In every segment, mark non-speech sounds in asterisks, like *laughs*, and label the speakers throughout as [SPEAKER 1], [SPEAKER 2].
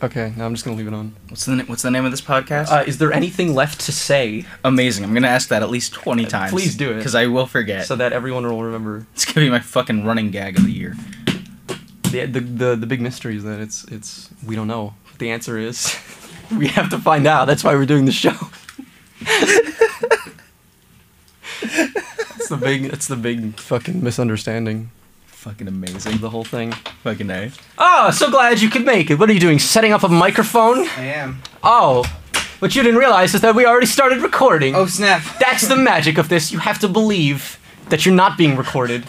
[SPEAKER 1] Okay, now I'm just gonna leave it on.
[SPEAKER 2] What's the what's the name of this podcast?
[SPEAKER 1] Uh, is there anything left to say
[SPEAKER 2] Amazing. I'm gonna ask that at least twenty
[SPEAKER 3] uh,
[SPEAKER 2] times.
[SPEAKER 1] please do it.
[SPEAKER 2] because I will forget.
[SPEAKER 1] so that everyone will remember?
[SPEAKER 2] it's gonna be my fucking running gag of the year.
[SPEAKER 1] The, the the the big mystery is that it's it's we don't know. The answer is *laughs* we have to find out. That's why we're doing the show. *laughs* That's the big. That's the big fucking misunderstanding
[SPEAKER 2] Fucking
[SPEAKER 1] of
[SPEAKER 2] amazing.
[SPEAKER 1] the whole thing.
[SPEAKER 2] Fucking A.
[SPEAKER 1] Oh, so glad you could make it. What are you doing? Setting up a microphone?
[SPEAKER 4] I am.
[SPEAKER 1] Oh, what you didn't realize is that we already started recording.
[SPEAKER 4] Oh snap!
[SPEAKER 1] That's the magic of this. You have to believe that you're not being recorded.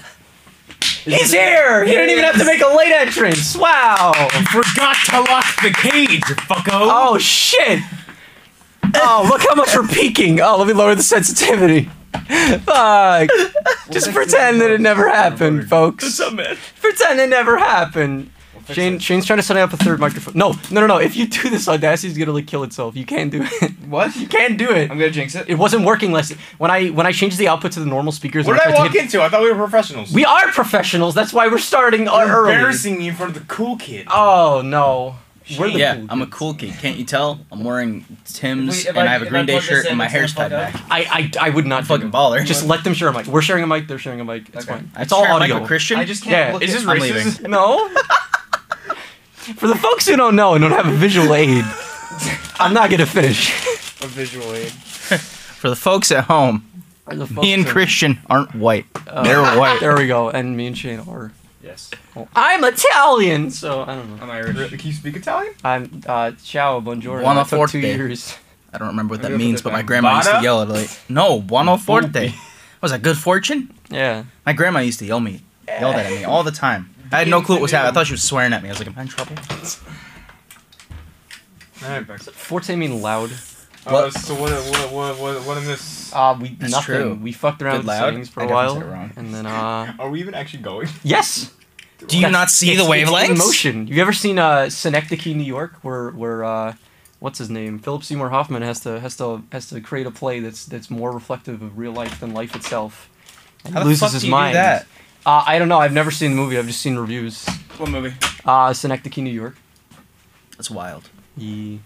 [SPEAKER 1] He's here! You didn't even have to make a late entrance. Wow.
[SPEAKER 3] Forgot to lock the cage, fucko.
[SPEAKER 1] Oh shit! Oh, look how much we're peaking. Oh, let me lower the sensitivity. Fuck. Just pretend that it never happened, folks.
[SPEAKER 3] man?
[SPEAKER 1] Pretend it never happened. Shane, Shane's trying to set up a third microphone. No, no, no, no. If you do this, Audacity's gonna like kill itself. You can't do it. *laughs*
[SPEAKER 4] What?
[SPEAKER 1] You can't do it.
[SPEAKER 4] I'm gonna jinx it.
[SPEAKER 1] It wasn't working last when I when I changed the output to the normal speakers.
[SPEAKER 5] What
[SPEAKER 1] and
[SPEAKER 5] did I
[SPEAKER 1] tried to
[SPEAKER 5] walk
[SPEAKER 1] hit-
[SPEAKER 5] into? I thought we were professionals.
[SPEAKER 1] We are professionals. That's why we're starting
[SPEAKER 5] You're
[SPEAKER 1] early.
[SPEAKER 5] embarrassing me in front of the cool kid.
[SPEAKER 1] Oh no. We're the
[SPEAKER 2] Yeah,
[SPEAKER 1] cool
[SPEAKER 2] I'm a
[SPEAKER 1] kids.
[SPEAKER 2] cool kid. Can't you tell? I'm wearing Tim's
[SPEAKER 4] Wait, if
[SPEAKER 2] and
[SPEAKER 4] I-
[SPEAKER 2] I, have a
[SPEAKER 4] if
[SPEAKER 2] Green
[SPEAKER 4] I
[SPEAKER 2] Day
[SPEAKER 4] plug this
[SPEAKER 2] shirt
[SPEAKER 4] in,
[SPEAKER 2] and my
[SPEAKER 4] does that
[SPEAKER 2] hair's
[SPEAKER 4] plug
[SPEAKER 2] tied
[SPEAKER 4] up?
[SPEAKER 2] back.
[SPEAKER 1] I, I, I would not
[SPEAKER 2] I'm
[SPEAKER 1] do
[SPEAKER 2] fucking
[SPEAKER 1] it.
[SPEAKER 2] baller.
[SPEAKER 1] Just let them share a mic. We're sharing a mic. They're sharing a mic. It's
[SPEAKER 4] Okay.
[SPEAKER 1] fine. It's all
[SPEAKER 2] Sure,
[SPEAKER 1] audio.
[SPEAKER 2] Michael Christian.
[SPEAKER 4] I just can't.
[SPEAKER 1] Yeah,
[SPEAKER 4] look
[SPEAKER 2] is
[SPEAKER 4] at-
[SPEAKER 2] this
[SPEAKER 4] I'm
[SPEAKER 2] racist?
[SPEAKER 4] leaving.
[SPEAKER 1] No. For the folks who don't know and don't have a visual aid, I'm not gonna finish.
[SPEAKER 4] A visual aid.
[SPEAKER 2] For the folks at home, me and Christian aren't white.
[SPEAKER 4] Oh.
[SPEAKER 2] They're white.
[SPEAKER 1] There we go. And me and Shane are.
[SPEAKER 4] Yes.
[SPEAKER 1] well, I'm Italian, so I don't know.
[SPEAKER 4] I'm Irish.
[SPEAKER 5] Can you speak Italian?
[SPEAKER 1] I'm uh, ciao, buongiorno.
[SPEAKER 2] Buona
[SPEAKER 1] I took two
[SPEAKER 2] forte.
[SPEAKER 1] years.
[SPEAKER 2] I don't remember what
[SPEAKER 5] Have
[SPEAKER 2] that
[SPEAKER 5] you ever
[SPEAKER 2] means,
[SPEAKER 5] been
[SPEAKER 2] but my
[SPEAKER 5] back?
[SPEAKER 2] grandma used to
[SPEAKER 5] Bada?
[SPEAKER 2] yell at me. No, buono forte. Was that good fortune?
[SPEAKER 1] Yeah.
[SPEAKER 2] My grandma used to yell me, yelled at me all the time. I had no clue what was happening. I thought she was swearing at me. I was like, "Am I in trouble?"
[SPEAKER 5] Alright, back.
[SPEAKER 1] Forte mean loud.
[SPEAKER 5] Uh, so what, what, what, what, what in this?
[SPEAKER 1] Uh, we
[SPEAKER 2] That's
[SPEAKER 1] nothing.
[SPEAKER 2] true.
[SPEAKER 1] We fucked around
[SPEAKER 2] Good
[SPEAKER 1] with
[SPEAKER 2] loud?
[SPEAKER 1] settings for
[SPEAKER 2] I
[SPEAKER 1] a
[SPEAKER 2] definitely
[SPEAKER 1] while,
[SPEAKER 2] said it wrong.
[SPEAKER 1] and then
[SPEAKER 2] *laughs*
[SPEAKER 1] uh,
[SPEAKER 5] Are we even actually going?
[SPEAKER 1] yes.
[SPEAKER 2] Do you
[SPEAKER 1] That's-
[SPEAKER 2] not see
[SPEAKER 1] it's-
[SPEAKER 2] the
[SPEAKER 1] it's in
[SPEAKER 2] wavelengths?
[SPEAKER 1] motion. You ever seen uh, Synecdoche, New York, where where uh, what's his name, Philip Seymour Hoffman has to has to has to create a play that's that's more reflective of real life than life itself. And
[SPEAKER 2] How
[SPEAKER 1] he
[SPEAKER 2] the
[SPEAKER 1] loses
[SPEAKER 2] fuck
[SPEAKER 1] his
[SPEAKER 2] do you do
[SPEAKER 1] mind.
[SPEAKER 2] that?
[SPEAKER 1] Uh, I don't know. I've never seen the movie. I've just seen reviews.
[SPEAKER 5] What movie?
[SPEAKER 1] Uh, Synecdoche, New York.
[SPEAKER 2] That's wild.
[SPEAKER 1] Ye-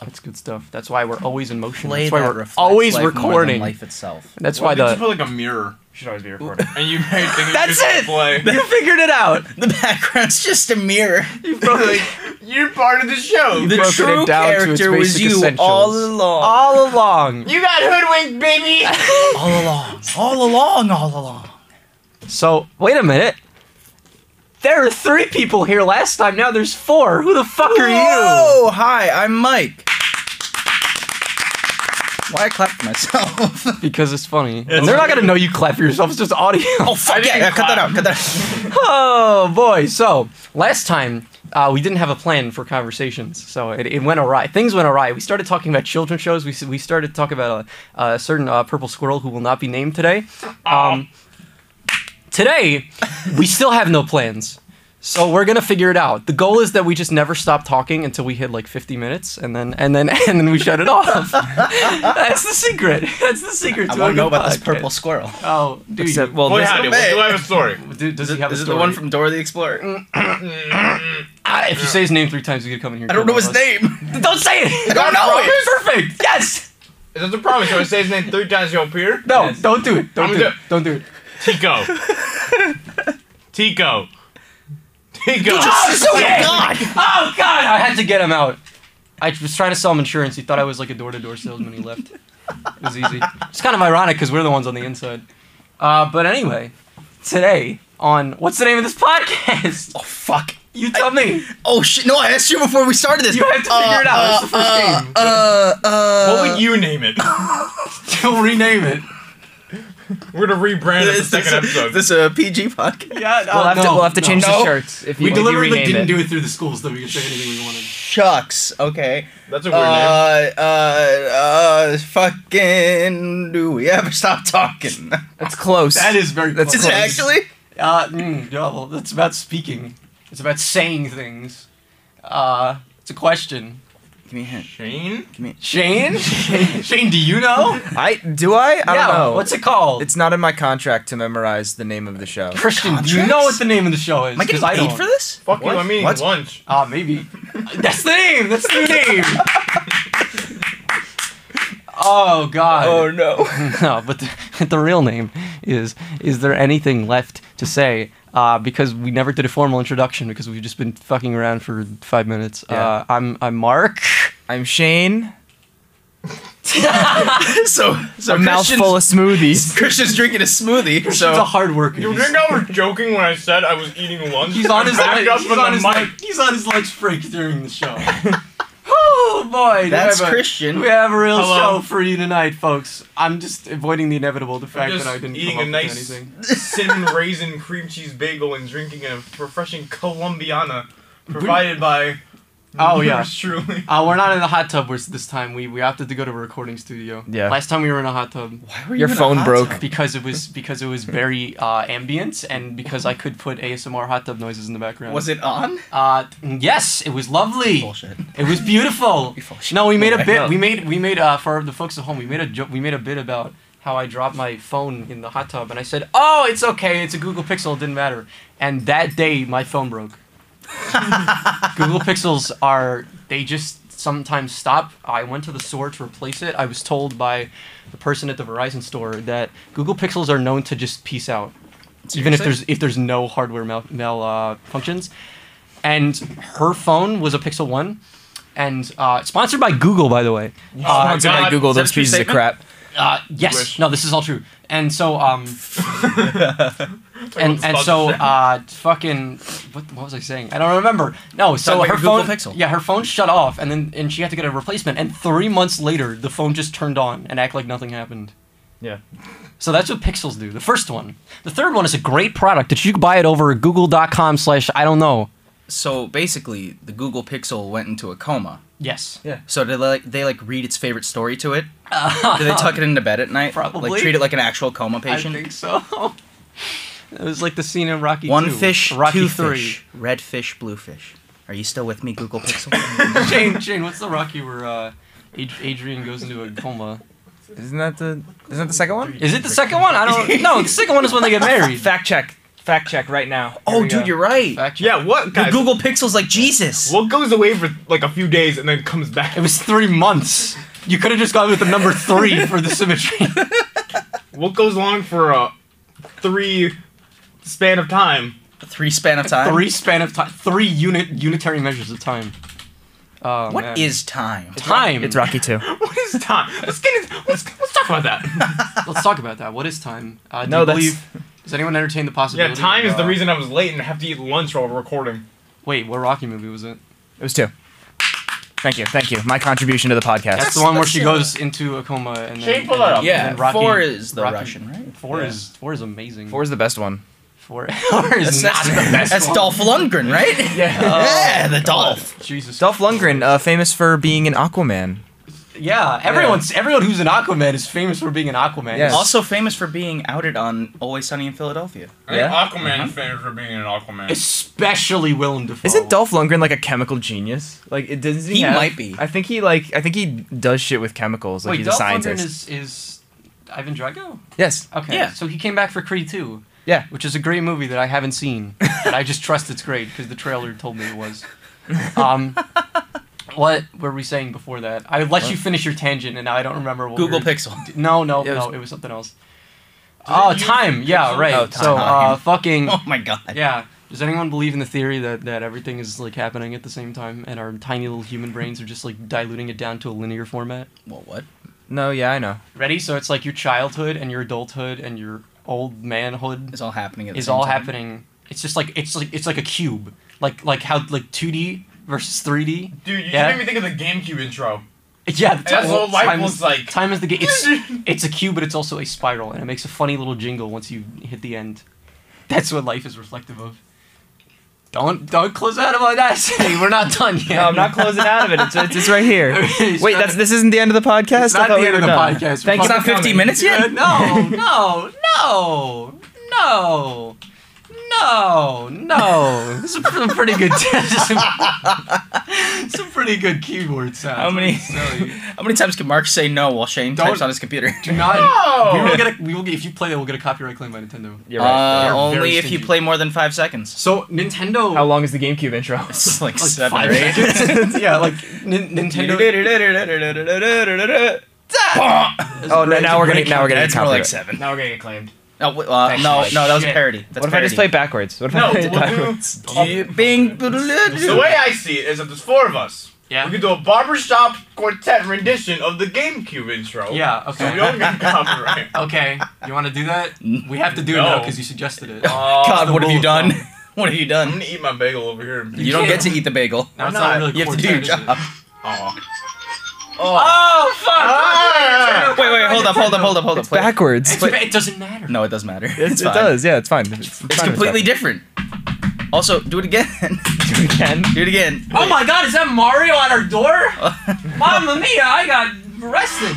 [SPEAKER 1] That's good stuff. That's why we're always in motion.
[SPEAKER 2] Play
[SPEAKER 1] that's why
[SPEAKER 2] that
[SPEAKER 1] we're
[SPEAKER 2] reflects
[SPEAKER 1] always
[SPEAKER 2] life more than
[SPEAKER 1] recording.
[SPEAKER 2] life itself. *laughs*
[SPEAKER 1] That's
[SPEAKER 5] Why
[SPEAKER 1] why
[SPEAKER 5] did you
[SPEAKER 1] the
[SPEAKER 5] put like a mirror? You should always be recording. and you made things
[SPEAKER 1] That's
[SPEAKER 5] just
[SPEAKER 1] it!
[SPEAKER 5] play.
[SPEAKER 1] you figured it out.
[SPEAKER 2] The background's just a mirror.
[SPEAKER 1] *laughs* You broke
[SPEAKER 5] *laughs* You're part of the show.
[SPEAKER 2] The
[SPEAKER 1] broken it
[SPEAKER 2] true
[SPEAKER 1] down to its
[SPEAKER 2] character was
[SPEAKER 1] basic
[SPEAKER 2] you
[SPEAKER 1] essentials.
[SPEAKER 2] all along.
[SPEAKER 1] all along.
[SPEAKER 5] you got hoodwinked, baby.
[SPEAKER 2] All along. All along. All along.
[SPEAKER 1] *laughs* So wait a minute. There were three people here last time. Now there's four. Who the fuck are you?
[SPEAKER 2] Oh, hi, I'm Mike. Why I clapped myself?
[SPEAKER 1] Because it's funny. And they're not gonna know you clap for yourself. It's just audio.
[SPEAKER 2] oh *laughs* fuck yeah! yeah, Cut that out. Cut that.
[SPEAKER 1] Oh boy. So last time uh, we didn't have a plan for conversations, so it, it went awry. Things went awry. We started talking about children's shows. We s- we started talking about a, a certain uh, purple squirrel who will not be named today. Um, today we still have no plans. So we're gonna figure it out. The goal is that we just never stop talking until we hit like 50 minutes, and then and then *laughs* and then we shut it off. *laughs* That's the secret. That's the secret.
[SPEAKER 2] I
[SPEAKER 1] to
[SPEAKER 2] want to
[SPEAKER 1] a
[SPEAKER 2] know
[SPEAKER 1] good
[SPEAKER 2] about this
[SPEAKER 1] podcast.
[SPEAKER 2] purple squirrel.
[SPEAKER 1] Oh, do you?
[SPEAKER 2] Except- well,
[SPEAKER 5] Well,
[SPEAKER 2] this-
[SPEAKER 5] yeah, do, do I have a story?
[SPEAKER 1] do, does he have
[SPEAKER 2] is
[SPEAKER 1] a
[SPEAKER 2] it
[SPEAKER 1] story? Mm.
[SPEAKER 2] the one from Dora the Explorer?
[SPEAKER 5] *laughs*
[SPEAKER 1] Ah, if you say his name three times, you could come in here.
[SPEAKER 2] I
[SPEAKER 1] and
[SPEAKER 2] don't know
[SPEAKER 1] kill
[SPEAKER 2] his
[SPEAKER 1] us.
[SPEAKER 2] name.
[SPEAKER 1] Don't say it.
[SPEAKER 5] don't know it.
[SPEAKER 1] Perfect. Yes.
[SPEAKER 5] That's a promise. So I say his name three times, he'll appear.
[SPEAKER 1] No. Don't do it. Don't
[SPEAKER 5] I'm
[SPEAKER 1] do it.
[SPEAKER 5] gonna-
[SPEAKER 1] Don't do it.
[SPEAKER 5] *laughs* Tico. Tico. Tico.
[SPEAKER 1] Oh god. Oh god. I had to get him out. I was trying to sell him insurance. He thought I was like a door-to-door salesman. He left. It was easy. It's kind of ironic because we're the ones on the inside. Uh, but anyway, today on what's the name of this podcast?
[SPEAKER 2] Oh fuck.
[SPEAKER 1] You tell me.
[SPEAKER 2] Oh shit! No, I asked you before we started this.
[SPEAKER 1] You have to figure it out. It's the first game.
[SPEAKER 2] Uh, uh.
[SPEAKER 5] What would you name it?
[SPEAKER 1] You'll rename it.
[SPEAKER 5] We're gonna rebrand it for the
[SPEAKER 2] Is this,
[SPEAKER 5] second
[SPEAKER 2] a,
[SPEAKER 5] episode.
[SPEAKER 2] this a PG podcast?
[SPEAKER 1] Yeah.
[SPEAKER 3] We'll have, to, we'll have to change
[SPEAKER 2] No.
[SPEAKER 3] the shirts if you,
[SPEAKER 1] We
[SPEAKER 3] if you
[SPEAKER 1] deliberately
[SPEAKER 3] rename
[SPEAKER 1] didn't
[SPEAKER 3] it.
[SPEAKER 1] do it through the schools, though we could say anything we wanted.
[SPEAKER 2] Shucks. Okay.
[SPEAKER 5] That's a
[SPEAKER 2] Uh,
[SPEAKER 5] weird name.
[SPEAKER 2] uh, uh, fucking. Do we ever stop talking?
[SPEAKER 3] That's close.
[SPEAKER 1] That is very.
[SPEAKER 3] That's
[SPEAKER 2] Is
[SPEAKER 1] close.
[SPEAKER 2] it
[SPEAKER 3] close.
[SPEAKER 2] actually?
[SPEAKER 1] Uh, mm, yeah, well, it's about speaking. It's about saying things. Uh, it's a question.
[SPEAKER 2] Give me a hint.
[SPEAKER 5] Shane?
[SPEAKER 2] Give me.
[SPEAKER 3] *laughs*
[SPEAKER 1] Shane?
[SPEAKER 5] Shane, do you know?
[SPEAKER 4] I do I? I
[SPEAKER 1] yeah,
[SPEAKER 4] don't know.
[SPEAKER 1] what's it called?
[SPEAKER 4] It's not in my contract to memorize the name of the show.
[SPEAKER 1] Christian, do you know what the name of the show is?
[SPEAKER 2] Am I getting
[SPEAKER 1] 'Cause I
[SPEAKER 2] paid
[SPEAKER 1] don't.
[SPEAKER 2] for this?
[SPEAKER 5] Fuck you, I'm eating
[SPEAKER 2] What?
[SPEAKER 5] lunch.
[SPEAKER 1] Ah, maybe. That's the name. That's the
[SPEAKER 3] *laughs*
[SPEAKER 1] name. oh God.
[SPEAKER 4] Oh no.
[SPEAKER 1] *laughs* no, Uh, but the, the real name is is there anything left to say? Uh, because we never did a formal introduction because we've just been fucking around for five minutes. Uh,
[SPEAKER 4] Yeah.
[SPEAKER 1] I'm
[SPEAKER 5] *laughs*
[SPEAKER 1] I'm Mark.
[SPEAKER 4] *laughs* I'm Shane.
[SPEAKER 2] *laughs* so, so
[SPEAKER 4] A mouthful of smoothies.
[SPEAKER 2] Christian's drinking a smoothie.
[SPEAKER 1] He's a
[SPEAKER 2] So
[SPEAKER 1] hard worker.
[SPEAKER 5] You think I was joking when I said I was eating lunch?
[SPEAKER 1] He's on
[SPEAKER 5] I *laughs*
[SPEAKER 1] his
[SPEAKER 5] backed
[SPEAKER 1] lunch.
[SPEAKER 5] up
[SPEAKER 1] He's
[SPEAKER 5] with
[SPEAKER 1] on
[SPEAKER 5] the
[SPEAKER 1] his
[SPEAKER 5] mic.
[SPEAKER 1] lunch. He's on his lunch break during
[SPEAKER 5] *laughs*
[SPEAKER 1] the show. oh boy, do
[SPEAKER 2] That's
[SPEAKER 1] we have a-
[SPEAKER 2] Christian.
[SPEAKER 1] We have a real
[SPEAKER 5] Hello.
[SPEAKER 1] show for you tonight, folks. I'm just avoiding the inevitable, the fact
[SPEAKER 5] just
[SPEAKER 1] that I didn't
[SPEAKER 5] eating
[SPEAKER 1] come up
[SPEAKER 5] a
[SPEAKER 1] with
[SPEAKER 5] nice
[SPEAKER 1] anything.
[SPEAKER 5] cinnamon raisin cream cheese bagel and drinking a refreshing Colombiana provided by.
[SPEAKER 1] Oh, yeah.
[SPEAKER 5] yours Truly.
[SPEAKER 1] Uh, we're not in a hot tub we're, this time. We we opted to go to a recording studio.
[SPEAKER 4] Yeah.
[SPEAKER 1] Last time we were in a hot tub
[SPEAKER 2] Why were you
[SPEAKER 4] Your
[SPEAKER 2] in a
[SPEAKER 4] phone
[SPEAKER 2] hot
[SPEAKER 4] broke.
[SPEAKER 2] tub?
[SPEAKER 1] because it was because it
[SPEAKER 2] *laughs*
[SPEAKER 1] was very uh, ambient and because I could put ASMR hot tub noises in the background.
[SPEAKER 2] Was it on?
[SPEAKER 1] Uh, yes, it was lovely.
[SPEAKER 2] Bullshit.
[SPEAKER 4] Oh
[SPEAKER 1] It was beautiful.
[SPEAKER 2] You full of shit.
[SPEAKER 1] no, we made a
[SPEAKER 2] No, I
[SPEAKER 1] bit.
[SPEAKER 2] know.
[SPEAKER 1] We made we made uh, for the folks at home. We made a jo- we made a bit about how I dropped my phone in the hot tub, and I said, "Oh, it's okay. It's a Google Pixel. It didn't matter." And that day, my phone broke. Google Pixels are they just sometimes stop. I went to the store to replace it. I was told by the person at the Verizon store that Google Pixels are known to just peace out, even if there's if there's no hardware mal, mal uh, functions. And her phone was a Pixel One, and uh, sponsored by Google, by the way. Uh,
[SPEAKER 4] Sponsored by
[SPEAKER 5] God.
[SPEAKER 4] Google.
[SPEAKER 2] Is that
[SPEAKER 4] Those
[SPEAKER 2] a true
[SPEAKER 4] pieces of
[SPEAKER 2] statement?
[SPEAKER 4] crap.
[SPEAKER 1] uh, yes,
[SPEAKER 5] Wish.
[SPEAKER 1] no, this is all true. And so, um, and and so,
[SPEAKER 5] Sponsorship.
[SPEAKER 1] uh, fucking, what, what was I saying? I don't remember. No, so
[SPEAKER 2] Talking about
[SPEAKER 1] her
[SPEAKER 2] your Google
[SPEAKER 1] phone,
[SPEAKER 2] Pixel.
[SPEAKER 1] yeah, her phone shut off, and then and she had to get a replacement. And three months later, the phone just turned on and act like nothing happened.
[SPEAKER 2] Yeah.
[SPEAKER 1] So that's what Pixels do. The first one, the third one is a great product that you can buy it over at Google.com/slash I don't know.
[SPEAKER 2] So basically, the Google Pixel went into a coma.
[SPEAKER 1] Yes.
[SPEAKER 2] Yeah. So did they like they like read its favorite story to it? Do they tuck it into bed at night?
[SPEAKER 1] Probably.
[SPEAKER 2] Like treat it like an actual coma
[SPEAKER 1] I
[SPEAKER 2] patient.
[SPEAKER 1] think so. *laughs* it was like the scene in Rocky.
[SPEAKER 2] One
[SPEAKER 1] II,
[SPEAKER 2] fish,
[SPEAKER 1] Rocky
[SPEAKER 2] two
[SPEAKER 1] III. *laughs*
[SPEAKER 2] fish, red fish, blue fish. Are you still with me, Google Pixel?
[SPEAKER 1] Shane, Shane, what's the Rocky where uh, Ad- Adrian goes into a coma?
[SPEAKER 4] *laughs* Isn't that the isn't that the second one?
[SPEAKER 1] Is it the second one? I *laughs* don't. No, the second one is when they get married.
[SPEAKER 3] Fact check. Fact check right now.
[SPEAKER 2] oh, dude, you're right.
[SPEAKER 1] Fact check.
[SPEAKER 5] Yeah, what?
[SPEAKER 2] The
[SPEAKER 5] Guys,
[SPEAKER 2] Google Pixel's like Jesus.
[SPEAKER 5] What goes away for like a few days and then comes back?
[SPEAKER 1] It was three months. You could have just gone with the number three for the symmetry.
[SPEAKER 5] What goes along for a three span of time? *laughs*
[SPEAKER 2] Three span of time.
[SPEAKER 1] *laughs* three span of time. Three unit unitary measures of time. Oh,
[SPEAKER 2] What
[SPEAKER 1] man.
[SPEAKER 2] is time?
[SPEAKER 1] time?
[SPEAKER 4] It's Rocky 2.
[SPEAKER 5] What is time? Let's get into, let's, let's talk about *laughs* that.
[SPEAKER 1] Let's talk about that. What is time? Uh, do
[SPEAKER 4] No,
[SPEAKER 1] you
[SPEAKER 4] that's-
[SPEAKER 1] believe? Does anyone entertain the possibility?
[SPEAKER 5] Yeah, time
[SPEAKER 1] of,
[SPEAKER 5] is the
[SPEAKER 1] uh,
[SPEAKER 5] reason I was late and have to eat lunch while recording.
[SPEAKER 1] Wait, what Rocky movie was it?
[SPEAKER 4] It was 2. Thank you. Thank you. My contribution to the podcast.
[SPEAKER 1] That's the one where she goes into a coma and then.
[SPEAKER 5] Shane, pull
[SPEAKER 1] and then-
[SPEAKER 5] that up.
[SPEAKER 2] Yeah,
[SPEAKER 1] and Rocky-
[SPEAKER 2] four is the
[SPEAKER 1] Rocky-
[SPEAKER 2] Russian, right?
[SPEAKER 1] Four
[SPEAKER 5] Yeah.
[SPEAKER 1] is four is amazing.
[SPEAKER 4] Four is the best one.
[SPEAKER 1] Four *laughs* hours. *laughs*
[SPEAKER 2] that's, *laughs* that's Dolph Lundgren, right? *laughs* Yeah, the Dolph.
[SPEAKER 1] Jesus.
[SPEAKER 4] Dolph Lundgren, uh, famous for being an Aquaman.
[SPEAKER 1] uh, Yeah, everyone's everyone who's an Aquaman is famous for being an Aquaman.
[SPEAKER 4] Yes.
[SPEAKER 2] Also famous for being outed on Always Sunny in Philadelphia.
[SPEAKER 5] I think
[SPEAKER 4] Yeah.
[SPEAKER 5] Aquaman
[SPEAKER 1] Uh-huh.
[SPEAKER 5] fans for being an Aquaman.
[SPEAKER 1] especially Willem Dafoe.
[SPEAKER 4] Isn't Dolph Lundgren like a chemical genius? Like it doesn't.
[SPEAKER 2] He
[SPEAKER 4] have-
[SPEAKER 2] might be.
[SPEAKER 4] I think he like. I think he does shit with chemicals. Like
[SPEAKER 1] Wait,
[SPEAKER 4] he's
[SPEAKER 1] Dolph
[SPEAKER 4] a scientist.
[SPEAKER 1] Lundgren is is Ivan Drago?
[SPEAKER 4] yes.
[SPEAKER 1] Okay,
[SPEAKER 2] Yeah.
[SPEAKER 1] so he came back for Creed 2,
[SPEAKER 4] Yeah.
[SPEAKER 1] which is a great movie that I haven't seen, but I just trust it's great because the trailer told me it was. Um, what were we saying before that? I let you finish your tangent, and now I don't remember what we
[SPEAKER 2] Google
[SPEAKER 1] were-
[SPEAKER 2] Pixel. *laughs*
[SPEAKER 1] No, no,
[SPEAKER 4] It was-
[SPEAKER 1] no, it was something else. Oh,
[SPEAKER 5] use
[SPEAKER 1] time. Yeah,
[SPEAKER 5] Pixel?
[SPEAKER 1] right.
[SPEAKER 4] Oh, time.
[SPEAKER 1] So, uh, fucking.
[SPEAKER 2] *laughs* Oh my god.
[SPEAKER 1] Yeah. Does anyone believe in the theory that, that everything is like happening at the same time and our tiny little human brains are just like diluting it down to a linear format?
[SPEAKER 2] Well, what?
[SPEAKER 4] No. Yeah, I know.
[SPEAKER 1] Ready? So it's like your childhood and your adulthood and your old manhood
[SPEAKER 2] It's all happening at the
[SPEAKER 1] is
[SPEAKER 2] same
[SPEAKER 1] all
[SPEAKER 2] time.
[SPEAKER 1] happening. It's just like it's like it's like a cube. Like like how like 2D versus 3D.
[SPEAKER 5] Dude, you just
[SPEAKER 1] Yeah.
[SPEAKER 5] made me think of the GameCube
[SPEAKER 1] *laughs*
[SPEAKER 5] intro.
[SPEAKER 1] Yeah, the
[SPEAKER 5] That's what life
[SPEAKER 1] time
[SPEAKER 5] was
[SPEAKER 1] is,
[SPEAKER 5] like.
[SPEAKER 1] Time is the game.
[SPEAKER 5] *laughs*
[SPEAKER 1] It's it's a cube, but it's also a spiral, and it makes a funny little jingle once you hit the end. That's what life is reflective of. Don't don't close out about that. *laughs* Say we're not done yet.
[SPEAKER 4] No,
[SPEAKER 1] *laughs*
[SPEAKER 4] I'm not closing out of it. It's, it's, it's right here.
[SPEAKER 1] It's
[SPEAKER 4] *laughs* Wait,
[SPEAKER 1] not-
[SPEAKER 4] that's this isn't the end of the podcast.
[SPEAKER 1] It's not
[SPEAKER 4] I thought
[SPEAKER 1] the
[SPEAKER 4] we
[SPEAKER 1] end of
[SPEAKER 4] were
[SPEAKER 1] the
[SPEAKER 4] done.
[SPEAKER 1] podcast.
[SPEAKER 4] Thank
[SPEAKER 2] It's
[SPEAKER 4] you.
[SPEAKER 1] *laughs*
[SPEAKER 2] not 15 minutes
[SPEAKER 1] Uh,
[SPEAKER 2] yet?
[SPEAKER 1] no, no, no, no, no, No, no. Some some pretty good, *laughs* some, some pretty good keyboard sounds.
[SPEAKER 2] How many-
[SPEAKER 1] So,
[SPEAKER 2] How many times can Mark say no while Shane types
[SPEAKER 1] Don't-
[SPEAKER 2] on his computer?
[SPEAKER 1] do
[SPEAKER 2] *laughs*
[SPEAKER 1] not.
[SPEAKER 5] No!
[SPEAKER 1] We will *laughs* get. A, we will get. If you play that, we'll get a copyright claim by Nintendo.
[SPEAKER 4] You're right.
[SPEAKER 2] Uh,
[SPEAKER 1] They're very
[SPEAKER 2] only if you
[SPEAKER 1] stingy.
[SPEAKER 2] play more than five
[SPEAKER 1] *laughs*
[SPEAKER 2] seconds.
[SPEAKER 1] So Nintendo.
[SPEAKER 4] How long is the GameCube intro?
[SPEAKER 2] It's like,
[SPEAKER 1] Like
[SPEAKER 2] seven
[SPEAKER 1] five
[SPEAKER 2] or eight. *laughs*
[SPEAKER 1] seconds. *laughs* yeah, like Nin- Nintendo.
[SPEAKER 4] Oh, no, now we're gonna now we're gonna
[SPEAKER 2] That's
[SPEAKER 4] get
[SPEAKER 2] more like
[SPEAKER 4] copyright.
[SPEAKER 2] seven.
[SPEAKER 3] Now we're getting acclaimed.
[SPEAKER 2] No, wait, uh,
[SPEAKER 3] Thanks,
[SPEAKER 2] no,
[SPEAKER 3] Mike.
[SPEAKER 2] no, that was
[SPEAKER 3] Shit.
[SPEAKER 2] parody. That's
[SPEAKER 4] What if I just play backwards? What if
[SPEAKER 5] No,
[SPEAKER 4] I did
[SPEAKER 5] we'll do-
[SPEAKER 4] backwards?
[SPEAKER 2] Bing.
[SPEAKER 5] The way I see it is that there's four of us.
[SPEAKER 1] Yeah.
[SPEAKER 5] We could do a barbershop quartet rendition of the GameCube intro.
[SPEAKER 1] Yeah.
[SPEAKER 5] So we
[SPEAKER 1] Okay.
[SPEAKER 5] don't get *laughs* copyright.
[SPEAKER 1] Okay. You want to do that? We have to do it
[SPEAKER 5] No.
[SPEAKER 1] now because you suggested it.
[SPEAKER 5] Oh,
[SPEAKER 2] God,
[SPEAKER 1] the
[SPEAKER 2] what have you
[SPEAKER 1] rule of
[SPEAKER 2] done?
[SPEAKER 1] thumb.
[SPEAKER 2] *laughs* What have you
[SPEAKER 5] I'm
[SPEAKER 2] done?
[SPEAKER 5] gonna eat my bagel over here. And
[SPEAKER 2] You don't get to eat the bagel.
[SPEAKER 1] Now it's
[SPEAKER 5] Why
[SPEAKER 1] not,
[SPEAKER 5] not?
[SPEAKER 1] really
[SPEAKER 2] You have to do your
[SPEAKER 1] quartet, is it?
[SPEAKER 2] job.
[SPEAKER 5] Aw.
[SPEAKER 1] *laughs* Oh fuck!
[SPEAKER 5] Ah!
[SPEAKER 2] Wait, wait, hold up, hold up, hold up, hold up.
[SPEAKER 4] It's
[SPEAKER 2] Play-
[SPEAKER 4] backwards.
[SPEAKER 1] It's- it doesn't matter.
[SPEAKER 2] No, it doesn't matter.
[SPEAKER 4] It's-
[SPEAKER 2] It's
[SPEAKER 4] it
[SPEAKER 2] fine.
[SPEAKER 4] does. Yeah, it's fine. It's,
[SPEAKER 2] It's completely different. Also, do it again.
[SPEAKER 4] different. Again.
[SPEAKER 2] *laughs* do it again.
[SPEAKER 1] Oh my god, is that Mario on our door? Mamma mia, I got arrested.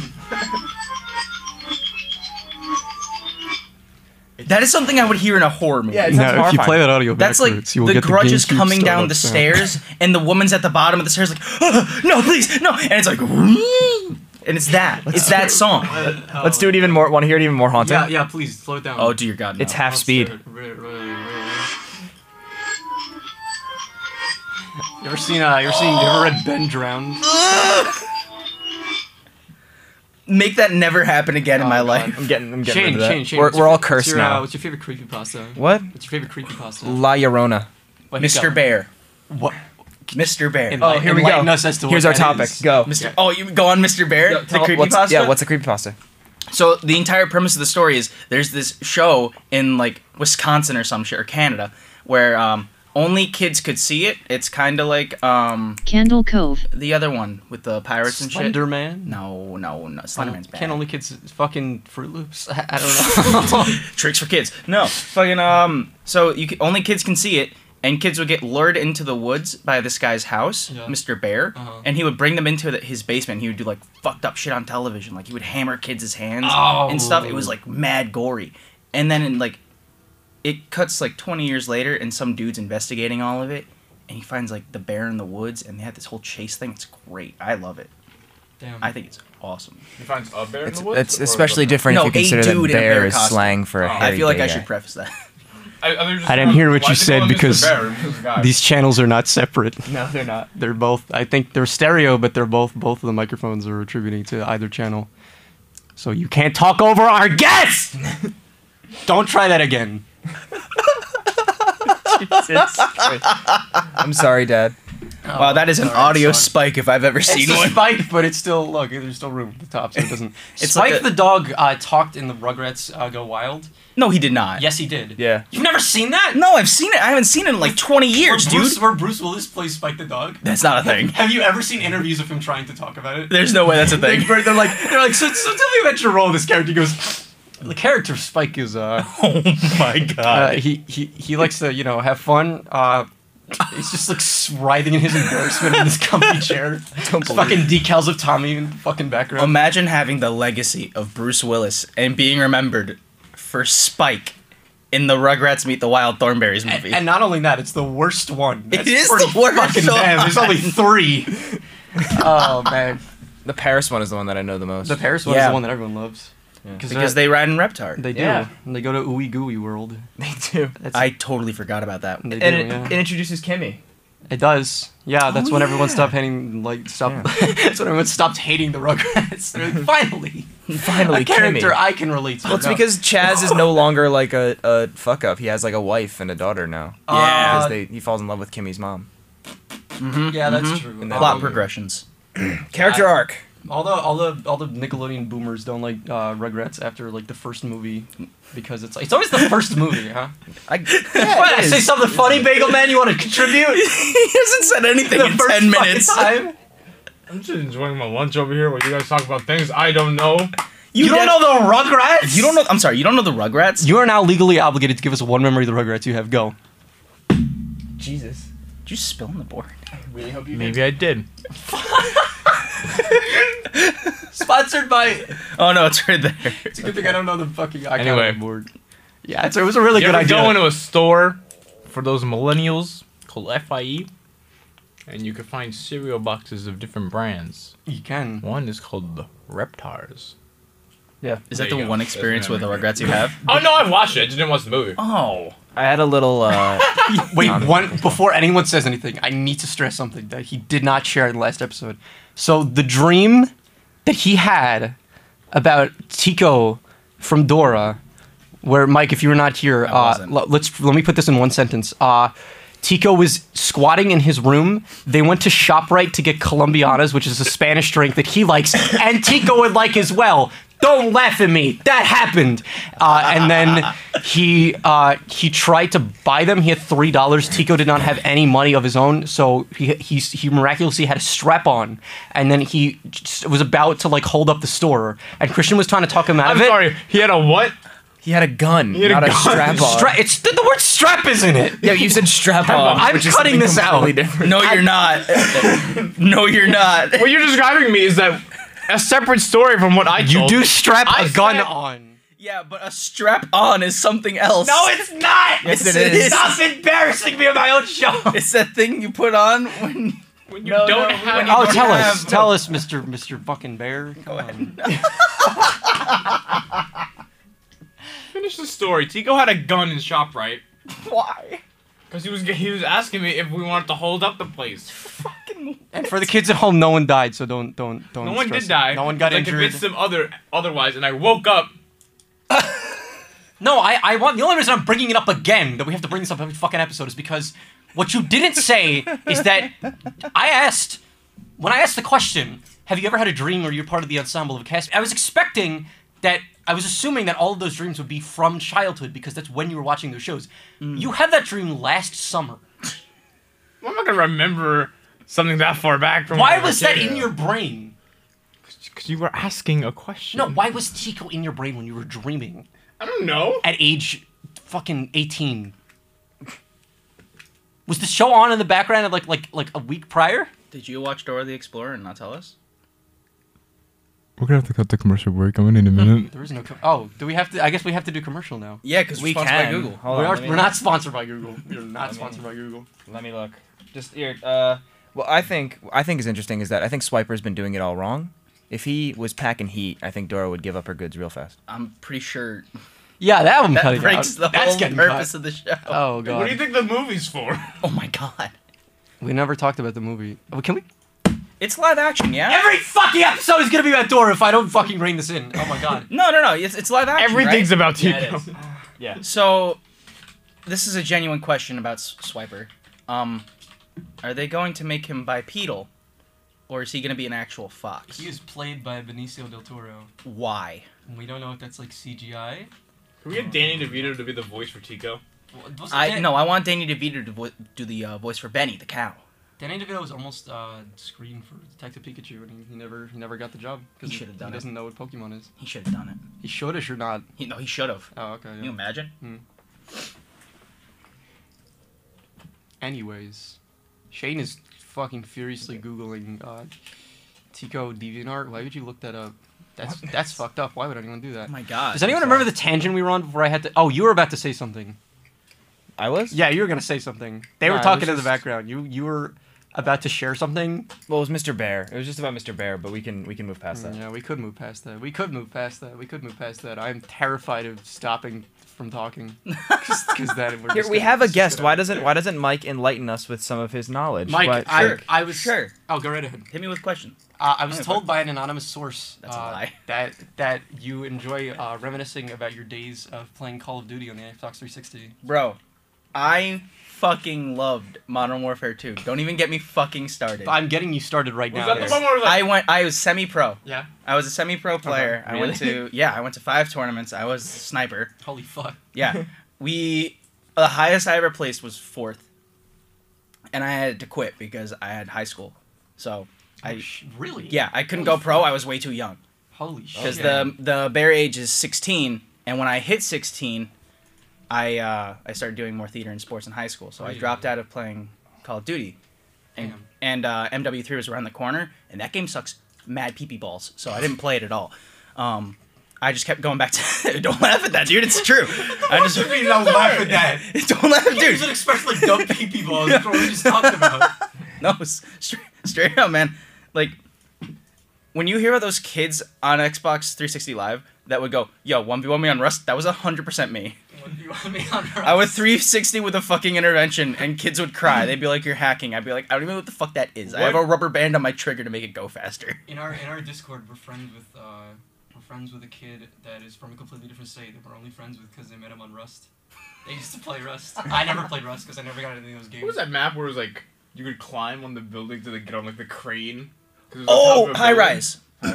[SPEAKER 2] That is something I would hear in a horror movie.
[SPEAKER 4] It's not horrifying.
[SPEAKER 1] that audio
[SPEAKER 2] That's like the grudge is coming down the stairs, and the woman's at the bottom of the stairs, like, "Ah, no, please, no, and it's like, and it's that, it's that song.
[SPEAKER 4] *laughs* Let's do it even more. Want to hear it even more haunting?
[SPEAKER 1] Yeah, yeah, please slow it down.
[SPEAKER 2] Oh dear God, no.
[SPEAKER 4] It's half speed.
[SPEAKER 1] You ever seen? Uh, you ever seen? You ever read Ben Drowned?
[SPEAKER 2] Make that never happen again in my
[SPEAKER 1] Oh, God.
[SPEAKER 2] life.
[SPEAKER 4] I'm getting. I'm getting
[SPEAKER 1] Shane,
[SPEAKER 4] rid of that.
[SPEAKER 1] Shane, Shane.
[SPEAKER 4] We're,
[SPEAKER 1] what's
[SPEAKER 4] we're
[SPEAKER 1] your-
[SPEAKER 4] all
[SPEAKER 1] what's
[SPEAKER 4] cursed
[SPEAKER 1] your, uh,
[SPEAKER 4] now.
[SPEAKER 1] what's your favorite creepy pasta?
[SPEAKER 4] What?
[SPEAKER 1] What's your favorite creepy pasta?
[SPEAKER 4] La Llorona.
[SPEAKER 2] Mr. Bear,
[SPEAKER 1] What?
[SPEAKER 2] Mr. Bear,
[SPEAKER 1] Enlighten-
[SPEAKER 4] Oh, here we
[SPEAKER 1] enlighten
[SPEAKER 4] go.
[SPEAKER 1] us as to
[SPEAKER 4] Here's our
[SPEAKER 1] what that
[SPEAKER 4] topic.
[SPEAKER 1] is.
[SPEAKER 4] Go.
[SPEAKER 2] Mr. Oh, you go on, Mr. Bear, the
[SPEAKER 4] Tell- what's-
[SPEAKER 2] creepypasta.
[SPEAKER 4] Yeah. What's a creepypasta?
[SPEAKER 2] So the entire premise of the story is there's this show in like Wisconsin or some shit or Canada where um, only kids could see it. It's kind of like um,
[SPEAKER 6] Candle Cove,
[SPEAKER 2] the other one with the pirates and shit.
[SPEAKER 1] Slender Man.
[SPEAKER 2] No, no, no. Slenderman's bad.
[SPEAKER 1] Can only kids fucking Fruit Loops? *laughs* I, I don't know.
[SPEAKER 2] Tricks for kids. No, fucking um. So you can, only kids can see it, and kids would get lured into the woods by this guy's house,
[SPEAKER 1] Yeah.
[SPEAKER 2] Mr. Bear,
[SPEAKER 1] Uh-huh.
[SPEAKER 2] and he would bring them into the, his basement. He would do like fucked up shit on television, like he would hammer kids' hands and stuff. It was
[SPEAKER 4] Oh.
[SPEAKER 2] like mad gory, and then in, like, it cuts like twenty years later, and some dude's investigating all of it, and he finds like the bear in the woods, and they have this whole chase thing. It's great. I love it.
[SPEAKER 1] Damn.
[SPEAKER 2] I think it's awesome.
[SPEAKER 5] He finds a bear
[SPEAKER 4] It's,
[SPEAKER 5] in the woods.
[SPEAKER 4] it's
[SPEAKER 5] or
[SPEAKER 4] especially
[SPEAKER 5] the-
[SPEAKER 4] different
[SPEAKER 2] No,
[SPEAKER 4] if
[SPEAKER 2] a
[SPEAKER 4] you consider that
[SPEAKER 2] dude in a
[SPEAKER 4] bear
[SPEAKER 2] bear
[SPEAKER 4] is
[SPEAKER 2] costume.
[SPEAKER 4] slang for a
[SPEAKER 5] Oh. I
[SPEAKER 2] I
[SPEAKER 4] hairy
[SPEAKER 2] feel like I
[SPEAKER 4] gay guy.
[SPEAKER 2] should preface that.
[SPEAKER 5] I, I, just,
[SPEAKER 1] I didn't hear what
[SPEAKER 5] Why'd
[SPEAKER 1] you
[SPEAKER 5] they call
[SPEAKER 1] said
[SPEAKER 5] him Mr.
[SPEAKER 1] because
[SPEAKER 5] Bear? He's a guy.
[SPEAKER 1] These channels are not separate.
[SPEAKER 4] No,
[SPEAKER 2] *laughs*
[SPEAKER 4] they're not.
[SPEAKER 1] They're both. I think they're stereo, but they're both. Both of the microphones are attributing to either channel. So you can't talk over our guests. *laughs* Don't try that again.
[SPEAKER 4] I'm sorry, Dad.
[SPEAKER 1] Oh,
[SPEAKER 2] Wow, that is an audio spike if I've ever seen
[SPEAKER 1] It's a
[SPEAKER 2] one.
[SPEAKER 1] spike, but it's still look. There's still room at the top, so it doesn't.
[SPEAKER 2] *laughs* It's
[SPEAKER 1] spike
[SPEAKER 2] like a-
[SPEAKER 1] the dog uh, talked in the Rugrats uh, Go Wild.
[SPEAKER 2] No, he did not.
[SPEAKER 1] Yes, he did.
[SPEAKER 4] Yeah.
[SPEAKER 1] You've never seen that?
[SPEAKER 2] No, I've seen it. I haven't seen it in like 20
[SPEAKER 1] Where
[SPEAKER 2] years,
[SPEAKER 1] Bruce,
[SPEAKER 2] dude.
[SPEAKER 1] Where Bruce Willis plays Spike the dog.
[SPEAKER 2] That's not a thing. *laughs*
[SPEAKER 1] Have you ever seen interviews of him trying to talk about it?
[SPEAKER 2] There's no way that's a
[SPEAKER 1] They,
[SPEAKER 2] thing.
[SPEAKER 1] they're *laughs* like, they're like, so, so tell me about your role in this character. He goes, the character of Spike is, uh,
[SPEAKER 2] *laughs* Oh my
[SPEAKER 1] uh
[SPEAKER 2] god.
[SPEAKER 1] he, he he likes to, you know, have fun. Uh, he's just like writhing in his embarrassment in this
[SPEAKER 2] *laughs*
[SPEAKER 1] comfy chair. fucking decals of Tommy in the fucking background.
[SPEAKER 2] Imagine having the legacy of Bruce Willis and being remembered for Spike in the Rugrats Meet the Wild Thornberries
[SPEAKER 1] and,
[SPEAKER 2] movie.
[SPEAKER 1] and not only that, it's the worst one. That's
[SPEAKER 2] is
[SPEAKER 1] pretty
[SPEAKER 2] the worst
[SPEAKER 1] fucking bad. There's
[SPEAKER 2] one.
[SPEAKER 1] only three. oh man,
[SPEAKER 4] The Paris one is the one that I know the most.
[SPEAKER 1] the Paris one is
[SPEAKER 2] Yeah.
[SPEAKER 1] the one that everyone loves
[SPEAKER 2] because they ride in Reptar.
[SPEAKER 1] they do.
[SPEAKER 4] Yeah.
[SPEAKER 1] And they go to Ooey Gooey World.
[SPEAKER 4] they do.
[SPEAKER 1] That's
[SPEAKER 2] I totally forgot about that.
[SPEAKER 1] They do,
[SPEAKER 4] And it,
[SPEAKER 1] yeah.
[SPEAKER 4] it introduces Kimmy.
[SPEAKER 1] It does. Yeah, that's when everyone stopped hating like stop *laughs* that's when everyone stopped hating the Rugrats. They're like, finally.
[SPEAKER 4] Finally,
[SPEAKER 1] a character
[SPEAKER 4] Kimmy.
[SPEAKER 1] I can relate to.
[SPEAKER 4] well, it's
[SPEAKER 1] No.
[SPEAKER 4] because Chaz is no longer like a, a fuck up. He has like a wife and a daughter now.
[SPEAKER 2] Yeah.
[SPEAKER 4] Because
[SPEAKER 1] Uh,
[SPEAKER 4] they, he falls in love with Kimmy's mom.
[SPEAKER 1] yeah, that's true.
[SPEAKER 4] And then-
[SPEAKER 2] Plot
[SPEAKER 1] Um,
[SPEAKER 2] progressions.
[SPEAKER 4] Character arc.
[SPEAKER 1] All the all the all the Nickelodeon boomers don't like uh, Rugrats after like the first movie because it's it's always the first movie, huh? *laughs*
[SPEAKER 2] I,
[SPEAKER 1] what, I say something funny, Bagel Man. You want to contribute?
[SPEAKER 2] *laughs* he hasn't said
[SPEAKER 1] *laughs*
[SPEAKER 2] anything
[SPEAKER 1] the
[SPEAKER 2] in
[SPEAKER 1] first
[SPEAKER 2] 10
[SPEAKER 1] fucking *laughs*
[SPEAKER 2] minutes.
[SPEAKER 1] Time?
[SPEAKER 5] I'm just enjoying my lunch over here while you guys talk about things I don't know.
[SPEAKER 1] You, don't
[SPEAKER 2] def-
[SPEAKER 1] know the Rugrats?
[SPEAKER 2] You don't know. I'm sorry. You don't know the Rugrats.
[SPEAKER 1] You are now legally obligated to give us one memory of the Rugrats you have. Go.
[SPEAKER 4] Jesus.
[SPEAKER 2] Did you spill on the board?
[SPEAKER 3] Maybe I did.
[SPEAKER 1] Sponsored *laughs* by
[SPEAKER 2] Oh no, it's right there.
[SPEAKER 1] It's a good thing I don't know the fucking icon
[SPEAKER 3] Anyway.
[SPEAKER 1] on the board. Yeah, it's, it was a really
[SPEAKER 5] You
[SPEAKER 1] good
[SPEAKER 5] ever
[SPEAKER 1] idea.
[SPEAKER 5] go into a store
[SPEAKER 3] for those millennials called FIE, and you can find cereal boxes of different brands.
[SPEAKER 1] You can.
[SPEAKER 3] One is called the Reptars.
[SPEAKER 1] Yeah.
[SPEAKER 2] Is
[SPEAKER 3] There
[SPEAKER 2] that the
[SPEAKER 3] you go.
[SPEAKER 2] one
[SPEAKER 3] That's
[SPEAKER 2] experience
[SPEAKER 3] my
[SPEAKER 2] with the
[SPEAKER 3] memory.
[SPEAKER 2] regrets you have?
[SPEAKER 3] Oh no, I've watched it. I just didn't watch the movie.
[SPEAKER 2] Oh,
[SPEAKER 4] I had a little. Uh,
[SPEAKER 1] Wait,
[SPEAKER 4] Um,
[SPEAKER 1] one before anyone says anything, I need to stress something that he did not share in the last episode. So the dream that he had about Tico from Dora, where Mike, if you were not here,
[SPEAKER 2] I
[SPEAKER 1] uh,
[SPEAKER 2] wasn't.
[SPEAKER 1] l- let's let me put this in one sentence. Uh, Tico was squatting in his room. They went to Shoprite to get Colombianas, which is a Spanish drink that he likes, and Tico would like as well. Don't laugh at me. That happened. Uh, and then he uh, he tried to buy them. He had three dollars. Tico did not have any money of his own, so he he, he miraculously had a strap on. And then he just was about to like hold up the store, and Christian was trying to talk him out
[SPEAKER 3] I'm
[SPEAKER 1] of it.
[SPEAKER 3] sorry. He had a what?
[SPEAKER 4] he had a gun,
[SPEAKER 3] had a
[SPEAKER 4] not a,
[SPEAKER 3] gun.
[SPEAKER 4] strap on.
[SPEAKER 1] Stra- it's the, the word strap is in it.
[SPEAKER 4] Uh, yeah, you said strap on.
[SPEAKER 1] I'm
[SPEAKER 4] which is
[SPEAKER 1] cutting
[SPEAKER 4] something
[SPEAKER 1] this out.
[SPEAKER 4] completely different.
[SPEAKER 2] no, *laughs* you're not. no, you're not.
[SPEAKER 3] What you're describing me is that a separate story from what I
[SPEAKER 1] You
[SPEAKER 3] told.
[SPEAKER 1] do strap a
[SPEAKER 3] I
[SPEAKER 1] gun
[SPEAKER 3] said-
[SPEAKER 1] on.
[SPEAKER 2] Yeah, but a strap on is something else.
[SPEAKER 1] No, it's not.
[SPEAKER 2] Yes, it is.
[SPEAKER 1] Stop embarrassing me on my own show.
[SPEAKER 2] It's that thing you put on when.
[SPEAKER 3] When you
[SPEAKER 2] No,
[SPEAKER 3] don't
[SPEAKER 2] no,
[SPEAKER 3] have.
[SPEAKER 2] when you
[SPEAKER 1] Oh,
[SPEAKER 2] don't
[SPEAKER 1] tell
[SPEAKER 2] have-
[SPEAKER 1] us, tell us, Mister Mister fucking Bear. Come on.
[SPEAKER 3] Finish the story. Tico had a gun in shop, right?
[SPEAKER 2] Why?
[SPEAKER 3] Because he was he was asking me if we wanted to hold up the place.
[SPEAKER 2] Fucking.
[SPEAKER 1] And for the kids at home, no one died, so don't don't don't.
[SPEAKER 3] No one
[SPEAKER 1] stress
[SPEAKER 3] did
[SPEAKER 1] it.
[SPEAKER 3] die.
[SPEAKER 1] No one got
[SPEAKER 3] I
[SPEAKER 1] injured.
[SPEAKER 3] convinced him other otherwise, and I woke up.
[SPEAKER 1] No, I I want the only reason I'm bringing it up again that we have to bring this up every fucking episode is because what you didn't say is that I asked when I asked the question, have you ever had a dream where you're part of the ensemble of a cast? I was expecting that I was assuming that all of those dreams would be from childhood because that's when you were watching those shows. You had that dream last summer.
[SPEAKER 3] I'm not gonna remember something that far back from. *laughs*
[SPEAKER 1] Why
[SPEAKER 3] when I
[SPEAKER 1] was
[SPEAKER 3] a
[SPEAKER 1] that
[SPEAKER 3] kid.
[SPEAKER 1] in your brain?
[SPEAKER 3] Because you were asking a question.
[SPEAKER 1] No, why was Tico in your brain when you were dreaming
[SPEAKER 3] I don't know.
[SPEAKER 1] at age fucking 18? Was the show on in the background of like like like a week prior?
[SPEAKER 2] Did you watch Dora the Explorer and not tell us?
[SPEAKER 6] We're gonna have to cut the commercial break. I'm in in a minute.
[SPEAKER 1] There is no com- Oh, do we have to I guess we have to do commercial now.
[SPEAKER 2] Yeah, because
[SPEAKER 4] We
[SPEAKER 2] we
[SPEAKER 4] can.
[SPEAKER 2] by Google.
[SPEAKER 4] Hold
[SPEAKER 1] we
[SPEAKER 4] on,
[SPEAKER 1] are
[SPEAKER 4] let me-
[SPEAKER 1] we're not sponsored by Google. We're not
[SPEAKER 4] me-
[SPEAKER 1] sponsored by Google.
[SPEAKER 4] Let me look. Just here. Uh, well, I think I think is interesting is that I think Swiper's been doing it all wrong. If he was packing heat, I think Dora would give up her goods real fast.
[SPEAKER 2] I'm pretty sure
[SPEAKER 1] Oh, Yeah, that one
[SPEAKER 2] *laughs* that
[SPEAKER 1] cutting
[SPEAKER 2] breaks
[SPEAKER 1] out.
[SPEAKER 2] the
[SPEAKER 1] That's
[SPEAKER 2] whole
[SPEAKER 1] getting
[SPEAKER 2] purpose
[SPEAKER 1] cut.
[SPEAKER 2] of the show.
[SPEAKER 1] *laughs* Oh
[SPEAKER 5] What do you
[SPEAKER 1] god.
[SPEAKER 5] think the movie's for?
[SPEAKER 2] Oh my god.
[SPEAKER 1] We never talked about the movie. Oh, Can we
[SPEAKER 2] It's live action,
[SPEAKER 1] *laughs*
[SPEAKER 2] yeah?
[SPEAKER 1] Every fucking episode is going to be about Dora if I don't fucking rein this in. Oh my god.
[SPEAKER 2] no, no, no. It's, it's live action.
[SPEAKER 3] Everything's
[SPEAKER 2] right?
[SPEAKER 3] about Tico. *laughs*
[SPEAKER 2] Yeah, it is. So, this is a genuine question about S- Swiper. Um, are they going to make him bipedal, or is he going to be an actual fox?
[SPEAKER 1] He is played by Benicio del Toro.
[SPEAKER 2] Why?
[SPEAKER 1] And we don't know if that's like CGI.
[SPEAKER 5] Can we get Danny DeVito to be the voice for Tico?
[SPEAKER 1] Well, wasn't
[SPEAKER 2] I
[SPEAKER 1] Dan-
[SPEAKER 2] no, I want Danny DeVito to vo- do the uh, voice for Benny the cow.
[SPEAKER 1] Danny DeVito was almost uh, screened for Detective Pikachu, and he, he never he never got the job
[SPEAKER 2] He
[SPEAKER 1] he,
[SPEAKER 2] should've done it.
[SPEAKER 1] doesn't know what Pokemon is.
[SPEAKER 2] He should have done it.
[SPEAKER 1] He should or should not.
[SPEAKER 2] He, no, he should have.
[SPEAKER 1] Oh, okay.
[SPEAKER 2] Can
[SPEAKER 1] yeah.
[SPEAKER 2] you imagine?
[SPEAKER 1] Anyways, Shane is fucking furiously googling uh, Tico DeviantArt. Why would you look that up? That's that's fucked up. Why would anyone do
[SPEAKER 2] Oh
[SPEAKER 1] that?
[SPEAKER 2] my god.
[SPEAKER 1] Does anyone remember the tangent we were on before I had to? Oh, you were about to say something.
[SPEAKER 4] I was.
[SPEAKER 1] Yeah, you were gonna say something. They
[SPEAKER 4] No,
[SPEAKER 1] were
[SPEAKER 4] I
[SPEAKER 1] talking
[SPEAKER 4] was
[SPEAKER 1] in the
[SPEAKER 4] just-
[SPEAKER 1] background. You you were about to share something.
[SPEAKER 4] Well, it was Mr. Bear. It was just about Mr. Bear, but we can we can move past that.
[SPEAKER 1] Yeah, we could move past that. We could move past that. We could move past that. I'm terrified of stopping from talking because then we're
[SPEAKER 4] Here
[SPEAKER 1] just
[SPEAKER 4] we
[SPEAKER 1] gonna-
[SPEAKER 4] have a
[SPEAKER 1] just
[SPEAKER 4] guest.
[SPEAKER 1] gonna-
[SPEAKER 4] Why doesn't why doesn't Mike enlighten us with some of his knowledge?
[SPEAKER 1] Mike?
[SPEAKER 4] What-
[SPEAKER 1] I
[SPEAKER 2] Sure.
[SPEAKER 1] I was
[SPEAKER 2] Sure.
[SPEAKER 1] Oh, go right ahead.
[SPEAKER 2] Hit me with questions.
[SPEAKER 1] Uh, I was
[SPEAKER 2] Hey,
[SPEAKER 1] told by an anonymous source
[SPEAKER 2] That's a
[SPEAKER 1] uh,
[SPEAKER 2] lie.
[SPEAKER 1] that that you enjoy uh, reminiscing about your days of playing Call of Duty on the Xbox 360.
[SPEAKER 2] Bro, I fucking loved Modern Warfare 2. Don't even get me fucking started.
[SPEAKER 1] I'm getting you started right
[SPEAKER 5] Was
[SPEAKER 1] now.
[SPEAKER 5] that
[SPEAKER 1] here.
[SPEAKER 5] the one where it was like,
[SPEAKER 2] I went I was semi pro.
[SPEAKER 1] yeah.
[SPEAKER 2] I was a semi pro player. I went
[SPEAKER 1] Really?
[SPEAKER 2] to yeah, I went to five tournaments. I was a sniper.
[SPEAKER 1] Holy fuck. *laughs*
[SPEAKER 2] Yeah. we the highest I ever placed was fourth. And I had to quit because I had high school. So
[SPEAKER 1] Oh,
[SPEAKER 2] I
[SPEAKER 1] sh- really?
[SPEAKER 2] yeah, I couldn't go pro. I was way too young.
[SPEAKER 1] Holy shit.
[SPEAKER 2] because the the bear age is 16 and when i hit 16 i uh, i started doing more theater and sports in high school so i
[SPEAKER 1] yeah.
[SPEAKER 2] dropped out of playing call of duty and,
[SPEAKER 1] Damn.
[SPEAKER 2] and uh, mw3 was around the corner and that game sucks mad pee pee balls so i didn't play it at all um, I just kept going back to. *laughs* don't laugh at that, dude. It's
[SPEAKER 7] *laughs*
[SPEAKER 2] true. I just
[SPEAKER 7] What do you mean don't laugh at that?
[SPEAKER 2] *laughs* don't laugh,
[SPEAKER 7] You
[SPEAKER 2] dude.
[SPEAKER 7] should expect like dumb pee pee balls. That's what we just talked about.
[SPEAKER 2] No, s- straight, straight up, man. Like, when you hear about those kids on Xbox 360 Live that would go, "Yo, one v one me on Rust," that was hundred percent me. I would 360 with a fucking intervention, and kids would cry. They'd be like, "You're hacking." I'd be like, "I don't even know what the fuck that is." I have a
[SPEAKER 7] What?
[SPEAKER 2] rubber band on my trigger to make it go faster.
[SPEAKER 1] in our in our Discord, we're friends with uh, we're friends with a kid that is from a completely different state that we're only friends with because they met him on Rust. They used to play Rust. I never played Rust because I never got into those games.
[SPEAKER 3] What was that map where it was like you could climb on the building to like, get on like the crane? 'Cause it was on top
[SPEAKER 2] Oh,
[SPEAKER 3] of a
[SPEAKER 2] high
[SPEAKER 3] building.
[SPEAKER 2] rise.
[SPEAKER 3] I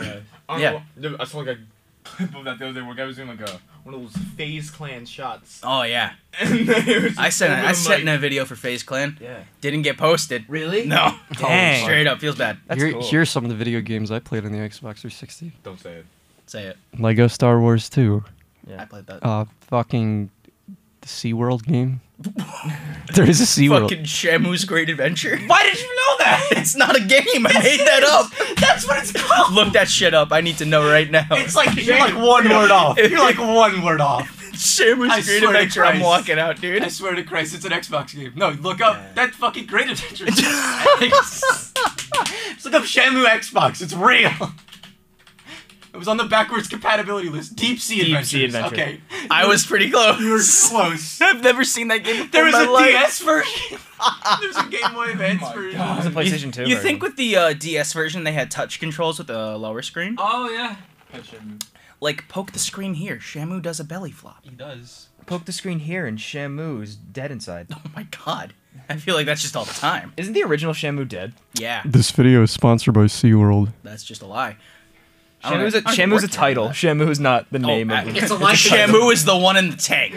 [SPEAKER 3] don't
[SPEAKER 2] Yeah.
[SPEAKER 3] know, there- I saw like a clip of that the other day where a guy was doing like a one of those phase clan shots. *laughs*
[SPEAKER 2] Oh yeah,
[SPEAKER 3] And it was
[SPEAKER 2] I
[SPEAKER 3] just
[SPEAKER 2] sent
[SPEAKER 3] over
[SPEAKER 2] I
[SPEAKER 3] the
[SPEAKER 2] sent in
[SPEAKER 3] mic.
[SPEAKER 2] a video for Phase Clan.
[SPEAKER 3] Yeah.
[SPEAKER 2] Didn't get posted.
[SPEAKER 3] Really?
[SPEAKER 2] No. *laughs*
[SPEAKER 4] Dang.
[SPEAKER 2] Straight up feels bad.
[SPEAKER 4] That's
[SPEAKER 8] here,
[SPEAKER 4] cool.
[SPEAKER 8] here are some of the video games I played on the Xbox 360.
[SPEAKER 3] Don't say it.
[SPEAKER 2] Say it.
[SPEAKER 8] Lego Star Wars 2.
[SPEAKER 2] I played
[SPEAKER 1] Oh,
[SPEAKER 2] that.
[SPEAKER 8] Uh, fucking the SeaWorld
[SPEAKER 1] *laughs*
[SPEAKER 8] game. there is a SeaWorld.
[SPEAKER 2] Fucking Shamu's Great Adventure. Why did you know that? *laughs* It's not a game. I made that up.
[SPEAKER 7] That's what it's called.
[SPEAKER 2] Look that shit up. I need to know right now.
[SPEAKER 7] It's like
[SPEAKER 2] *laughs*
[SPEAKER 7] you're like one word off. You're like one word off.
[SPEAKER 2] Shamu's
[SPEAKER 7] I
[SPEAKER 2] Great
[SPEAKER 7] swear to
[SPEAKER 2] Adventure. I'm
[SPEAKER 7] Christ.
[SPEAKER 2] walking out, dude.
[SPEAKER 1] I swear to Christ, it's an Xbox game. No, look up that fucking Great
[SPEAKER 7] *laughs*
[SPEAKER 1] Adventure.
[SPEAKER 7] Just look up Shamu Xbox. It's real.
[SPEAKER 1] It was on the backwards compatibility list. Deep Sea
[SPEAKER 7] Deep
[SPEAKER 1] Adventures.
[SPEAKER 7] Sea Adventure.
[SPEAKER 1] Okay.
[SPEAKER 2] I was pretty close.
[SPEAKER 1] You were close.
[SPEAKER 2] I've never seen that game.
[SPEAKER 1] There
[SPEAKER 2] before in
[SPEAKER 1] was
[SPEAKER 2] my
[SPEAKER 1] a
[SPEAKER 2] life.
[SPEAKER 1] DS version. There's a Game
[SPEAKER 7] *laughs* Oh
[SPEAKER 1] Boy Advance
[SPEAKER 3] Oh
[SPEAKER 1] version.
[SPEAKER 4] It's a PlayStation 2.
[SPEAKER 2] You think with the uh, DS version they had touch controls with a lower screen?
[SPEAKER 1] Oh yeah,
[SPEAKER 2] Like poke the screen here. Shamu does a belly flop.
[SPEAKER 1] he does.
[SPEAKER 4] poke the screen here and Shamu is dead inside?
[SPEAKER 2] Oh my god. I feel like that's just all the time.
[SPEAKER 4] Isn't the original Shamu dead?
[SPEAKER 2] Yeah,
[SPEAKER 9] This video is sponsored by SeaWorld.
[SPEAKER 2] that's just a lie. I don't
[SPEAKER 4] Shamu's
[SPEAKER 2] know-
[SPEAKER 4] a,
[SPEAKER 2] I don't
[SPEAKER 4] Shamu's a
[SPEAKER 2] work here.
[SPEAKER 4] title. Shamu's not the
[SPEAKER 2] Oh,
[SPEAKER 4] name
[SPEAKER 2] I-
[SPEAKER 4] of it.
[SPEAKER 1] It's a life
[SPEAKER 2] Shamu is the one in the
[SPEAKER 4] *laughs*
[SPEAKER 2] tank.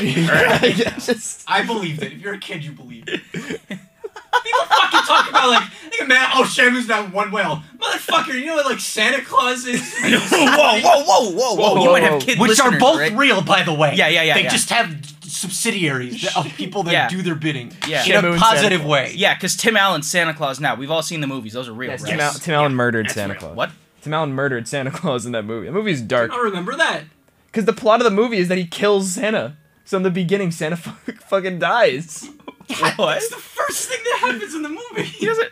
[SPEAKER 1] I believed it. If you're a kid, you believe it. People fucking talk about like, like Matt. Oh, Shamu's that one whale, motherfucker. You know what like Santa Claus is?
[SPEAKER 2] whoa, whoa, whoa, whoa, whoa! You
[SPEAKER 4] whoa,
[SPEAKER 2] might have
[SPEAKER 4] whoa.
[SPEAKER 2] kid
[SPEAKER 1] Which are
[SPEAKER 2] listeners,
[SPEAKER 1] both
[SPEAKER 2] right?
[SPEAKER 1] real, by the way.
[SPEAKER 2] Yeah, yeah, yeah,
[SPEAKER 1] They
[SPEAKER 2] yeah.
[SPEAKER 1] just have subsidiaries that- of people that
[SPEAKER 2] Yeah.
[SPEAKER 1] do their bidding
[SPEAKER 2] Yeah.
[SPEAKER 1] in
[SPEAKER 4] Shamu
[SPEAKER 1] a
[SPEAKER 4] and
[SPEAKER 1] positive
[SPEAKER 4] Santa
[SPEAKER 1] way.
[SPEAKER 2] Yeah, because Tim Allen, Santa Claus. Now we've all seen the movies; those are real,
[SPEAKER 4] Yes,
[SPEAKER 2] right?
[SPEAKER 4] Tim, Al- Tim Allen murdered Santa Claus.
[SPEAKER 2] What?
[SPEAKER 4] Tim Allen murdered Santa Claus in that movie. The movie's dark.
[SPEAKER 1] I remember that.
[SPEAKER 4] Because the plot of the movie is that he kills Santa. So in the beginning, Santa *laughs* fu- fucking dies.
[SPEAKER 2] What?
[SPEAKER 1] It's the first thing that happens in the
[SPEAKER 2] He
[SPEAKER 1] movie.
[SPEAKER 2] doesn't.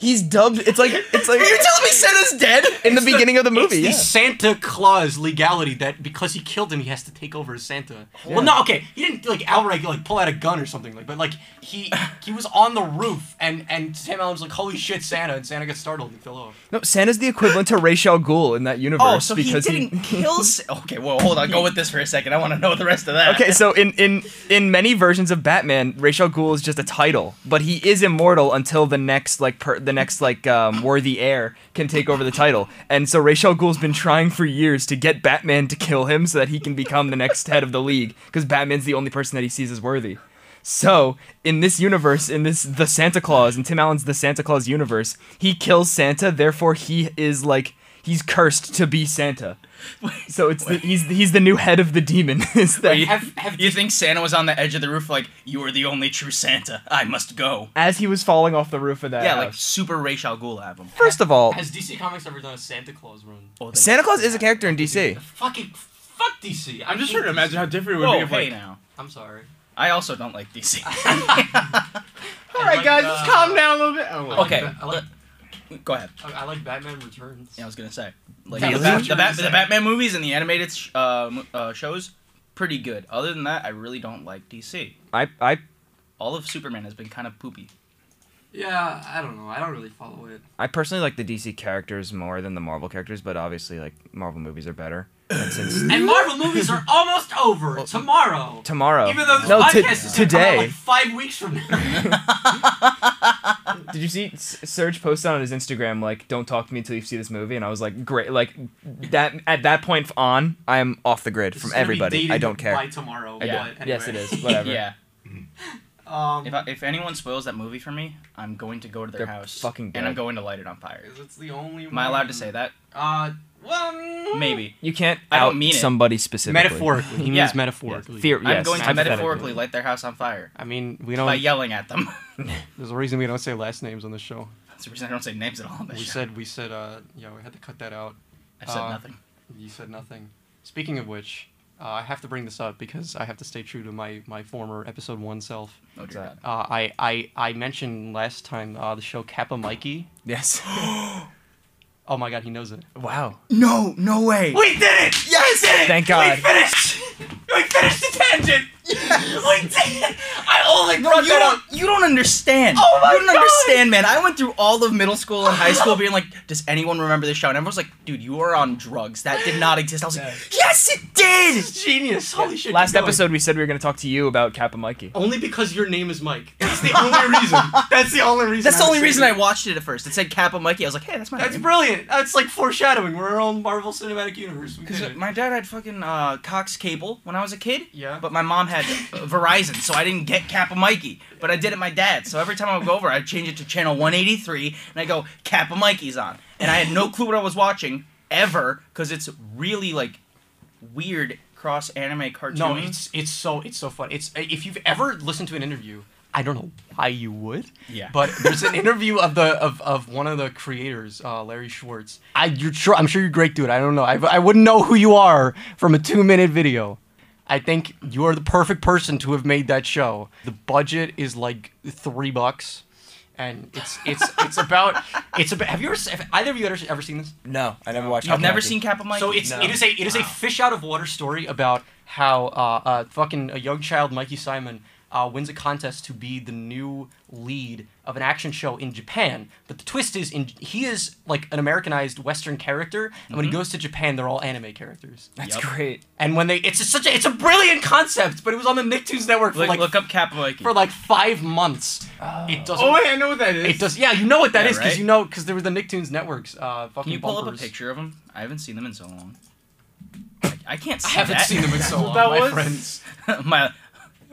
[SPEAKER 4] He's dubbed. It's like
[SPEAKER 2] *laughs*
[SPEAKER 4] it's like
[SPEAKER 2] Are you telling me Santa's dead?
[SPEAKER 4] in the beginning of the movie.
[SPEAKER 1] The Santa Claus legality that because he killed him, he has to take over as Santa. Well, no, okay, he didn't like outright like pull out a gun or something like, but like he he was on the roof and and Sam Allen was like, "Holy shit, Santa!" and Santa got startled and fell off.
[SPEAKER 4] No, Santa's the equivalent to Rachel Ghoul in that universe.
[SPEAKER 2] Oh, so he
[SPEAKER 4] because
[SPEAKER 2] didn't *laughs* kill. Sa- okay, well, hold on. Go with this for a second. I want to know the rest of that.
[SPEAKER 4] *laughs* Okay, so in, in in many versions of Batman, Rachel Ghoul is just a title, but he is immortal until the next like per, the next like um, worthy heir can take over the title. And so Rachel Ghoul's been trying for years to get Batman to kill him so that he can become the next head of the league because Batman's the only person that he sees as worthy. So in this universe, in this the Santa Claus, in Tim Allen's the Santa Claus universe, he kills Santa. Therefore, he is like he's cursed to be Santa. So it's the, he's he's the new head of the demon. *laughs* Is that
[SPEAKER 1] Have have
[SPEAKER 2] You think Santa was on the edge of the roof, like you are the only true Santa? I must go.
[SPEAKER 4] as he was falling off the roof of that
[SPEAKER 2] Yeah, like
[SPEAKER 4] house.
[SPEAKER 2] super Ra's al Ghul album.
[SPEAKER 4] *laughs* first of all,
[SPEAKER 1] has DC Comics ever done a Santa Claus run?
[SPEAKER 2] Oh, they-
[SPEAKER 4] Santa Claus is a character in DC.
[SPEAKER 1] Fucking fuck DC.
[SPEAKER 3] I'm just trying to imagine how different it would
[SPEAKER 2] Whoa,
[SPEAKER 3] be if
[SPEAKER 2] hey
[SPEAKER 3] like
[SPEAKER 2] now.
[SPEAKER 1] I'm sorry.
[SPEAKER 2] I also don't like *laughs* DC.
[SPEAKER 3] all right
[SPEAKER 1] like,
[SPEAKER 3] guys, let's
[SPEAKER 1] uh,
[SPEAKER 3] calm down a little bit. Oh, well.
[SPEAKER 2] Okay,
[SPEAKER 1] I like,
[SPEAKER 2] go ahead.
[SPEAKER 1] I like Batman Returns.
[SPEAKER 2] Yeah, I was gonna say. Like
[SPEAKER 1] Really?
[SPEAKER 2] the, Bat- the, Bat- the Batman movies and the animated sh- uh, mo- uh, shows, pretty good. Other than that, I really don't like DC.
[SPEAKER 4] I I
[SPEAKER 2] All of Superman has been kind of poopy.
[SPEAKER 1] Yeah, I don't know. I don't really follow it.
[SPEAKER 4] I personally like the DC characters more than the Marvel characters, but obviously like Marvel movies are better. And *laughs* since
[SPEAKER 1] And Marvel movies are almost over tomorrow.
[SPEAKER 4] tomorrow,
[SPEAKER 1] Even though this
[SPEAKER 4] no, to-
[SPEAKER 1] podcast is gonna come out,
[SPEAKER 4] today.
[SPEAKER 1] like five weeks from now.
[SPEAKER 4] Did you see S- Serge posted on his Instagram like, "Don't talk to me until you see this movie," and I was like, "Great!" Like that at that point on, I am off the grid from
[SPEAKER 1] It's gonna be
[SPEAKER 4] everybody. I
[SPEAKER 1] dated
[SPEAKER 4] don't care.
[SPEAKER 1] By tomorrow.
[SPEAKER 2] Yeah.
[SPEAKER 1] but
[SPEAKER 4] Yes, it
[SPEAKER 1] anyway. *laughs*
[SPEAKER 4] is. Whatever.
[SPEAKER 2] Yeah.
[SPEAKER 8] Mm-hmm.
[SPEAKER 1] Um,
[SPEAKER 2] If, I, if anyone spoils that movie for me, I'm going to go to their
[SPEAKER 4] They're
[SPEAKER 2] house.
[SPEAKER 4] fucking
[SPEAKER 2] And I'm
[SPEAKER 4] dead.
[SPEAKER 2] going to light it on fire.
[SPEAKER 1] 'cause it's the only.
[SPEAKER 2] Am I allowed to say that?
[SPEAKER 1] Uh, well, mm,
[SPEAKER 2] Maybe.
[SPEAKER 4] You can't
[SPEAKER 2] I don't
[SPEAKER 4] out
[SPEAKER 2] mean it.
[SPEAKER 4] somebody specifically.
[SPEAKER 8] Metaphorically. He means
[SPEAKER 2] Yeah.
[SPEAKER 8] metaphorically.
[SPEAKER 4] Fear-
[SPEAKER 2] I'm
[SPEAKER 4] yes,
[SPEAKER 2] going to
[SPEAKER 8] hypothetically.
[SPEAKER 2] metaphorically light their house on fire
[SPEAKER 8] I mean, we
[SPEAKER 2] by
[SPEAKER 8] don't.
[SPEAKER 2] yelling at
[SPEAKER 4] *laughs*
[SPEAKER 2] them. *laughs*
[SPEAKER 8] There's a reason we don't say last names on the show.
[SPEAKER 2] That's the reason I don't say names at all. on this
[SPEAKER 8] We
[SPEAKER 2] show.
[SPEAKER 8] said we said uh, yeah, we had to cut that out.
[SPEAKER 2] I said
[SPEAKER 8] uh,
[SPEAKER 2] nothing.
[SPEAKER 8] You said nothing.
[SPEAKER 1] Speaking of which, uh, I have to bring this up because I have to stay true to my, my former episode one self.
[SPEAKER 2] Oh, dear God.
[SPEAKER 1] Uh, I, I I mentioned last time uh, the show Kappa Mikey.
[SPEAKER 4] Yes.
[SPEAKER 1] Oh my god, he knows it.
[SPEAKER 4] *gasps* wow.
[SPEAKER 2] No, no way.
[SPEAKER 5] We did it! Yes! We did it!
[SPEAKER 4] Thank God.
[SPEAKER 5] We finished! We finished the tangent! We did it! I only
[SPEAKER 2] Bro,
[SPEAKER 5] brought
[SPEAKER 2] you
[SPEAKER 5] that up
[SPEAKER 2] don't, you don't understand.
[SPEAKER 5] Oh my
[SPEAKER 2] you don't
[SPEAKER 5] God.
[SPEAKER 2] understand, man. I went through all of middle school and high school being like, does anyone remember this show? And everyone's like, dude, you are on drugs. That did not exist. I was like, yes, it did.
[SPEAKER 1] Genius! Holy shit!
[SPEAKER 4] Last
[SPEAKER 1] keep going.
[SPEAKER 4] episode, we said we were going to talk to you about Kappa Mikey.
[SPEAKER 1] Only because your name is Mike. That's the only *laughs* reason. That's the only reason.
[SPEAKER 2] That's the
[SPEAKER 1] I'm
[SPEAKER 2] only
[SPEAKER 1] saying
[SPEAKER 2] reason
[SPEAKER 1] it.
[SPEAKER 2] I watched it at first. It said Kappa Mikey. I was like, hey, that's my
[SPEAKER 1] That's
[SPEAKER 2] name.
[SPEAKER 1] brilliant. That's like foreshadowing. We're our own Marvel Cinematic Universe. We did
[SPEAKER 2] Because
[SPEAKER 1] *laughs* it.
[SPEAKER 2] my dad had fucking uh, Cox Cable when I was a kid.
[SPEAKER 1] Yeah.
[SPEAKER 2] But my mom had uh, Verizon, so I didn't get Kappa Mikey. But I did it my dad. So every time I would go over, I'd change it to channel 183, and I go Kappa Mikey's on, and I had no clue what I was watching ever, because it's really like weird cross anime cartoons.
[SPEAKER 1] No, it's it's so it's so fun. It's if you've ever listened to an interview, I don't know why you would.
[SPEAKER 2] Yeah.
[SPEAKER 1] But there's an interview of the of, of one of the creators, uh, Larry Schwartz. I you're sure I'm sure you're a great dude. I don't know. I, I wouldn't know who you are from a two minute video. I think you are the perfect person to have made that show. The budget is like three bucks. And it's it's it's about it's about have you ever se- have either of you ever, ever seen this?
[SPEAKER 4] No, I never watched
[SPEAKER 2] I've never seen Kappa Mikey.
[SPEAKER 1] So it's it is a it is a fish out of water story about how uh, uh, fucking a young child Mikey Simon uh, wins a contest to be the new lead of an action show in Japan. But the twist is in he is like an Americanized Western character, and when
[SPEAKER 2] Mm-hmm.
[SPEAKER 1] he goes to Japan, they're all anime characters. *laughs*
[SPEAKER 4] That's
[SPEAKER 2] Yep.
[SPEAKER 4] great.
[SPEAKER 1] And when they it's such a it's a brilliant concept, but it was on the Nicktoons network for
[SPEAKER 2] look,
[SPEAKER 1] like
[SPEAKER 2] look up Kappa Mikey.
[SPEAKER 1] for like five months. It doesn't.
[SPEAKER 5] Oh, wait, I know what that is.
[SPEAKER 1] it does. Yeah, you know what that
[SPEAKER 2] Yeah,
[SPEAKER 1] is because
[SPEAKER 2] right?
[SPEAKER 1] you know because there were the Nicktoons networks. Uh, fucking
[SPEAKER 2] Can you pull up a
[SPEAKER 1] bumpers.
[SPEAKER 2] picture of him? I haven't seen them in so long. I, I can't. See
[SPEAKER 1] I haven't
[SPEAKER 2] that.
[SPEAKER 1] seen them in so Um, long,
[SPEAKER 5] that
[SPEAKER 1] my
[SPEAKER 5] was?
[SPEAKER 1] friends.
[SPEAKER 2] *laughs* my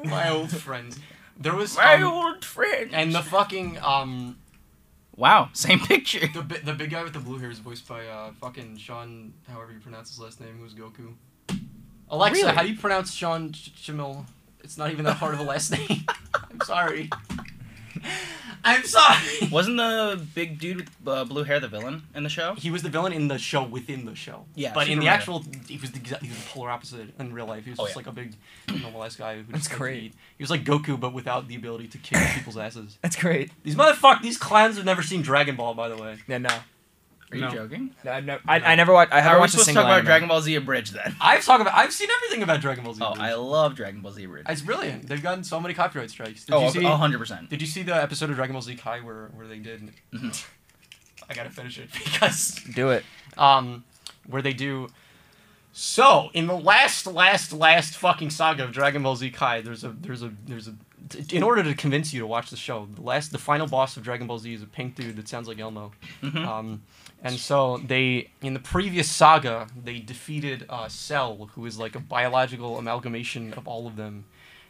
[SPEAKER 1] my old friends. There was
[SPEAKER 2] my
[SPEAKER 1] um,
[SPEAKER 2] old friend.
[SPEAKER 1] and the fucking um
[SPEAKER 4] *laughs*
[SPEAKER 2] wow, same picture.
[SPEAKER 1] the bi- the big guy with the blue hair is voiced by uh fucking Sean however you pronounce his last name who's Goku. Alexa,
[SPEAKER 2] Really?
[SPEAKER 1] how do you pronounce Sean Ch- Chamil? It's not even that hard of a last name. *laughs* I'm sorry. I'm sorry.
[SPEAKER 2] Wasn't the big dude with uh, blue hair the villain in the show?
[SPEAKER 1] He was the villain in the show within the show.
[SPEAKER 2] Yeah,
[SPEAKER 1] But in
[SPEAKER 2] Superman.
[SPEAKER 1] the actual, he was the, exa- he was the polar opposite in real life. He was
[SPEAKER 2] Oh,
[SPEAKER 1] just
[SPEAKER 2] yeah.
[SPEAKER 1] like a big, normalized guy who
[SPEAKER 4] That's
[SPEAKER 1] just liked to
[SPEAKER 4] great.
[SPEAKER 1] eat. He was like Goku, but without the ability to
[SPEAKER 2] *coughs*
[SPEAKER 1] kick people's asses.
[SPEAKER 4] That's great.
[SPEAKER 1] These motherfuck, these clowns have never seen Dragon Ball, by the way.
[SPEAKER 4] Yeah, no.
[SPEAKER 2] Are you
[SPEAKER 3] No.
[SPEAKER 2] joking?
[SPEAKER 4] no I've never, I, I never watched. I
[SPEAKER 2] Are
[SPEAKER 4] haven't
[SPEAKER 2] we
[SPEAKER 4] watched a
[SPEAKER 2] supposed to
[SPEAKER 4] single
[SPEAKER 2] talk about
[SPEAKER 4] anime.
[SPEAKER 2] Dragon Ball Z Abridged then?
[SPEAKER 1] I've talked about. I've seen everything about Dragon Ball Z.
[SPEAKER 2] Oh, I love Dragon Ball Z Abridged.
[SPEAKER 1] It's brilliant. They've gotten so many copyright strikes. Did
[SPEAKER 2] oh,
[SPEAKER 1] you see?
[SPEAKER 2] 100 percent.
[SPEAKER 1] Did you see the episode of Dragon Ball Z Kai where where they did?
[SPEAKER 2] Mm-hmm.
[SPEAKER 1] I gotta finish it *laughs* because
[SPEAKER 4] Do it.
[SPEAKER 1] um, where they do. So in the last, last, last fucking saga of Dragon Ball Z Kai, there's a, there's a, there's a. t- In order to convince you to watch the show, the last, the final boss of Dragon Ball Z is a pink dude that sounds like Elmo. Um, and so they, in the previous saga, they defeated uh, Cell, who is like a biological amalgamation of all of them.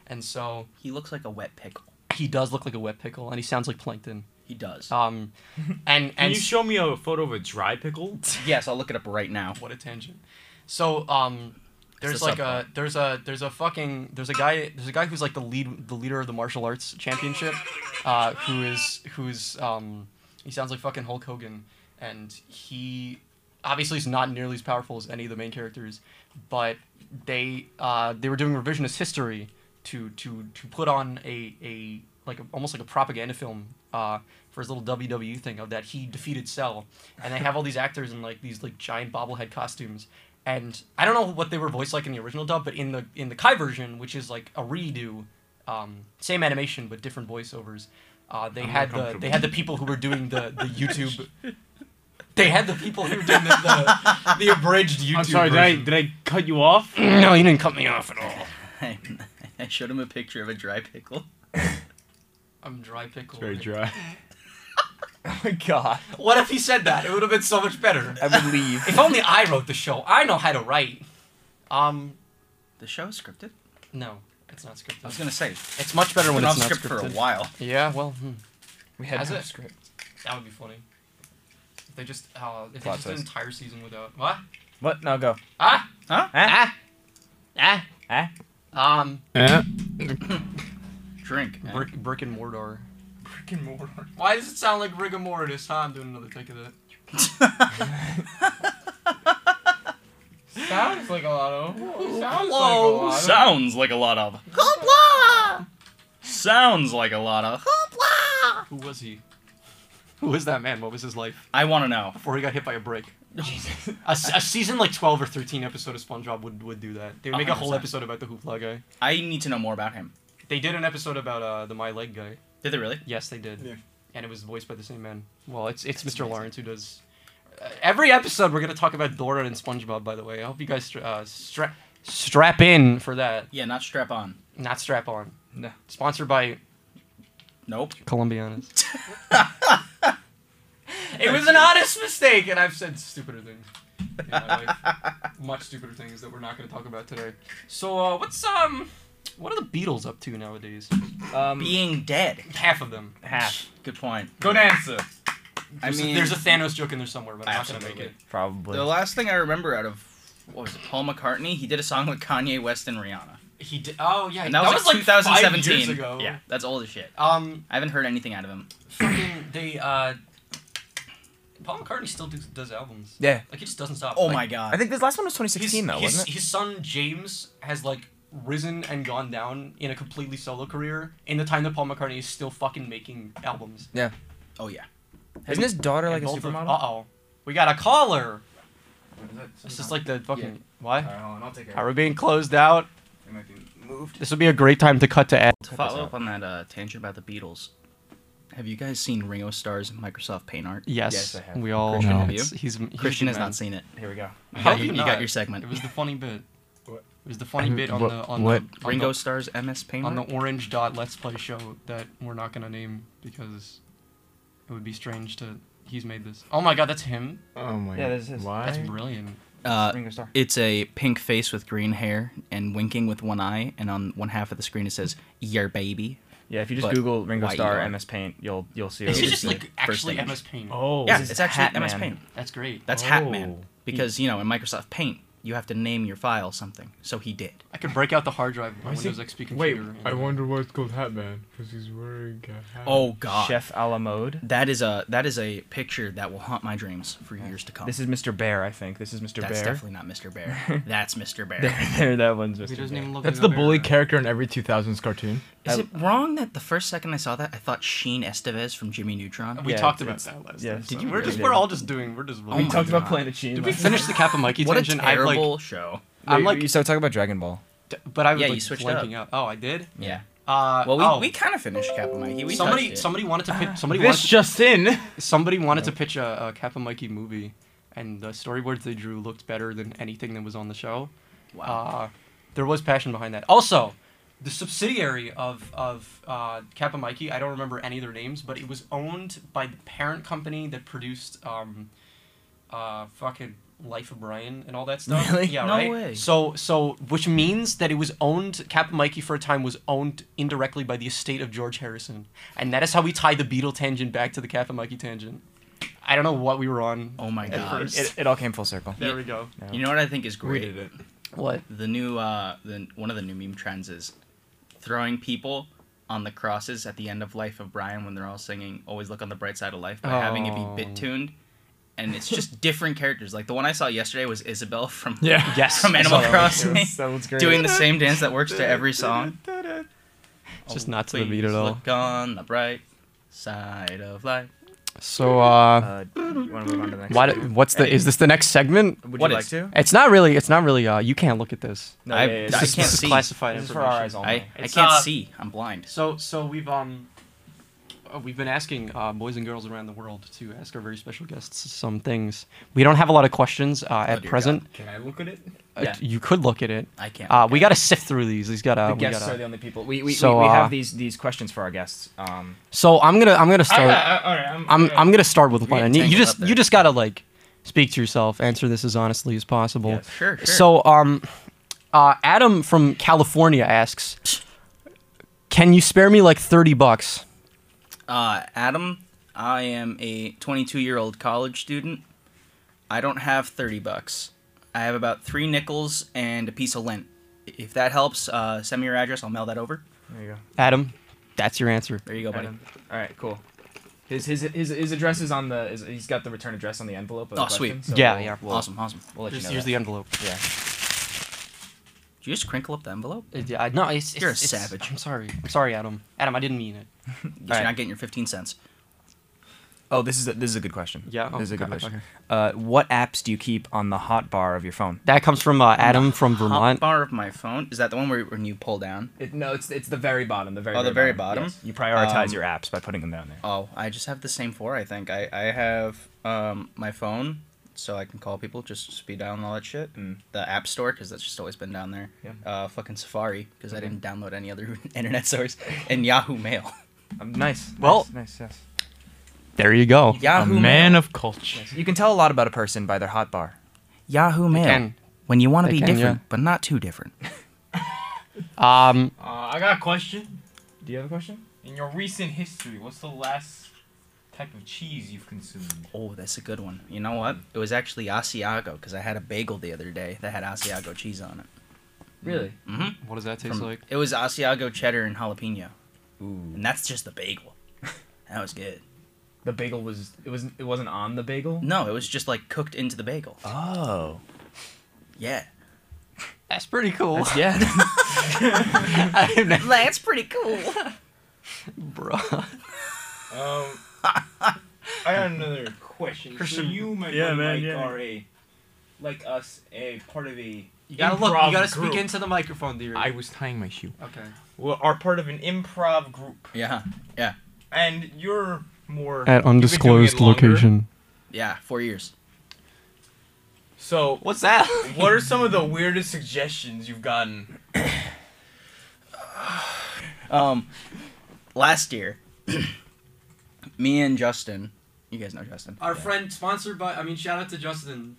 [SPEAKER 1] And so
[SPEAKER 2] He looks like a wet pickle.
[SPEAKER 1] he does look like a wet pickle, and he sounds like Plankton.
[SPEAKER 2] He does.
[SPEAKER 1] Um, and
[SPEAKER 3] Can
[SPEAKER 1] and
[SPEAKER 3] you show me a photo of a dry pickle?
[SPEAKER 2] yes, I'll look it up right now. *laughs*
[SPEAKER 1] What a tangent. So um, there's
[SPEAKER 2] the
[SPEAKER 1] like a
[SPEAKER 2] subplot.
[SPEAKER 1] there's a there's a fucking there's a guy there's a guy who's like the lead the leader of the martial arts championship, uh, who is who's um he sounds like fucking Hulk Hogan, and he obviously is not nearly as powerful as any of the main characters, but they uh, they were doing revisionist history to to to put on a a like a, almost like a propaganda film uh, for his little WWE thing of that he defeated Cell, and they have all these actors in like these like giant bobblehead costumes. And I don't know what they were voiced like in the original dub, but in the in the Kai version, which is like a redo, um, same animation but different voiceovers, uh, they
[SPEAKER 3] I'm
[SPEAKER 1] had the
[SPEAKER 3] uncomfortable.
[SPEAKER 1] they had the people who were doing the the YouTube. *laughs* They had the people who were doing the, the, the abridged YouTube.
[SPEAKER 3] I'm sorry, did I,
[SPEAKER 1] version.
[SPEAKER 3] did I cut you *laughs* off?
[SPEAKER 1] No, you didn't cut me off at all.
[SPEAKER 2] I showed him a picture of a dry pickle.
[SPEAKER 1] I'm dry pickle.
[SPEAKER 3] Very
[SPEAKER 2] *laughs*
[SPEAKER 3] dry.
[SPEAKER 4] Oh my god.
[SPEAKER 1] What if he said that? It would have been so much better.
[SPEAKER 4] I would leave.
[SPEAKER 1] If only I wrote the show. I know how to write. Um,
[SPEAKER 2] The show is scripted.
[SPEAKER 1] no, it's not scripted.
[SPEAKER 2] I was gonna say it's
[SPEAKER 1] It's much better
[SPEAKER 2] been
[SPEAKER 1] when
[SPEAKER 2] off
[SPEAKER 1] it's not
[SPEAKER 2] script
[SPEAKER 1] scripted.
[SPEAKER 2] for a while.
[SPEAKER 1] Yeah, well, hmm.
[SPEAKER 4] we had
[SPEAKER 1] Has
[SPEAKER 4] no
[SPEAKER 1] it?
[SPEAKER 4] script.
[SPEAKER 1] that would be funny. If they just uh, if they
[SPEAKER 4] Plot
[SPEAKER 1] just did an
[SPEAKER 4] twist.
[SPEAKER 1] entire season without what?
[SPEAKER 4] What? No, go.
[SPEAKER 1] Ah,
[SPEAKER 2] Huh?
[SPEAKER 4] Ah.
[SPEAKER 1] ah.
[SPEAKER 4] Ah.
[SPEAKER 1] Um,
[SPEAKER 3] Eh?
[SPEAKER 2] Drink. eh?
[SPEAKER 1] Brick, Brick and Mordor.
[SPEAKER 5] freaking moron.
[SPEAKER 1] Why does it sound like rigor mortis? Huh? I'm doing another take of that.
[SPEAKER 10] Sounds like a lot of. Sounds
[SPEAKER 2] Whoa.
[SPEAKER 10] like a lot of.
[SPEAKER 2] Oh, Sounds like a lot of. Sounds like a lot of.
[SPEAKER 11] Who was he? Who was that man? What was his life
[SPEAKER 2] I want to know.
[SPEAKER 1] *laughs*
[SPEAKER 11] before he got hit by a brick?
[SPEAKER 1] A, s- a season like 12 or 13 episode of SpongeBob would, would do that. They would make a whole
[SPEAKER 2] 100%.
[SPEAKER 1] episode about the hoopla guy.
[SPEAKER 2] I need to know more about him.
[SPEAKER 1] They did an episode about uh, the My Leg guy.
[SPEAKER 2] Did they really?
[SPEAKER 1] Yes, they did.
[SPEAKER 10] Yeah.
[SPEAKER 1] And it was voiced by the same man. Well, it's it's Mr. Lawrence who does. Uh, every episode we're gonna talk about Dora and SpongeBob. By the way, I hope you guys stra- uh, strap strap in for that.
[SPEAKER 2] Yeah, not strap on.
[SPEAKER 1] Not strap on.
[SPEAKER 4] No.
[SPEAKER 1] Sponsored by
[SPEAKER 2] Nope.
[SPEAKER 1] Columbianas.
[SPEAKER 2] *laughs*
[SPEAKER 1] it was an honest mistake, and I've said stupider things in my life. Much stupider things that we're not gonna talk about today. So, uh, what's um, what are the Beatles up to nowadays?
[SPEAKER 4] Um,
[SPEAKER 2] Being dead.
[SPEAKER 1] Half of them.
[SPEAKER 4] half
[SPEAKER 2] Good point.
[SPEAKER 10] Good answer.
[SPEAKER 2] I
[SPEAKER 1] There's a-
[SPEAKER 2] mean,
[SPEAKER 1] there's a Thanos joke in there somewhere, but I'm not gonna make
[SPEAKER 2] Absolutely.
[SPEAKER 1] it.
[SPEAKER 4] probably.
[SPEAKER 2] the last thing I remember out of what was it, Paul McCartney? He did a song with Kanye West and Rihanna,
[SPEAKER 1] He did. Oh yeah,
[SPEAKER 2] and that, was, like
[SPEAKER 1] five
[SPEAKER 2] 2017.
[SPEAKER 1] years ago.
[SPEAKER 2] Yeah, that's old as shit.
[SPEAKER 1] Um,
[SPEAKER 2] I haven't heard anything out of him.
[SPEAKER 1] fucking they uh. Paul McCartney still do, does albums.
[SPEAKER 4] Yeah.
[SPEAKER 1] Like he just doesn't stop.
[SPEAKER 2] Oh
[SPEAKER 1] like,
[SPEAKER 2] my
[SPEAKER 4] I
[SPEAKER 2] god.
[SPEAKER 4] think this last one was
[SPEAKER 1] His,
[SPEAKER 4] 2016 though,
[SPEAKER 1] his,
[SPEAKER 4] wasn't it?
[SPEAKER 1] his son James has like risen and gone down in a completely solo career in the time that Paul McCartney is still fucking making albums.
[SPEAKER 2] Oh yeah.
[SPEAKER 4] Isn't his daughter like a
[SPEAKER 1] Uh
[SPEAKER 4] supermodel?
[SPEAKER 1] oh, we got a caller. This is like the fucking why
[SPEAKER 10] Alright, hold on, I'll take it.
[SPEAKER 1] are we being closed out?
[SPEAKER 10] It might be moved.
[SPEAKER 1] This would be a great time to cut to ad.
[SPEAKER 2] To follow up on that uh, tangent about the Beatles, have you guys seen Ringo Starr's Microsoft Paint Art?
[SPEAKER 1] Yes,
[SPEAKER 2] Yes, I have.
[SPEAKER 1] we all.
[SPEAKER 2] Christian,
[SPEAKER 3] No.
[SPEAKER 2] have you?
[SPEAKER 1] He's, he's, he's a
[SPEAKER 2] Christian
[SPEAKER 1] good
[SPEAKER 2] has
[SPEAKER 1] man.
[SPEAKER 2] not seen it. Here we go. You
[SPEAKER 1] How
[SPEAKER 2] got,
[SPEAKER 1] do
[SPEAKER 2] your-
[SPEAKER 1] you
[SPEAKER 2] you got
[SPEAKER 1] not?
[SPEAKER 2] your segment.
[SPEAKER 1] It was the funny bit.
[SPEAKER 10] What?
[SPEAKER 1] It was the funny
[SPEAKER 3] Who-
[SPEAKER 1] bit on
[SPEAKER 3] what-
[SPEAKER 1] the on
[SPEAKER 3] what?
[SPEAKER 1] the on
[SPEAKER 2] Ringo
[SPEAKER 1] the,
[SPEAKER 2] Starr's MS Paint
[SPEAKER 1] on
[SPEAKER 2] Art.
[SPEAKER 1] the orange dot let's play show that we're not gonna name because it would be strange to he's made this. Oh my god, that's him.
[SPEAKER 3] Oh my
[SPEAKER 4] Yeah, this is-
[SPEAKER 3] Why?
[SPEAKER 1] That's brilliant.
[SPEAKER 2] Uh,
[SPEAKER 4] Ringo Starr.
[SPEAKER 2] It's a pink face with green hair and winking with one eye, and on one half of the screen it says "Your baby."
[SPEAKER 4] Yeah, if you
[SPEAKER 2] But
[SPEAKER 4] just Google Ringo
[SPEAKER 2] why
[SPEAKER 4] Starr
[SPEAKER 2] ER?
[SPEAKER 4] MS Paint, you'll you'll see.
[SPEAKER 1] Is
[SPEAKER 4] it.
[SPEAKER 1] it
[SPEAKER 2] was
[SPEAKER 1] just
[SPEAKER 2] the
[SPEAKER 1] like
[SPEAKER 2] first
[SPEAKER 1] actually
[SPEAKER 2] image.
[SPEAKER 1] MS Paint?
[SPEAKER 3] Oh.
[SPEAKER 2] yeah,
[SPEAKER 4] this
[SPEAKER 2] it's
[SPEAKER 4] is
[SPEAKER 2] actually
[SPEAKER 4] Hat
[SPEAKER 2] MS
[SPEAKER 4] Man.
[SPEAKER 2] Paint.
[SPEAKER 1] That's great.
[SPEAKER 2] That's Hat
[SPEAKER 3] Oh.
[SPEAKER 2] Man because you know in Microsoft Paint you have to name your file something, so he did.
[SPEAKER 1] I could break out the hard drive of my
[SPEAKER 3] Why is he-
[SPEAKER 1] Windows XP computer.
[SPEAKER 3] Wait,
[SPEAKER 1] and-
[SPEAKER 3] I wonder why it's called Hatman because he's wearing a hat.
[SPEAKER 2] Oh God,
[SPEAKER 4] Chef a la mode.
[SPEAKER 2] that is a that is a picture that will haunt my dreams for years to come.
[SPEAKER 4] This is Mr. Bear, I think. This is Mr.
[SPEAKER 2] that's
[SPEAKER 4] Bear.
[SPEAKER 2] definitely not Mr. Bear. That's Mr. Bear.
[SPEAKER 4] *laughs* there, that one's Mr.
[SPEAKER 1] He doesn't
[SPEAKER 4] Bear.
[SPEAKER 1] even look
[SPEAKER 3] That's
[SPEAKER 1] like
[SPEAKER 3] the
[SPEAKER 1] a bear.
[SPEAKER 3] bully character in every 2000s cartoon.
[SPEAKER 2] is
[SPEAKER 4] I-
[SPEAKER 2] it wrong that the first second I saw that I thought Sheen Estevez from Jimmy Neutron?
[SPEAKER 1] We
[SPEAKER 4] Yeah,
[SPEAKER 1] talked about
[SPEAKER 4] it's-
[SPEAKER 1] that last
[SPEAKER 4] yeah,
[SPEAKER 1] time.
[SPEAKER 4] did
[SPEAKER 1] so
[SPEAKER 4] you-
[SPEAKER 1] we're
[SPEAKER 4] we
[SPEAKER 1] just
[SPEAKER 4] did.
[SPEAKER 1] we're all just doing we're just
[SPEAKER 2] Oh
[SPEAKER 4] We
[SPEAKER 2] my
[SPEAKER 4] talked about
[SPEAKER 2] God.
[SPEAKER 4] Planet Sheen.
[SPEAKER 1] Did we
[SPEAKER 4] last
[SPEAKER 1] finish the Kappa Mikey
[SPEAKER 2] What a
[SPEAKER 1] tangent? I like
[SPEAKER 2] terrible show.
[SPEAKER 1] I'm
[SPEAKER 4] Wait,
[SPEAKER 1] like
[SPEAKER 4] you started talking about Dragon Ball.
[SPEAKER 1] d- but I was
[SPEAKER 2] Yeah, you
[SPEAKER 1] like
[SPEAKER 2] switched
[SPEAKER 1] blanking out. Oh, I did.
[SPEAKER 2] Yeah.
[SPEAKER 1] Uh,
[SPEAKER 2] Well, we,
[SPEAKER 1] oh.
[SPEAKER 2] we kind of finished Kappa Mikey. We touched
[SPEAKER 1] somebody
[SPEAKER 2] it.
[SPEAKER 1] somebody wanted to pitch somebody wanted
[SPEAKER 12] This
[SPEAKER 1] to-
[SPEAKER 12] just
[SPEAKER 3] *laughs*
[SPEAKER 12] in.
[SPEAKER 1] Somebody wanted to pitch a, a Kappa Mikey movie, and the storyboards they drew looked better than anything that was on the show.
[SPEAKER 2] Wow.
[SPEAKER 1] Uh, there was passion behind that. Also, the subsidiary of of uh, Kappa Mikey, I don't remember any of their names, but it was owned by the parent company that produced um, uh, fucking Life of Brian and all that stuff.
[SPEAKER 2] Really?
[SPEAKER 1] Yeah,
[SPEAKER 2] No
[SPEAKER 1] right.
[SPEAKER 2] way.
[SPEAKER 1] So so which means that it was owned Kappa Mikey for a time was owned indirectly by the estate of George Harrison, and that is how we tie the Beatle tangent back to the Kappa Mikey tangent. I don't know what we were on.
[SPEAKER 2] oh my
[SPEAKER 1] at
[SPEAKER 2] God.
[SPEAKER 1] first.
[SPEAKER 4] It, it all came full *laughs* circle.
[SPEAKER 1] There we go.
[SPEAKER 2] You know what I think is great?
[SPEAKER 12] it.
[SPEAKER 1] What?
[SPEAKER 2] The new uh the one of the new meme trends is throwing people on the crosses at the end of Life of Brian when they're all singing Always Look on the Bright Side of Life by having it be
[SPEAKER 1] Oh.
[SPEAKER 2] bit tuned. And it's just *laughs* different characters. Like the one I saw yesterday was Isabel from *laughs*
[SPEAKER 3] Yeah.
[SPEAKER 1] Yes.
[SPEAKER 2] from
[SPEAKER 1] I
[SPEAKER 2] Animal
[SPEAKER 1] saw that one.
[SPEAKER 2] Crossing
[SPEAKER 4] That was
[SPEAKER 2] *laughs*
[SPEAKER 4] great.
[SPEAKER 2] doing the same dance that works to every
[SPEAKER 1] *laughs*
[SPEAKER 2] song.
[SPEAKER 1] Just not to the
[SPEAKER 2] Always
[SPEAKER 1] beat at all.
[SPEAKER 2] Look on the bright side of life.
[SPEAKER 1] So uh,
[SPEAKER 4] Uh, you want to move on to the next?
[SPEAKER 1] why?
[SPEAKER 4] one?
[SPEAKER 1] do- What's the? Is this the next segment?
[SPEAKER 4] Would
[SPEAKER 2] What
[SPEAKER 4] you like
[SPEAKER 2] is-
[SPEAKER 4] to?
[SPEAKER 1] It's not really. It's not really. Uh, you can't look at this.
[SPEAKER 4] No,
[SPEAKER 2] I-
[SPEAKER 4] yeah, yeah, yeah.
[SPEAKER 2] I
[SPEAKER 4] This is-
[SPEAKER 2] can't
[SPEAKER 1] this
[SPEAKER 2] see.
[SPEAKER 1] Is classified
[SPEAKER 4] This is for
[SPEAKER 1] information.
[SPEAKER 4] our eyes only.
[SPEAKER 2] I, I
[SPEAKER 1] It's,
[SPEAKER 2] can't
[SPEAKER 1] uh,
[SPEAKER 2] see. I'm blind.
[SPEAKER 1] So so we've um, uh, we've been asking uh, boys and girls around the world to ask our very special guests some things. We don't have a lot of questions uh,
[SPEAKER 2] dear
[SPEAKER 1] at
[SPEAKER 2] God.
[SPEAKER 1] present.
[SPEAKER 12] Can I look at it?
[SPEAKER 1] Uh,
[SPEAKER 2] Yeah.
[SPEAKER 1] you could look at it.
[SPEAKER 2] I can't.
[SPEAKER 1] Uh, we got to sift through these. These got
[SPEAKER 4] The
[SPEAKER 1] to.
[SPEAKER 4] guests are
[SPEAKER 1] Gotta...
[SPEAKER 4] the only people. We we,
[SPEAKER 1] So,
[SPEAKER 4] we, we
[SPEAKER 1] uh,
[SPEAKER 4] have these these questions for our guests. Um,
[SPEAKER 1] So I'm gonna I'm gonna
[SPEAKER 10] I,
[SPEAKER 1] start.
[SPEAKER 10] I, alright, I'm.
[SPEAKER 1] I'm I'm gonna start with
[SPEAKER 2] getting
[SPEAKER 1] one. You
[SPEAKER 2] tangled
[SPEAKER 1] just
[SPEAKER 2] up there.
[SPEAKER 1] you just gotta like speak to yourself. Answer this as honestly as possible.
[SPEAKER 4] Yes.
[SPEAKER 2] Sure, sure.
[SPEAKER 1] So, um, uh, Adam from California asks, "Can you spare me like thirty bucks?"
[SPEAKER 2] Uh, Adam, I am a 22 year old college student. I don't have 30 bucks. I have about three nickels and a piece of lint. If that helps, uh, send me your address. I'll mail that over.
[SPEAKER 4] there you go.
[SPEAKER 1] Adam, that's your answer.
[SPEAKER 2] There you go, buddy.
[SPEAKER 4] Adam. All right, cool. His his his, his address is on the. Is, he's got the return address on the envelope. Of the
[SPEAKER 2] Oh, sweet.
[SPEAKER 4] question, so
[SPEAKER 1] Yeah,
[SPEAKER 4] we'll-
[SPEAKER 1] yeah.
[SPEAKER 4] we'll-
[SPEAKER 2] awesome, awesome.
[SPEAKER 4] We'll let you
[SPEAKER 1] Just
[SPEAKER 4] know
[SPEAKER 1] use
[SPEAKER 4] that.
[SPEAKER 1] the envelope.
[SPEAKER 4] yeah.
[SPEAKER 2] Did you just crinkle up the envelope?
[SPEAKER 1] Uh, yeah, I- no, it's, it's
[SPEAKER 2] You're a
[SPEAKER 1] it's-
[SPEAKER 2] savage.
[SPEAKER 1] I'm sorry. I'm sorry, Adam. Adam, I didn't mean it.
[SPEAKER 2] Guess
[SPEAKER 4] Alright.
[SPEAKER 2] You're not getting your 15 cents.
[SPEAKER 4] Oh, this is a, this is a good question.
[SPEAKER 1] Yeah?
[SPEAKER 4] this is a
[SPEAKER 1] Oh,
[SPEAKER 4] good
[SPEAKER 1] okay,
[SPEAKER 4] question.
[SPEAKER 1] okay.
[SPEAKER 4] Uh, what apps do you keep on the hot bar of your phone?
[SPEAKER 1] That comes from uh, Adam from
[SPEAKER 2] Hot
[SPEAKER 1] Vermont.
[SPEAKER 2] bar of my phone. Is that the one where when you pull down?
[SPEAKER 4] It, no, it's it's the very bottom. The very
[SPEAKER 2] Oh, the very bottom?
[SPEAKER 4] Yes. You prioritize
[SPEAKER 2] Um,
[SPEAKER 4] your apps by putting them down there.
[SPEAKER 2] Oh, I just have the same four. I think I I have um my phone so I can call people just speed down all that shit.
[SPEAKER 4] Mm.
[SPEAKER 2] The App Store because that's just always been down there.
[SPEAKER 4] Yeah.
[SPEAKER 2] Uh, fucking Safari because I didn't download any other *laughs* internet source and Yahoo Mail.
[SPEAKER 4] Um, nice.
[SPEAKER 1] Well-
[SPEAKER 4] nice, nice, yes.
[SPEAKER 1] There you go.
[SPEAKER 3] A
[SPEAKER 2] Yahoo
[SPEAKER 3] man of culture.
[SPEAKER 4] You can tell a lot about a person by their hot bar.
[SPEAKER 2] *laughs* Yahoo Mail.
[SPEAKER 1] can.
[SPEAKER 2] When you want to
[SPEAKER 1] They
[SPEAKER 2] be
[SPEAKER 1] can,
[SPEAKER 2] different,
[SPEAKER 1] yeah.
[SPEAKER 2] but not too different.
[SPEAKER 1] Um,
[SPEAKER 5] Uh, I got a question.
[SPEAKER 4] Do you have a question?
[SPEAKER 5] In your recent history, what's the last type of cheese you've consumed?
[SPEAKER 2] Oh, that's a good one. You know what? It was actually Asiago because I had a bagel the other day that had Asiago cheese on it.
[SPEAKER 4] Really?
[SPEAKER 2] Mm-hmm.
[SPEAKER 1] what does that taste like?
[SPEAKER 2] It was Asiago cheddar and jalapeno,
[SPEAKER 4] Ooh.
[SPEAKER 2] and that's just the bagel. *laughs* that was good.
[SPEAKER 4] The bagel was it was it wasn't on the bagel.
[SPEAKER 2] No, it was just like cooked into the bagel.
[SPEAKER 4] Oh.
[SPEAKER 2] Yeah.
[SPEAKER 9] *laughs*
[SPEAKER 1] That's pretty cool,
[SPEAKER 4] *laughs* Yeah.
[SPEAKER 2] That's pretty cool.
[SPEAKER 1] bro. *laughs*
[SPEAKER 5] Um, *laughs* I got another question.
[SPEAKER 1] Christian-
[SPEAKER 5] so you, my
[SPEAKER 3] yeah,
[SPEAKER 5] buddy
[SPEAKER 3] man,
[SPEAKER 5] Mike,
[SPEAKER 3] yeah.
[SPEAKER 5] are a like us, a part of a
[SPEAKER 9] You gotta look.
[SPEAKER 5] improv
[SPEAKER 9] You gotta speak
[SPEAKER 5] group.
[SPEAKER 9] into the microphone, dear.
[SPEAKER 3] I was tying my shoe.
[SPEAKER 9] okay.
[SPEAKER 5] Well, are part of an improv group,
[SPEAKER 2] Yeah.
[SPEAKER 5] and you're more you've been
[SPEAKER 6] At
[SPEAKER 5] doing it
[SPEAKER 6] undisclosed
[SPEAKER 5] longer.
[SPEAKER 6] location.
[SPEAKER 2] Yeah. Four years.
[SPEAKER 5] So,
[SPEAKER 1] What's that?
[SPEAKER 5] what are some of the weirdest suggestions you've gotten?
[SPEAKER 2] Um, last year, *clears throat* me and Justin. You guys know Justin. *laughs*
[SPEAKER 9] Our *laughs* friend, sponsored by. I mean, shout out to Justin.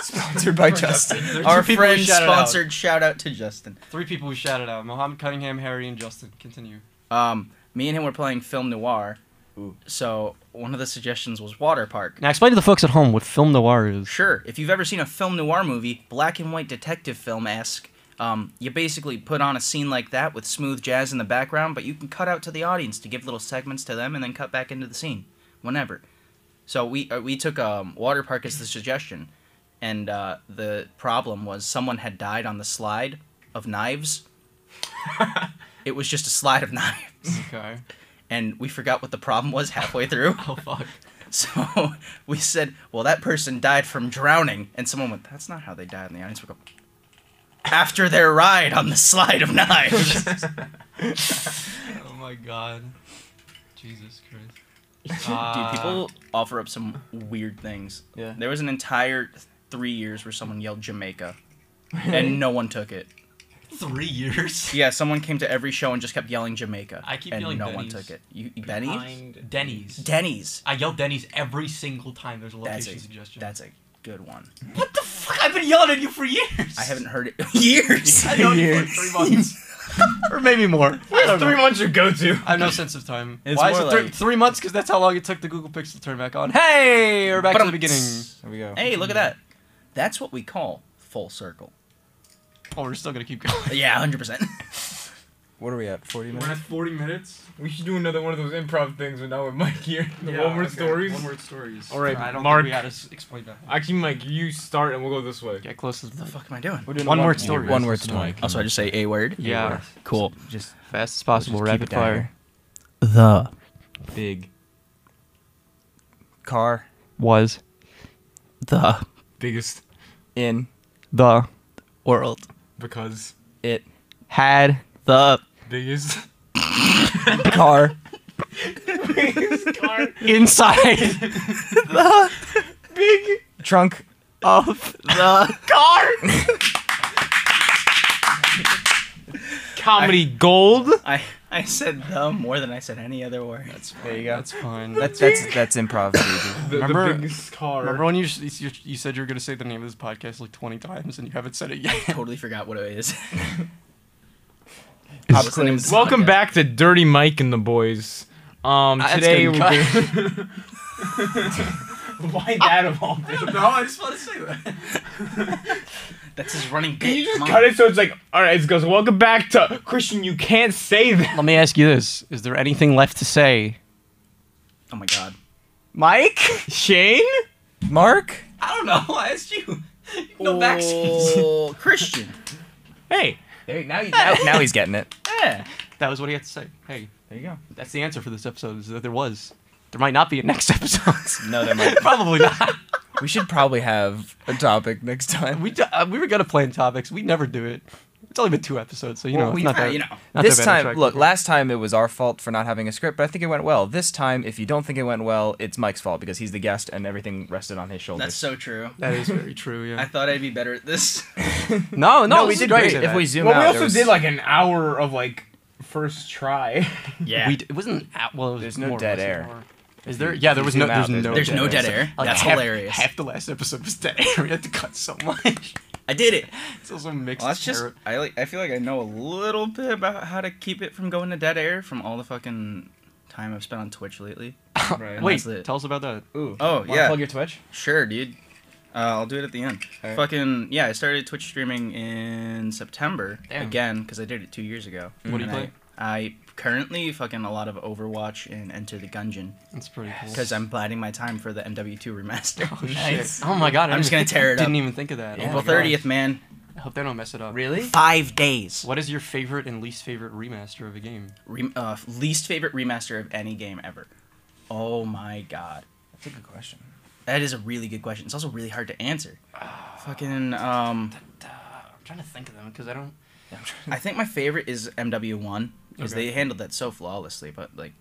[SPEAKER 4] Sponsored by Justin.
[SPEAKER 9] There are two
[SPEAKER 2] Our
[SPEAKER 9] people we
[SPEAKER 2] friend
[SPEAKER 9] shouted out.
[SPEAKER 2] sponsored shout out to Justin.
[SPEAKER 9] Three people we shouted out: Mohammed Cunningham, Harry, and Justin. Continue.
[SPEAKER 2] Um, me and him were playing film noir. So one of the suggestions was water park.
[SPEAKER 1] Now explain to the folks at home what film noir is.
[SPEAKER 2] Sure, if you've ever seen a film noir movie, black and white detective film esque, um, you basically put on a scene like that with smooth jazz in the background, but you can cut out to the audience to give little segments to them and then cut back into the scene whenever. So we uh, we took um, water park as the suggestion, and uh, the problem was someone had died on the slide of knives. it was just a slide of knives
[SPEAKER 9] Okay.
[SPEAKER 2] and we forgot what the problem was halfway through.
[SPEAKER 9] *laughs* Oh fuck.
[SPEAKER 2] So *laughs* we said, "Well, that person died from drowning," and someone went, "That's not how they died." And the audience would go, "After their ride on the slide of
[SPEAKER 9] *laughs*
[SPEAKER 2] knives."
[SPEAKER 9] Oh my god. Jesus Christ.
[SPEAKER 2] Dude,
[SPEAKER 9] Uh,
[SPEAKER 2] people offer up some weird things.
[SPEAKER 4] Yeah.
[SPEAKER 2] There was an entire three years where someone yelled Jamaica, and no one took it.
[SPEAKER 9] Three years.
[SPEAKER 2] Yeah, someone came to every show and just kept yelling Jamaica.
[SPEAKER 9] I keep
[SPEAKER 2] and
[SPEAKER 9] yelling
[SPEAKER 2] no
[SPEAKER 9] Denny's.
[SPEAKER 2] one took it. You Benny?
[SPEAKER 9] Denny's.
[SPEAKER 2] Denny's.
[SPEAKER 9] I yell Denny's every single time there's a
[SPEAKER 2] That's
[SPEAKER 9] location
[SPEAKER 2] a-
[SPEAKER 9] suggestion.
[SPEAKER 2] That's a good one.
[SPEAKER 9] what the fuck? I've been yelling at you for years.
[SPEAKER 2] I
[SPEAKER 9] *laughs*
[SPEAKER 2] haven't *laughs* heard it years.
[SPEAKER 9] I've known you for like three months. or maybe more.
[SPEAKER 5] Where's three months your go-to?
[SPEAKER 9] I have no sense of time.
[SPEAKER 2] It's
[SPEAKER 9] Why is
[SPEAKER 2] more
[SPEAKER 9] it three,
[SPEAKER 2] like-
[SPEAKER 9] three months? Because that's how long it took the Google Pixel to turn back on. Hey, we're back to the beginning.
[SPEAKER 4] There we go.
[SPEAKER 2] Hey, look at that. That's what we call full circle.
[SPEAKER 9] Oh, we're still gonna keep going.
[SPEAKER 2] Yeah, *laughs* 100%.
[SPEAKER 4] What are we at? Forty
[SPEAKER 9] We're at 40 minutes.
[SPEAKER 5] We should do another one of those improv things, but now with Mike here. *laughs* The one word stories.
[SPEAKER 9] One word stories.
[SPEAKER 5] All right,
[SPEAKER 9] I don't
[SPEAKER 5] Mark.
[SPEAKER 9] think we had to s- explain that.
[SPEAKER 5] Actually, Mike, you start, and we'll go this way.
[SPEAKER 9] Get close to
[SPEAKER 2] the
[SPEAKER 9] the
[SPEAKER 2] fuck am I doing?
[SPEAKER 4] We're doing
[SPEAKER 1] One
[SPEAKER 4] a
[SPEAKER 1] word story.
[SPEAKER 4] One word story.
[SPEAKER 6] Story.
[SPEAKER 2] Also, I just say a word.
[SPEAKER 1] Yeah,
[SPEAKER 2] Cool.
[SPEAKER 4] Just
[SPEAKER 1] fast as
[SPEAKER 4] we'll just
[SPEAKER 1] possible,
[SPEAKER 4] keep
[SPEAKER 1] rapid
[SPEAKER 4] it down
[SPEAKER 1] fire.
[SPEAKER 4] here.
[SPEAKER 2] The
[SPEAKER 3] Big.
[SPEAKER 4] Car
[SPEAKER 1] Was
[SPEAKER 2] the
[SPEAKER 3] Biggest.
[SPEAKER 4] in
[SPEAKER 1] the
[SPEAKER 2] world.
[SPEAKER 3] Because.
[SPEAKER 4] it
[SPEAKER 1] had the
[SPEAKER 3] Biggest.
[SPEAKER 4] car
[SPEAKER 1] inside
[SPEAKER 4] *laughs* trunk
[SPEAKER 1] of the
[SPEAKER 3] *laughs* Comedy gold.
[SPEAKER 2] I I said the more than I said any other word. That's
[SPEAKER 4] There you go.
[SPEAKER 9] That's fine.
[SPEAKER 4] That's that's that's improv. baby.
[SPEAKER 5] The,
[SPEAKER 9] Remember-
[SPEAKER 5] the biggest car.
[SPEAKER 9] *laughs* Remember when you, s- you you said you were gonna say the name of this podcast like 20 times and you haven't said it yet?
[SPEAKER 2] totally forgot what it *laughs* is.
[SPEAKER 6] Is-
[SPEAKER 2] What's the name of this
[SPEAKER 3] Welcome
[SPEAKER 2] podcast?
[SPEAKER 3] back to Dirty Mike and the Boys. Um,
[SPEAKER 1] That's
[SPEAKER 3] today
[SPEAKER 1] getting
[SPEAKER 3] we're
[SPEAKER 1] cut.
[SPEAKER 3] gonna-
[SPEAKER 9] *laughs*
[SPEAKER 3] *laughs* why that of all things?
[SPEAKER 9] no, I just want to say that.
[SPEAKER 2] That's his running
[SPEAKER 3] Can you
[SPEAKER 2] bit.
[SPEAKER 3] just
[SPEAKER 2] Come
[SPEAKER 3] cut
[SPEAKER 2] on.
[SPEAKER 3] it so it's like, all right, it goes. Welcome back to Christian. You can't say that. *laughs*
[SPEAKER 1] Let me ask you this: Is there anything left to say
[SPEAKER 2] Oh my god.
[SPEAKER 4] Mike, Shane, Mark.
[SPEAKER 9] I don't know. I asked you. No vaccines.
[SPEAKER 1] *laughs*
[SPEAKER 2] Oh, Christian.
[SPEAKER 4] Hey,
[SPEAKER 9] Hey,
[SPEAKER 4] *laughs*
[SPEAKER 9] now you.
[SPEAKER 4] now, now he's getting it.
[SPEAKER 2] Yeah.
[SPEAKER 1] That was what he had to say. Hey,
[SPEAKER 2] There you go.
[SPEAKER 1] that's the answer for this episode. Is that there was. There might not be a next *laughs* episode.
[SPEAKER 4] No, that might. *laughs*
[SPEAKER 1] Probably not.
[SPEAKER 4] We should probably have a topic next time.
[SPEAKER 1] We, d- uh, we were gonna plan topics. We never do it. It's only been two episodes, so you know.
[SPEAKER 2] Well,
[SPEAKER 1] it's
[SPEAKER 2] we-
[SPEAKER 1] not
[SPEAKER 2] uh,
[SPEAKER 1] that,
[SPEAKER 2] you know.
[SPEAKER 1] not
[SPEAKER 4] this
[SPEAKER 1] that bad of a
[SPEAKER 4] time,
[SPEAKER 1] track
[SPEAKER 4] look,
[SPEAKER 1] record.
[SPEAKER 4] last time it was our fault for not having a script, but I think it went well. This time, if you don't think it went well, it's Mike's fault because he's the guest and everything rested on his shoulders.
[SPEAKER 2] That's so true.
[SPEAKER 1] that is very true.
[SPEAKER 2] *laughs* I
[SPEAKER 1] Yeah.
[SPEAKER 2] thought I'd be better
[SPEAKER 1] *laughs*
[SPEAKER 2] at this.
[SPEAKER 1] no, no,
[SPEAKER 4] no, we
[SPEAKER 1] it's
[SPEAKER 4] did
[SPEAKER 1] great.
[SPEAKER 4] great. If we zoom
[SPEAKER 3] well,
[SPEAKER 4] out,
[SPEAKER 3] we
[SPEAKER 4] there
[SPEAKER 3] also
[SPEAKER 4] was-
[SPEAKER 3] did like an hour of like first try. *laughs*
[SPEAKER 2] Yeah.
[SPEAKER 1] We d- it wasn't. at- Well, it was
[SPEAKER 4] There's no
[SPEAKER 1] more or
[SPEAKER 4] dead
[SPEAKER 1] less an
[SPEAKER 4] air.
[SPEAKER 1] hour. Is there? Yeah, there
[SPEAKER 4] you
[SPEAKER 1] was no.
[SPEAKER 4] zoom
[SPEAKER 1] There's
[SPEAKER 4] out, there's
[SPEAKER 1] no.
[SPEAKER 4] no
[SPEAKER 2] There's no dead
[SPEAKER 1] So,
[SPEAKER 2] air.
[SPEAKER 1] like,
[SPEAKER 2] That's
[SPEAKER 1] half-
[SPEAKER 2] hilarious.
[SPEAKER 1] Half the last episode was dead air. *laughs* We had to cut so much. *laughs*
[SPEAKER 2] I did it.
[SPEAKER 1] It's also mixed.
[SPEAKER 2] Well, that's just.
[SPEAKER 1] terror.
[SPEAKER 2] I like. I feel like I know a little bit about how to keep it from going to dead air from all the fucking time I've spent on Twitch
[SPEAKER 1] *laughs*
[SPEAKER 2] lately.
[SPEAKER 4] Right.
[SPEAKER 2] And
[SPEAKER 1] Wait,
[SPEAKER 2] that's it.
[SPEAKER 1] tell us about that.
[SPEAKER 4] Ooh.
[SPEAKER 2] Oh,
[SPEAKER 4] Wanna
[SPEAKER 2] yeah.
[SPEAKER 4] Plug your Twitch.
[SPEAKER 2] Sure, dude. Uh, I'll do it at the end.
[SPEAKER 4] Alright.
[SPEAKER 2] Fucking yeah! I started Twitch streaming in September
[SPEAKER 1] Damn.
[SPEAKER 2] again because I did it two years ago.
[SPEAKER 1] What do you
[SPEAKER 2] And I-
[SPEAKER 1] play?
[SPEAKER 2] I currently fucking a lot of Overwatch and Enter the Gungeon
[SPEAKER 1] That's pretty cool.
[SPEAKER 2] because I'm biding my time for the MW2 remaster.
[SPEAKER 1] *laughs* Oh, shit. Oh my god! I
[SPEAKER 2] I'm just
[SPEAKER 1] didn't-
[SPEAKER 2] gonna tear
[SPEAKER 1] *laughs*
[SPEAKER 2] it up.
[SPEAKER 1] Didn't even think of that. Oh
[SPEAKER 2] April
[SPEAKER 1] my God.
[SPEAKER 2] 30th, man.
[SPEAKER 1] I hope they don't mess it up.
[SPEAKER 4] Really?
[SPEAKER 2] Five days.
[SPEAKER 1] What is your favorite and least favorite remaster of a game?
[SPEAKER 2] Re- uh, least favorite remaster of any game ever. Oh my god.
[SPEAKER 4] That's a good question.
[SPEAKER 2] That is a really good question. It's also really hard to answer. Fucking um
[SPEAKER 1] I'm trying to think of them because I don't.
[SPEAKER 2] I think my favorite is MW1 because
[SPEAKER 1] Okay.
[SPEAKER 2] they handled that so flawlessly, but like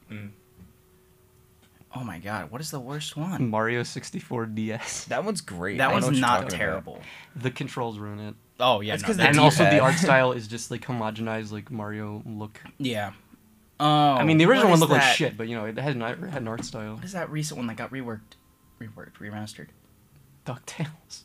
[SPEAKER 2] Oh my god, what is the worst one?
[SPEAKER 1] Mario 64 DS.
[SPEAKER 4] *laughs* That one's great.
[SPEAKER 2] That
[SPEAKER 4] I know what
[SPEAKER 2] one's
[SPEAKER 4] you're
[SPEAKER 2] not
[SPEAKER 4] talking about.
[SPEAKER 2] terrible.
[SPEAKER 1] *laughs* The controls ruin it.
[SPEAKER 2] Oh yeah,
[SPEAKER 4] That's
[SPEAKER 2] no,
[SPEAKER 4] 'cause
[SPEAKER 2] that-
[SPEAKER 1] and also the
[SPEAKER 4] D-pad.
[SPEAKER 1] art *laughs* style is just like homogenized like Mario look.
[SPEAKER 2] yeah. Oh,
[SPEAKER 1] I mean the original one
[SPEAKER 2] what is
[SPEAKER 1] looked like
[SPEAKER 2] that-
[SPEAKER 1] shit, but you know it had an, it had an art style.
[SPEAKER 2] What is that recent one that got reworked, reworked, remastered?
[SPEAKER 1] Ducktales.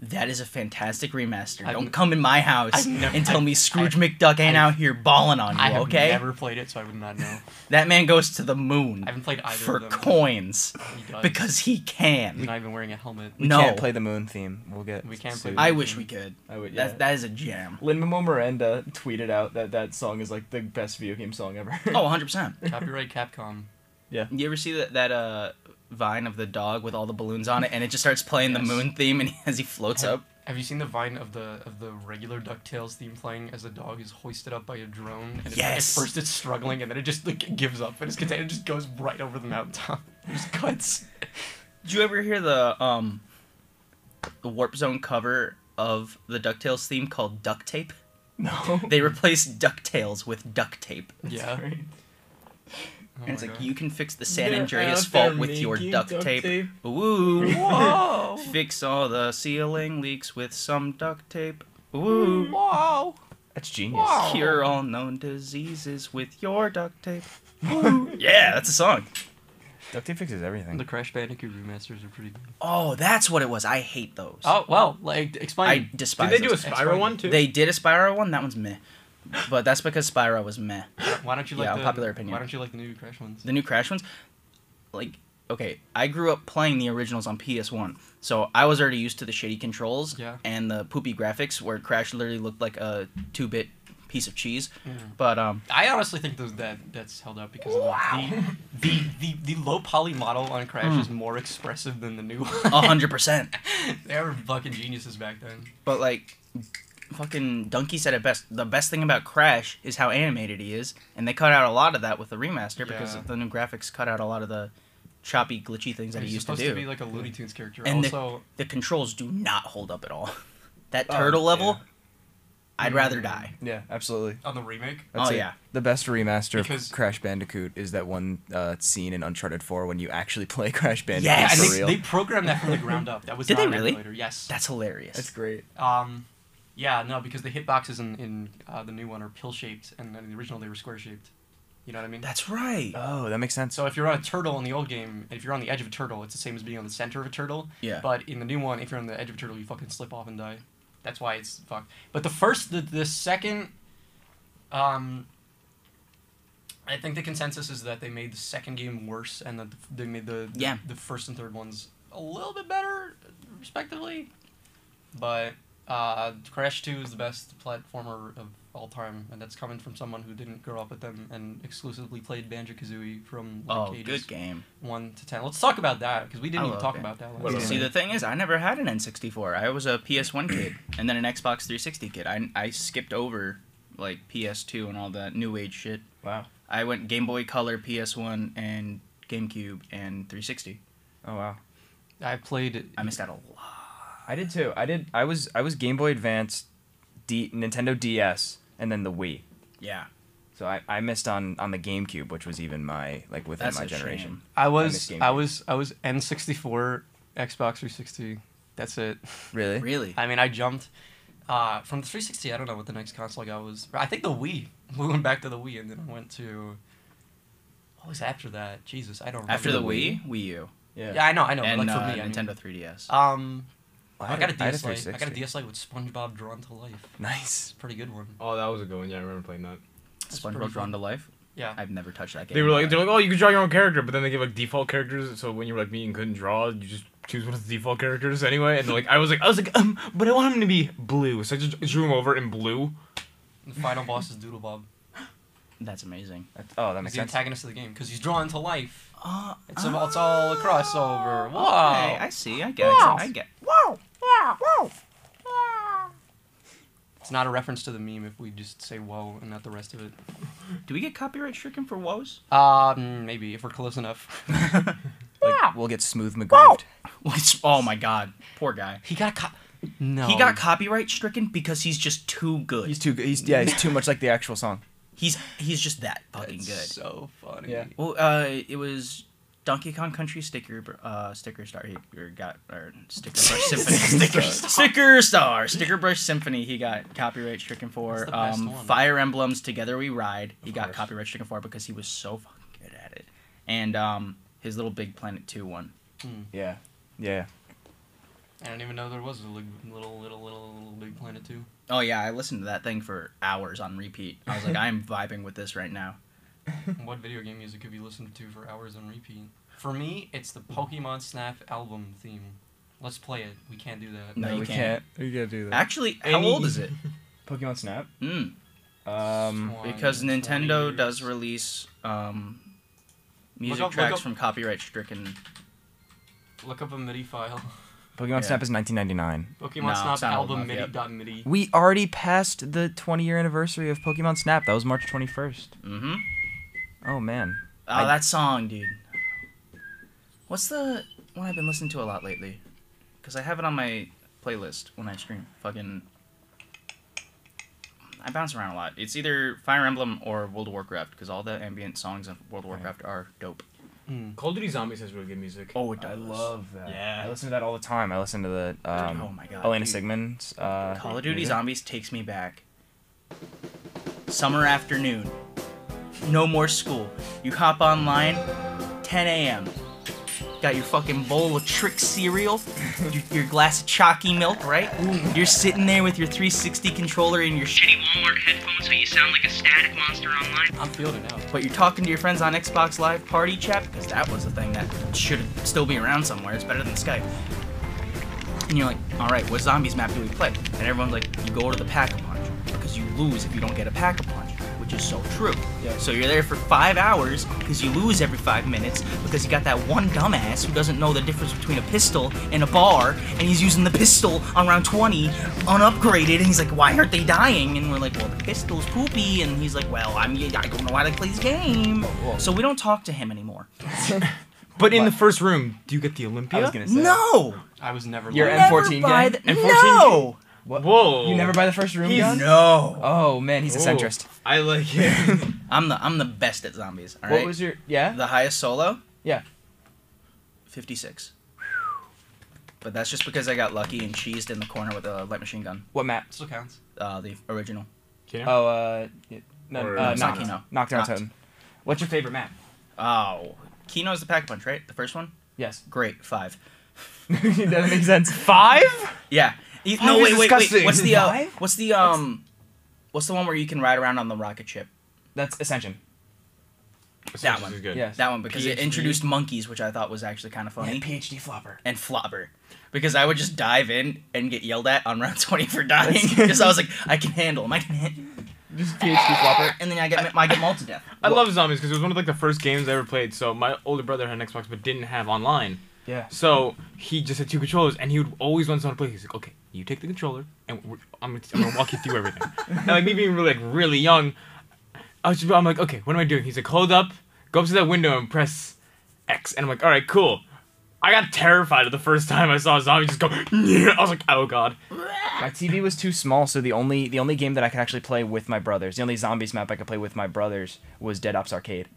[SPEAKER 2] That is a fantastic remaster.
[SPEAKER 1] I've-
[SPEAKER 2] Don't come in my house
[SPEAKER 1] I've never-
[SPEAKER 2] and tell me *laughs*
[SPEAKER 1] I've-
[SPEAKER 2] Scrooge McDuck ain't out here balling on
[SPEAKER 1] I
[SPEAKER 2] you,
[SPEAKER 1] have
[SPEAKER 2] okay?
[SPEAKER 1] never played it, so I would not know.
[SPEAKER 2] That man goes to the moon
[SPEAKER 1] I haven't played either
[SPEAKER 2] for
[SPEAKER 1] of them.
[SPEAKER 2] coins
[SPEAKER 1] He does.
[SPEAKER 2] because he
[SPEAKER 1] he's
[SPEAKER 2] can.
[SPEAKER 1] not even wearing a *laughs* helmet.
[SPEAKER 4] We
[SPEAKER 2] no,
[SPEAKER 4] can't play the moon theme. We'll get.
[SPEAKER 1] We can't play
[SPEAKER 4] sued.
[SPEAKER 1] the-
[SPEAKER 2] I wish we could.
[SPEAKER 4] I would.
[SPEAKER 2] That that is a jam.
[SPEAKER 4] Lin Manuel Miranda tweeted out that that song is like the best video game song *laughs* ever.
[SPEAKER 2] Oh, 100 percent.
[SPEAKER 1] Copyright Capcom.
[SPEAKER 2] *laughs* You ever see that that uh vine of the dog with all the balloons on it, and it just starts playing
[SPEAKER 1] Yes.
[SPEAKER 2] the moon theme, and *laughs* as he floats
[SPEAKER 1] Have,
[SPEAKER 2] up,
[SPEAKER 1] have you seen the vine of the of the regular Ducktales theme playing as a dog is hoisted up by a drone? And it's-
[SPEAKER 2] Yes.
[SPEAKER 1] At first it's struggling and then it just like gives up and it's contained. It just goes right over the mountaintop. *laughs* It just cuts.
[SPEAKER 2] Did you ever hear the um the Warp Zone cover of the DuckTales theme called Duct Tape?
[SPEAKER 4] no.
[SPEAKER 2] They replaced DuckTales with duct tape.
[SPEAKER 1] Yeah. Oh
[SPEAKER 2] and it's
[SPEAKER 1] my
[SPEAKER 2] like
[SPEAKER 1] God.
[SPEAKER 2] you can fix the San
[SPEAKER 3] They're
[SPEAKER 2] Andreas
[SPEAKER 3] out there
[SPEAKER 2] fault with your
[SPEAKER 3] making
[SPEAKER 2] duct,
[SPEAKER 3] duct
[SPEAKER 2] tape.
[SPEAKER 3] tape.
[SPEAKER 2] Ooh. Whoa. *laughs* fix all the ceiling leaks with some duct tape. Ooh.
[SPEAKER 1] Wow.
[SPEAKER 4] That's genius.
[SPEAKER 2] Cure all known diseases with your duct
[SPEAKER 3] *laughs*
[SPEAKER 2] tape. Ooh. yeah, that's a song.
[SPEAKER 4] Duct tape fixes everything.
[SPEAKER 1] The Crash Bandicoot remasters are pretty good.
[SPEAKER 2] Oh, that's what it was. I hate those.
[SPEAKER 1] Oh well, like explain.
[SPEAKER 2] I despise
[SPEAKER 3] Did they do a
[SPEAKER 2] those.
[SPEAKER 3] Spyro one too?
[SPEAKER 2] They did a Spyro one. That one's meh. But that's because Spyro was meh.
[SPEAKER 1] Why don't you like
[SPEAKER 2] Yeah,
[SPEAKER 1] the
[SPEAKER 2] unpopular opinion.
[SPEAKER 1] Why don't you like the new Crash ones?
[SPEAKER 2] the new Crash ones, like okay, I grew up playing the originals on PS1, so I was already used to the shitty controls
[SPEAKER 1] Yeah.
[SPEAKER 2] and the poopy graphics, where Crash literally looked like a two-bit piece of cheese. But um,
[SPEAKER 1] I honestly think those, that that's held up because of the, the, the the low poly model on Crash is more expressive than the new *laughs* one.
[SPEAKER 2] a hundred percent. *laughs*
[SPEAKER 1] they were fucking geniuses back then.
[SPEAKER 2] But like, fucking Donkey said it best. The best thing about Crash is how animated he is, and they cut out a lot of that with the remaster because
[SPEAKER 1] Yeah.
[SPEAKER 2] the new graphics cut out a lot of the choppy, glitchy things that he
[SPEAKER 1] He's
[SPEAKER 2] used to
[SPEAKER 1] supposed
[SPEAKER 2] do.
[SPEAKER 1] to be like a Looney Tunes character.
[SPEAKER 2] And the-
[SPEAKER 1] also,
[SPEAKER 2] the controls do not hold up at all. *laughs* That
[SPEAKER 4] Oh,
[SPEAKER 2] turtle level,
[SPEAKER 4] yeah.
[SPEAKER 2] I'd rather
[SPEAKER 1] Mm.
[SPEAKER 2] die.
[SPEAKER 4] yeah, absolutely.
[SPEAKER 1] on the remake,
[SPEAKER 4] That's
[SPEAKER 2] Oh,
[SPEAKER 4] it.
[SPEAKER 2] yeah.
[SPEAKER 4] The best remaster
[SPEAKER 1] Because-
[SPEAKER 4] of Crash Bandicoot is that one uh, scene in Uncharted 4 when you actually *laughs* play Crash Bandicoot
[SPEAKER 1] yeah,
[SPEAKER 2] Yes.
[SPEAKER 1] and
[SPEAKER 4] for
[SPEAKER 1] they,
[SPEAKER 4] real.
[SPEAKER 1] they programmed that from the ground up. That was
[SPEAKER 2] Did
[SPEAKER 1] not
[SPEAKER 2] they
[SPEAKER 1] an
[SPEAKER 2] really?
[SPEAKER 1] emulator. Yes.
[SPEAKER 2] That's hilarious.
[SPEAKER 4] That's great.
[SPEAKER 1] Um, yeah, no, because the hitboxes in in uh, the new one are pill shaped, and in the original they were square shaped. You know what I mean?
[SPEAKER 2] That's right.
[SPEAKER 4] Oh, that makes sense.
[SPEAKER 1] So if you're on a turtle in the old game, if you're on the edge of a turtle, it's the same as being on the center of a turtle.
[SPEAKER 2] Yeah.
[SPEAKER 1] But in the new one, if you're on the edge of a turtle, you fucking slip off and die. That's why it's fucked. But the first, the, the second, um, I think the consensus is that they made the second game worse, and that they made the the,
[SPEAKER 2] Yeah.
[SPEAKER 1] the first and third ones a little bit better, respectively. But uh, Crash Two is the best platformer of all time, and that's coming from someone who didn't grow up with them and exclusively played Banjo Kazooie from like
[SPEAKER 2] oh,
[SPEAKER 1] ages
[SPEAKER 2] good game.
[SPEAKER 1] one to ten. Let's talk about that because we
[SPEAKER 2] I
[SPEAKER 1] didn't even
[SPEAKER 2] love
[SPEAKER 1] talk
[SPEAKER 2] Ban-
[SPEAKER 1] about that
[SPEAKER 3] What
[SPEAKER 1] last
[SPEAKER 3] about
[SPEAKER 2] See,
[SPEAKER 1] time.
[SPEAKER 2] the thing is, I never had an N64. I was a PS1 kid and then an Xbox 360 kid. I, I skipped over like PS2 and all that new age shit.
[SPEAKER 3] Wow.
[SPEAKER 2] I went Game Boy Color, PS1, and GameCube and 360.
[SPEAKER 4] Oh wow.
[SPEAKER 1] I played.
[SPEAKER 2] I missed out a lot.
[SPEAKER 4] I did too. I did. I was. I was Game Boy Advance, D, Nintendo DS, and then the Wii.
[SPEAKER 2] Yeah,
[SPEAKER 4] So I, I missed on on the GameCube, which was even my like within
[SPEAKER 2] that's
[SPEAKER 4] my
[SPEAKER 2] a
[SPEAKER 4] generation.
[SPEAKER 2] generation.
[SPEAKER 1] I
[SPEAKER 4] missed
[SPEAKER 1] was.
[SPEAKER 4] Game
[SPEAKER 1] I,
[SPEAKER 4] Boy.
[SPEAKER 1] was. I was N64, Xbox 360. That's it.
[SPEAKER 4] Really?
[SPEAKER 2] Really?
[SPEAKER 1] Eh? I mean, I jumped uh, from the 360. I don't know what the next console I got was. I think the Wii. *laughs* We went back to the Wii, and then I went to. What was after that? Jesus, I don't. remember.
[SPEAKER 2] After the Wii, Wii U,
[SPEAKER 4] Yeah.
[SPEAKER 1] Yeah, I know. I know.
[SPEAKER 2] and
[SPEAKER 1] like
[SPEAKER 2] uh,
[SPEAKER 1] for me, I mean.
[SPEAKER 2] Nintendo 3DS.
[SPEAKER 1] Um,
[SPEAKER 4] Well,
[SPEAKER 1] I, got a
[SPEAKER 4] had had
[SPEAKER 1] DS Lite. I got a
[SPEAKER 4] 360.
[SPEAKER 1] DS Lite with SpongeBob Drawn to Life.
[SPEAKER 4] Nice.
[SPEAKER 1] It's a pretty good one.
[SPEAKER 3] Oh, that was a good one. Yeah, I remember playing that.
[SPEAKER 1] pretty
[SPEAKER 2] SpongeBob
[SPEAKER 1] fun.
[SPEAKER 2] Drawn to Life.
[SPEAKER 1] Yeah.
[SPEAKER 2] I've never touched that game.
[SPEAKER 3] They were
[SPEAKER 2] in my
[SPEAKER 3] like,
[SPEAKER 2] life.
[SPEAKER 3] they're like, oh, you can draw your own character, but then they give like default characters. So when you were like me and couldn't draw, you just choose one of the default characters anyway. And like, I was like, I was like, um, but I want him to be blue, so I just drew him over in blue.
[SPEAKER 1] The final boss is Doodle *laughs* Bob.
[SPEAKER 2] that's amazing.
[SPEAKER 4] That- oh, that
[SPEAKER 1] He's
[SPEAKER 4] makes
[SPEAKER 1] the
[SPEAKER 4] sense.
[SPEAKER 1] antagonist of the game because he's drawn to life.
[SPEAKER 2] Oh,
[SPEAKER 1] It's, a, it's all a crossover.
[SPEAKER 2] Ah, Okay,
[SPEAKER 1] Wow.
[SPEAKER 2] I see. I get.
[SPEAKER 1] Wow.
[SPEAKER 2] It. I get.
[SPEAKER 1] It's not a reference to the meme if we just say whoa and not the rest of it.
[SPEAKER 2] Do we get copyright stricken for woes? *laughs*
[SPEAKER 1] Um, maybe if we're close enough.
[SPEAKER 4] Like, we'll get smooth McGrooved.
[SPEAKER 2] What's- oh my god, poor guy.
[SPEAKER 1] He got co- *laughs* no.
[SPEAKER 2] He got copyright stricken because he's just too good.
[SPEAKER 4] He's
[SPEAKER 2] He's
[SPEAKER 4] too. good. *laughs* He's yeah. He's too much like the actual song.
[SPEAKER 2] he's, just that fucking
[SPEAKER 1] That's
[SPEAKER 2] good.
[SPEAKER 1] So funny.
[SPEAKER 4] Yeah.
[SPEAKER 2] Well, uh, it was Donkey Kong Country sticker uh, sticker star. He or got or
[SPEAKER 1] *laughs*
[SPEAKER 2] sticker brush symphony sticker star. sticker star sticker brush symphony. He got copyright stricken
[SPEAKER 1] That's
[SPEAKER 2] for
[SPEAKER 1] the best
[SPEAKER 2] um,
[SPEAKER 1] one.
[SPEAKER 2] Fire Emblems Together We Ride. He got
[SPEAKER 3] course.
[SPEAKER 2] copyright stricken for because he was so fucking good at it. And um, his little Big Planet Two one.
[SPEAKER 4] Yeah. Yeah.
[SPEAKER 1] I don't even know there was a li- little, little, little, little big planet too.
[SPEAKER 2] Oh yeah, I listened to that thing for hours on repeat. I
[SPEAKER 1] *laughs*
[SPEAKER 2] was like, I'm vibing with this right now.
[SPEAKER 1] what video game music have you listened to for hours on repeat? For me, it's the Pokemon Snap album theme. Let's play it. We can't do that.
[SPEAKER 2] No,
[SPEAKER 4] No,
[SPEAKER 2] you
[SPEAKER 4] we
[SPEAKER 2] can't.
[SPEAKER 4] can't.
[SPEAKER 6] You gotta do that.
[SPEAKER 2] Actually, how
[SPEAKER 4] Any-
[SPEAKER 2] old is it?
[SPEAKER 1] *laughs*
[SPEAKER 4] Pokemon Snap.
[SPEAKER 2] Mm.
[SPEAKER 4] Um.
[SPEAKER 1] Twenty-
[SPEAKER 2] because
[SPEAKER 1] 20
[SPEAKER 2] Nintendo
[SPEAKER 1] years.
[SPEAKER 2] does release um, music
[SPEAKER 1] up- look
[SPEAKER 2] tracks
[SPEAKER 1] up-
[SPEAKER 2] from copyright stricken.
[SPEAKER 1] Look up a MIDI file. *laughs*
[SPEAKER 4] Pokemon
[SPEAKER 2] Yeah.
[SPEAKER 4] Snap is 1999.
[SPEAKER 1] Pokemon
[SPEAKER 2] No,
[SPEAKER 1] Snap
[SPEAKER 2] it's not old
[SPEAKER 1] album
[SPEAKER 2] enough
[SPEAKER 1] MIDI
[SPEAKER 2] yet.
[SPEAKER 1] dot MIDI.
[SPEAKER 4] We already passed the 20 year anniversary of Pokemon Snap. That was March 21st.
[SPEAKER 2] Mm-hmm.
[SPEAKER 4] Oh man.
[SPEAKER 2] Oh,
[SPEAKER 4] I-
[SPEAKER 2] that song, dude. What's the one I've been listening to a lot lately? Because I have it on my playlist when I stream. Fucking. I bounce around a lot. It's either Fire Emblem or World of Warcraft because all the ambient songs in World of Warcraft are dope.
[SPEAKER 3] Call of Duty Zombies has really good music.
[SPEAKER 2] Oh, it does.
[SPEAKER 4] that.
[SPEAKER 3] Yeah.
[SPEAKER 4] I listen to that all the time. I listen to the um,
[SPEAKER 2] Oh my God,
[SPEAKER 4] Elena
[SPEAKER 2] dude.
[SPEAKER 4] Sigmund's uh,
[SPEAKER 2] Call of Duty
[SPEAKER 4] music.
[SPEAKER 2] Zombies takes me back. Summer afternoon. No more school. You hop online, 10 a.m. Got your fucking bowl of trick cereal, your, your glass of chalky milk, right? You're sitting there with your 360 controller and your shitty Walmart headphones so you sound like a static monster online.
[SPEAKER 1] I'm feeling it now.
[SPEAKER 2] But you're talking to your friends on Xbox Live Party Chat, because that was a thing that should still be around somewhere. It's better than Skype. And you're like, all right, what zombies map do we play? And everyone's like, you go to the pack a punch, because you lose if you don't get a pack a punch, which is so true. So you're there for five hours, because you lose every five minutes, because you got that one dumbass who doesn't know the difference between a pistol and a bar, and he's using the pistol on round 20, unupgraded, and he's like, why aren't they dying? And we're like, well, the pistol's poopy, and he's like, well, I'm, I don't know how to play this game. So we don't talk to him anymore.
[SPEAKER 3] But in the first room, do you get the Olympia?
[SPEAKER 4] I was gonna say.
[SPEAKER 2] No!
[SPEAKER 1] I was never.
[SPEAKER 4] Your
[SPEAKER 1] like-
[SPEAKER 2] Never
[SPEAKER 4] M14
[SPEAKER 2] buy
[SPEAKER 4] game?
[SPEAKER 2] the-
[SPEAKER 3] M14
[SPEAKER 2] No!
[SPEAKER 3] Whoa!
[SPEAKER 4] You never buy the first room gun?
[SPEAKER 2] No!
[SPEAKER 4] Oh man, he's a centrist.
[SPEAKER 3] I like it. *laughs*
[SPEAKER 2] I'm the I'm the best at zombies. All right.
[SPEAKER 4] What was your yeah?
[SPEAKER 2] the highest solo?
[SPEAKER 4] Yeah.
[SPEAKER 2] 56. But that's just because I got lucky and cheesed in the corner with a light machine gun.
[SPEAKER 4] What map?
[SPEAKER 1] Still counts.
[SPEAKER 2] Uh, the original.
[SPEAKER 4] Oh uh, yeah, no,
[SPEAKER 3] Or-
[SPEAKER 4] uh
[SPEAKER 3] It's
[SPEAKER 2] not
[SPEAKER 4] knock,
[SPEAKER 2] Kino.
[SPEAKER 4] knockdown
[SPEAKER 2] Knocked.
[SPEAKER 4] totem. What's your favorite map?
[SPEAKER 2] Oh, Kino's the pack punch, right? The first one.
[SPEAKER 4] Yes. *laughs*
[SPEAKER 2] Great five.
[SPEAKER 4] that makes sense. Five?
[SPEAKER 2] Yeah. E-
[SPEAKER 4] Five
[SPEAKER 2] no
[SPEAKER 4] is
[SPEAKER 2] wait wait wait.
[SPEAKER 4] disgusting.
[SPEAKER 2] What's the uh,
[SPEAKER 4] Five?
[SPEAKER 2] what's the um what's the one where you can ride around on the rocket ship?
[SPEAKER 4] That's Ascension.
[SPEAKER 2] That one.
[SPEAKER 3] Is good.
[SPEAKER 4] Yes.
[SPEAKER 2] That one because it
[SPEAKER 3] PhD?
[SPEAKER 2] introduced monkeys, which I thought was actually kind of funny.
[SPEAKER 4] Yeah, PhD flopper.
[SPEAKER 2] and flopper because I would just *laughs* dive in and get yelled at on round 20 for dying because I was like, I can handle him. I can handle
[SPEAKER 4] Just PhD flopper.
[SPEAKER 2] and then I get I get mauled to death.
[SPEAKER 3] I love zombies because it was one of like the first games I ever played. So my older brother had an Xbox but didn't have online.
[SPEAKER 4] Yeah.
[SPEAKER 3] So he just had two controllers, and he would always want someone to play. He's like, "Okay, you take the controller, and we're, I'm, gonna, I'm gonna walk you through everything." and like me being really, like really young, I was just, I'm like, "Okay, what am I doing?" He's like, "Hold up, go up to that window and press X." And I'm like, "All right, cool." I got terrified the first time I saw a zombie just go. I was like, "Oh god."
[SPEAKER 4] My TV was too small, so the only the only game that I could actually play with my brothers, the only zombies map I could play with my brothers was Dead Ops Arcade.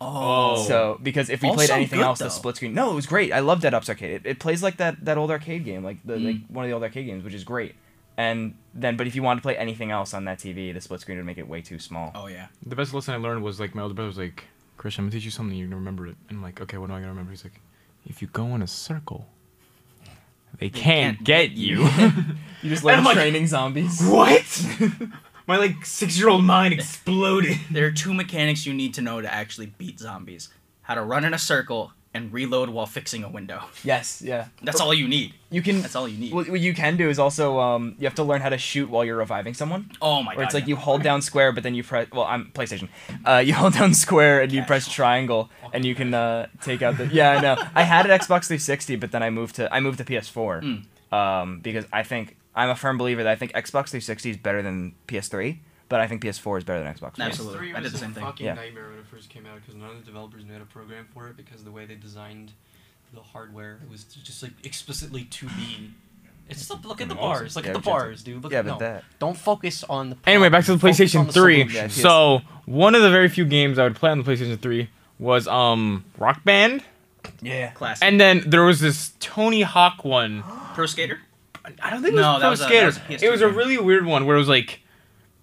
[SPEAKER 3] Oh.
[SPEAKER 4] So because if we played
[SPEAKER 2] Also
[SPEAKER 4] anything
[SPEAKER 2] good,
[SPEAKER 4] else, the
[SPEAKER 2] though.
[SPEAKER 4] split screen. No, it was great. I love Dead Ops Arcade. It, it plays like that that old arcade game, like the like
[SPEAKER 2] Mm.
[SPEAKER 4] one of the old arcade games, which is great. And then, but if you wanted to play anything else on that TV, the split screen would make it way too small.
[SPEAKER 2] Oh yeah.
[SPEAKER 3] The best lesson I learned was like my older brother was like, Chris, I'm gonna teach you something, you're gonna remember it. And I'm like, okay, what am I gonna remember? He's like, if you go in a circle, they can't get you. *laughs*
[SPEAKER 4] You just
[SPEAKER 3] love
[SPEAKER 4] love
[SPEAKER 3] I'm like-
[SPEAKER 4] training zombies.
[SPEAKER 3] what? *laughs* my like six year old mind exploded.
[SPEAKER 2] There are two mechanics you need to know to actually beat zombies: how to run in a circle and reload while fixing a window.
[SPEAKER 4] *laughs* Yes, yeah.
[SPEAKER 2] That's all Oh, you need.
[SPEAKER 4] You can.
[SPEAKER 2] That's all you need.
[SPEAKER 4] What, what you can do is also um, you have to learn how to shoot while you're reviving someone.
[SPEAKER 2] Oh my god.
[SPEAKER 4] Or it's like
[SPEAKER 2] yeah.
[SPEAKER 4] you hold down square, but then you press. Well, I'm PlayStation. Uh, you *laughs* hold down square and you press triangle, and you can uh, take out the. Yeah, I know. I had an Xbox 360, but then I moved to I moved to PS4 um, because I think I'm a firm believer that I think Xbox 360 is better than PS3, but I think PS4 is better than Xbox. One.
[SPEAKER 2] Absolutely.
[SPEAKER 1] Three
[SPEAKER 2] I did
[SPEAKER 1] was
[SPEAKER 2] the
[SPEAKER 1] a
[SPEAKER 2] same thing.
[SPEAKER 1] fucking
[SPEAKER 4] Yeah.
[SPEAKER 1] nightmare when it first came out because none of the developers knew how to program for it because the way they designed the hardware it was just like explicitly to be. It's just look at the bars, look
[SPEAKER 4] Yeah,
[SPEAKER 1] at the
[SPEAKER 4] but that's-
[SPEAKER 1] bars, dude. Look
[SPEAKER 4] Yeah,
[SPEAKER 1] at
[SPEAKER 4] but
[SPEAKER 1] no.
[SPEAKER 4] that.
[SPEAKER 13] Don't focus on the.
[SPEAKER 3] Anyway, back to the
[SPEAKER 13] Focus on
[SPEAKER 3] PlayStation 3.
[SPEAKER 13] solution.
[SPEAKER 4] yes.
[SPEAKER 3] so, one of the very few games I would play on the PlayStation 3 was um Rock Band.
[SPEAKER 4] Yeah.
[SPEAKER 2] Classic.
[SPEAKER 3] And then there was this Tony Hawk one.
[SPEAKER 2] Pro Skater.
[SPEAKER 3] I don't think it was
[SPEAKER 2] No,
[SPEAKER 3] Pro
[SPEAKER 2] that was a-
[SPEAKER 3] Skater.
[SPEAKER 2] that was a PS2
[SPEAKER 3] it was a
[SPEAKER 2] game.
[SPEAKER 3] really weird one where it was like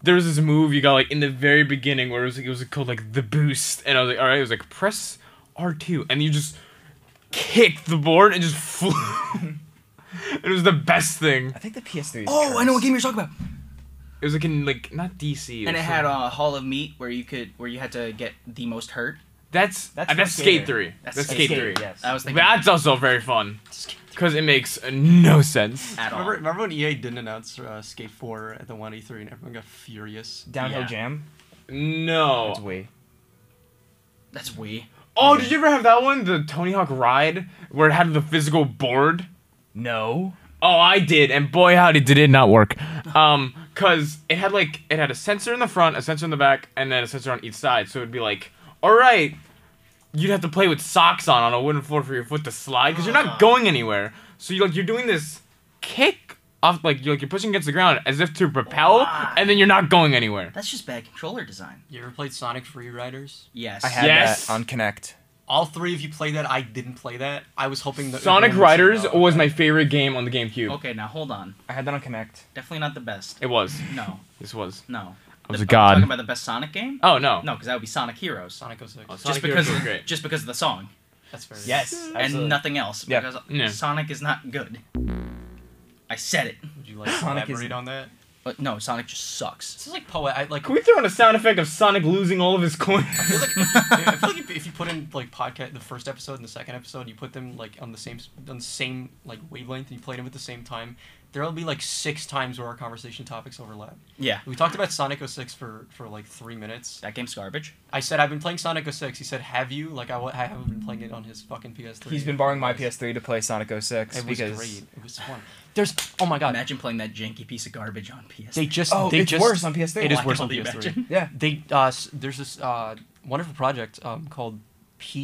[SPEAKER 3] there was this move you got like in the very beginning where it was like it was called like the boost, and I was like, all right, it was like press R two, and you just kicked the board and just flew. *laughs* it was the best thing.
[SPEAKER 4] I think the PS3. Is
[SPEAKER 2] Oh, I know what
[SPEAKER 4] cursed.
[SPEAKER 2] game you're talking about.
[SPEAKER 3] It was like in like not DC.
[SPEAKER 2] And it
[SPEAKER 3] was,
[SPEAKER 2] had a
[SPEAKER 3] like-
[SPEAKER 2] uh, Hall of Meat where you could where you had to get the most hurt.
[SPEAKER 3] that's that's,
[SPEAKER 4] That's
[SPEAKER 3] that's
[SPEAKER 4] Pro
[SPEAKER 3] Skate
[SPEAKER 4] Skater.
[SPEAKER 3] three. That's, Skate,
[SPEAKER 4] Skate,
[SPEAKER 3] three.
[SPEAKER 4] Yes.
[SPEAKER 2] I was thinking.
[SPEAKER 3] That's also very fun because it makes uh, no sense.
[SPEAKER 2] at all.
[SPEAKER 1] Remember, remember when EA didn't announce uh, Skate 4 at the 1E3 and everyone got furious?
[SPEAKER 4] Downhill
[SPEAKER 2] Yeah.
[SPEAKER 4] Jam.
[SPEAKER 3] No.
[SPEAKER 4] That's way.
[SPEAKER 2] That's Wii.
[SPEAKER 3] Oh, did you ever have that one? The Tony Hawk ride where it had the physical board?
[SPEAKER 4] No.
[SPEAKER 3] Oh, I did, and boy howdy did it not work. Um, cause it had like it had a sensor in the front, a sensor in the back, and then a sensor on each side. So it'd be like, all right, you'd have to play with socks on on a wooden floor for your foot to slide, cause you're
[SPEAKER 2] Ah.
[SPEAKER 3] not going anywhere. So you like you're doing this kick off, like you're like you're pushing against the ground as if to propel, and then you're not going anywhere.
[SPEAKER 2] That's just bad controller design.
[SPEAKER 1] You ever played Sonic Free Riders?
[SPEAKER 2] Yes.
[SPEAKER 4] I had
[SPEAKER 3] Yes.
[SPEAKER 4] that on Connect.
[SPEAKER 1] All three of you played that. I didn't play that. I was hoping that
[SPEAKER 3] Sonic
[SPEAKER 1] everyone would say
[SPEAKER 3] Riders
[SPEAKER 1] no.
[SPEAKER 3] was my favorite game on the GameCube.
[SPEAKER 2] Okay, now hold on.
[SPEAKER 4] I had that on Connect.
[SPEAKER 2] Definitely not the best.
[SPEAKER 3] It was.
[SPEAKER 2] No,
[SPEAKER 3] This was.
[SPEAKER 2] no.
[SPEAKER 3] I was
[SPEAKER 2] The-
[SPEAKER 3] a god.
[SPEAKER 2] Talking about the best Sonic game?
[SPEAKER 3] Oh no.
[SPEAKER 2] No, because that would be Sonic Heroes.
[SPEAKER 1] Sonic 06.
[SPEAKER 3] Oh,
[SPEAKER 2] just
[SPEAKER 3] Sonic Heroes
[SPEAKER 2] because,
[SPEAKER 3] was great.
[SPEAKER 2] just because of the song
[SPEAKER 1] That's fair.
[SPEAKER 4] Yes.
[SPEAKER 2] and nothing else.
[SPEAKER 4] Yeah.
[SPEAKER 2] Because
[SPEAKER 3] Yeah.
[SPEAKER 2] Sonic is not good. I said it.
[SPEAKER 1] Would you like to
[SPEAKER 4] Sonic is-
[SPEAKER 1] elaborate on that?
[SPEAKER 2] But no, Sonic just sucks.
[SPEAKER 1] This is like poet. I, like
[SPEAKER 3] Can we throw in a sound effect of Sonic losing all of his coins?
[SPEAKER 1] I feel
[SPEAKER 4] *laughs*
[SPEAKER 1] like, I feel like if, if you put in like podcast the first episode and the second episode, you put them like on the same s- on the same like wavelength, and you play them at the same time. There'll be like six times where our conversation topics overlap.
[SPEAKER 2] Yeah.
[SPEAKER 1] We talked about Sonic 06 for for like three minutes.
[SPEAKER 2] That game's garbage.
[SPEAKER 1] I said I've been playing Sonic 06. He said, "Have you?" Like I, wa- I haven't been playing it on his fucking PS3.
[SPEAKER 4] He's been borrowing my PS3 to play Sonic 06
[SPEAKER 1] It was
[SPEAKER 4] because
[SPEAKER 1] great. It was fun. There's oh my god.
[SPEAKER 2] Imagine playing that janky piece of garbage on PS.
[SPEAKER 1] They just
[SPEAKER 4] Oh,
[SPEAKER 1] they
[SPEAKER 4] it's
[SPEAKER 1] just,
[SPEAKER 4] worse on PS3.
[SPEAKER 1] It is
[SPEAKER 4] Well, Oh, I
[SPEAKER 1] worse
[SPEAKER 2] can
[SPEAKER 1] on
[SPEAKER 2] only
[SPEAKER 1] PS3.
[SPEAKER 2] imagine.
[SPEAKER 4] *laughs* yeah.
[SPEAKER 1] They uh, s- there's this uh, wonderful project um, called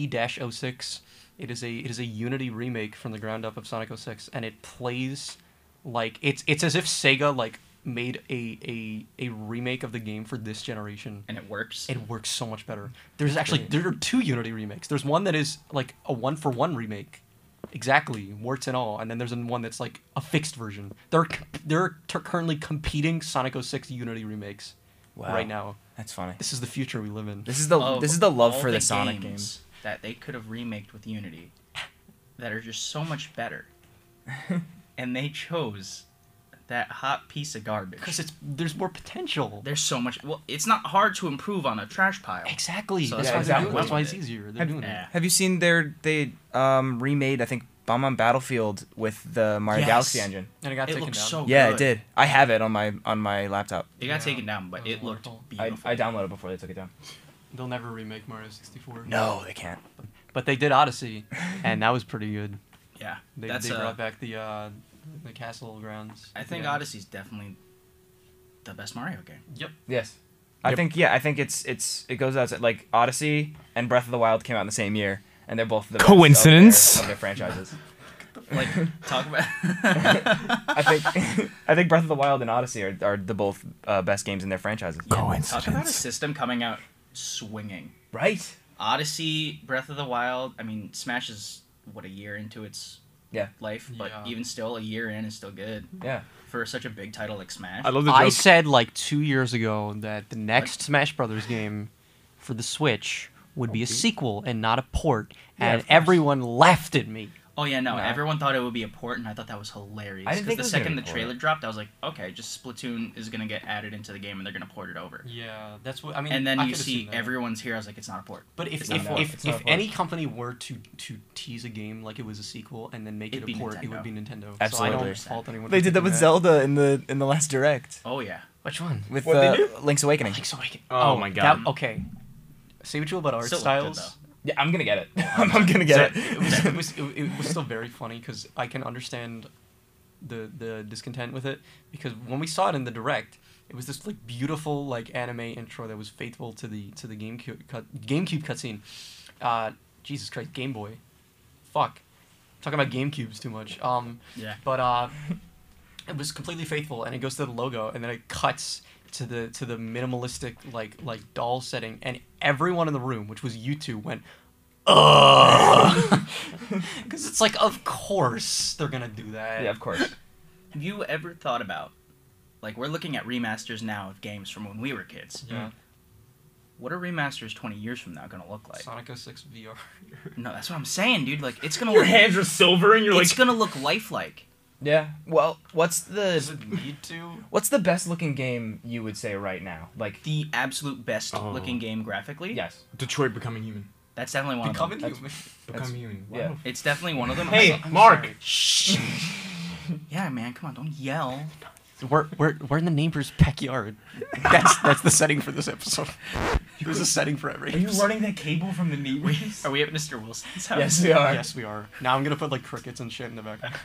[SPEAKER 1] P-06. It is a it is a Unity remake from the ground up of Sonic 06, and it plays like it's it's as if Sega like made a a, a remake of the game for this generation.
[SPEAKER 2] and it works.
[SPEAKER 1] It works so much better. There's actually there are two Unity remakes. There's one that is like a one for one remake, exactly warts and all, and then there's an- one that's like a fixed version. There are c- there are t- currently competing Sonic 06 Unity remakes
[SPEAKER 4] Wow.
[SPEAKER 1] right now.
[SPEAKER 4] That's funny.
[SPEAKER 1] This is the future we live in.
[SPEAKER 4] This is the
[SPEAKER 2] of
[SPEAKER 4] this is the love
[SPEAKER 2] all
[SPEAKER 4] for the, Sonic games.
[SPEAKER 2] games that they could have remaked with Unity that are just so much
[SPEAKER 4] *laughs*
[SPEAKER 2] better. and they chose that hot piece of
[SPEAKER 1] Because
[SPEAKER 2] garbage.
[SPEAKER 1] it's there's more potential.
[SPEAKER 2] There's so much. Well, it's not hard to improve on a trash pile.
[SPEAKER 1] Exactly.
[SPEAKER 2] So
[SPEAKER 1] that's
[SPEAKER 2] that's
[SPEAKER 1] why they're
[SPEAKER 2] why they
[SPEAKER 1] doing it.
[SPEAKER 2] went
[SPEAKER 1] That's why
[SPEAKER 2] with
[SPEAKER 1] it's
[SPEAKER 2] it.
[SPEAKER 1] easier. They're doing it.
[SPEAKER 2] Yeah.
[SPEAKER 4] Have you seen their they um remade I think Bomb on Battlefield with the Mario
[SPEAKER 2] Yes.
[SPEAKER 4] Galaxy engine.
[SPEAKER 1] And it got
[SPEAKER 2] It
[SPEAKER 1] taken
[SPEAKER 2] looks
[SPEAKER 1] down.
[SPEAKER 2] so
[SPEAKER 4] yeah,
[SPEAKER 2] good.
[SPEAKER 4] it did. I have it on my on my laptop.
[SPEAKER 2] It got
[SPEAKER 9] Yeah.
[SPEAKER 2] taken down, but
[SPEAKER 9] That
[SPEAKER 2] it
[SPEAKER 9] was
[SPEAKER 2] looked
[SPEAKER 9] wonderful.
[SPEAKER 4] I,
[SPEAKER 2] beautiful.
[SPEAKER 4] I downloaded it before they took it down.
[SPEAKER 1] They'll never remake Mario 64.
[SPEAKER 4] No, they can't.
[SPEAKER 1] But they did Odyssey, and that was pretty good.
[SPEAKER 2] yeah,
[SPEAKER 1] They,
[SPEAKER 2] that's
[SPEAKER 1] they
[SPEAKER 2] uh,
[SPEAKER 1] brought back the uh, the castle grounds.
[SPEAKER 2] I think
[SPEAKER 1] Yeah.
[SPEAKER 2] Odyssey's definitely the best Mario game.
[SPEAKER 4] Yes. I
[SPEAKER 1] Yep.
[SPEAKER 4] think yeah, I think it's it's it goes out like Odyssey and Breath of the Wild came out in the same year, and they're both the best of their-
[SPEAKER 3] Coincidence?
[SPEAKER 4] of their franchises.
[SPEAKER 2] Like,
[SPEAKER 4] *laughs*
[SPEAKER 2] talk about. *laughs*
[SPEAKER 4] I think *laughs* I think Breath of the Wild and Odyssey are, are the both uh, best games in their franchises.
[SPEAKER 2] talk about a system coming out swinging.
[SPEAKER 4] Right.
[SPEAKER 2] Odyssey, Breath of the Wild. I mean, Smash is what a year into its
[SPEAKER 4] Yeah.
[SPEAKER 2] life, but
[SPEAKER 1] Yeah.
[SPEAKER 2] even still, a year in is still good
[SPEAKER 4] Yeah.
[SPEAKER 2] for such a big title like Smash.
[SPEAKER 3] I love the
[SPEAKER 1] I
[SPEAKER 3] joke.
[SPEAKER 1] said like two years ago that the next Smash Brothers game for the Switch would be a sequel and not a port,
[SPEAKER 4] Yeah,
[SPEAKER 1] and
[SPEAKER 4] of course.
[SPEAKER 1] everyone laughed at me.
[SPEAKER 2] oh yeah, no,
[SPEAKER 4] No.
[SPEAKER 2] everyone thought it would be a port, and I thought that was hilarious.
[SPEAKER 4] I didn't think it
[SPEAKER 2] the
[SPEAKER 4] was gonna
[SPEAKER 2] second the
[SPEAKER 4] be a port.
[SPEAKER 2] trailer dropped, I was like, okay, just Splatoon is gonna get added into the game, and they're gonna port it over.
[SPEAKER 1] Yeah, that's what I mean.
[SPEAKER 2] And then you see everyone's here. I was like, it's not a port.
[SPEAKER 1] But if
[SPEAKER 2] It's
[SPEAKER 1] if,
[SPEAKER 2] not a-
[SPEAKER 1] if,
[SPEAKER 4] it's not
[SPEAKER 1] if
[SPEAKER 4] a port.
[SPEAKER 1] any company were to to tease a game like it was a sequel and then make
[SPEAKER 2] It'd
[SPEAKER 1] it
[SPEAKER 2] be
[SPEAKER 1] a port, it
[SPEAKER 2] Nintendo.
[SPEAKER 1] would be Nintendo. So I
[SPEAKER 4] Absolutely.
[SPEAKER 1] don't fault anyone.
[SPEAKER 4] They
[SPEAKER 1] for
[SPEAKER 4] did that
[SPEAKER 1] thinking
[SPEAKER 4] with Zelda in the in the last direct
[SPEAKER 2] Oh yeah,
[SPEAKER 1] Which one?
[SPEAKER 4] with
[SPEAKER 3] What'd
[SPEAKER 4] uh,
[SPEAKER 3] they
[SPEAKER 4] Link's Awakening.
[SPEAKER 1] Link's Awakening.
[SPEAKER 3] Oh my God.
[SPEAKER 1] that-
[SPEAKER 2] *laughs*
[SPEAKER 1] okay. Say what you will about art
[SPEAKER 2] Still looked good,
[SPEAKER 1] styles.
[SPEAKER 4] Yeah, I'm gonna get it. *laughs* I'm, I'm gonna get
[SPEAKER 1] So
[SPEAKER 4] it.
[SPEAKER 1] it was, it was, it, it was still very funny because I can understand the the discontent with it because when we saw it in the direct, it was this like beautiful like anime intro that was faithful to the to the GameCube cut, GameCube cutscene. Uh, Jesus Christ, Game Boy, fuck, talking about GameCubes too much. Um,
[SPEAKER 2] yeah.
[SPEAKER 1] but uh, it was completely faithful, and it goes to the logo, and then it cuts to the to the minimalistic like like doll setting, and everyone in the room, which was you two, went, *laughs* because it's like, of course they're gonna do that.
[SPEAKER 4] Yeah, of course.
[SPEAKER 2] Have you ever thought about, like, we're looking at remasters now of games from when we were kids.
[SPEAKER 1] Yeah.
[SPEAKER 2] What are remasters 20 years from now going to look like?
[SPEAKER 1] Sonic 06 VR.
[SPEAKER 2] No, that's what I'm saying, dude. Like, it's going to
[SPEAKER 3] Your
[SPEAKER 2] look.
[SPEAKER 3] hands are silver, and you're
[SPEAKER 2] It's
[SPEAKER 3] like,
[SPEAKER 2] going to look lifelike.
[SPEAKER 4] Yeah. Well, what's
[SPEAKER 1] Does
[SPEAKER 4] the
[SPEAKER 1] it need to?
[SPEAKER 4] what's the best looking game you would say right now? Like,
[SPEAKER 2] The absolute best
[SPEAKER 3] Oh.
[SPEAKER 2] looking game graphically.
[SPEAKER 4] yes.
[SPEAKER 3] Detroit becoming human.
[SPEAKER 2] That's definitely one
[SPEAKER 1] Becoming
[SPEAKER 2] of them.
[SPEAKER 1] human.
[SPEAKER 4] Oh, That's-
[SPEAKER 3] Becoming human. Wow.
[SPEAKER 4] yeah.
[SPEAKER 2] It's definitely one of them.
[SPEAKER 3] Hey,
[SPEAKER 2] Also-
[SPEAKER 3] Mark.
[SPEAKER 2] Shh. yeah, man, come on, don't yell.
[SPEAKER 1] We're, we're, we're in the neighbor's
[SPEAKER 4] *laughs*
[SPEAKER 1] backyard. That's that's the setting for this episode. There's a setting for every. episode.
[SPEAKER 3] running that cable from the neighbors?
[SPEAKER 2] Are we at Mr. Wilson's house?
[SPEAKER 4] *laughs* Yes, we are.
[SPEAKER 1] Yes, we are. Now I'm gonna put like crickets and shit in the *laughs* background.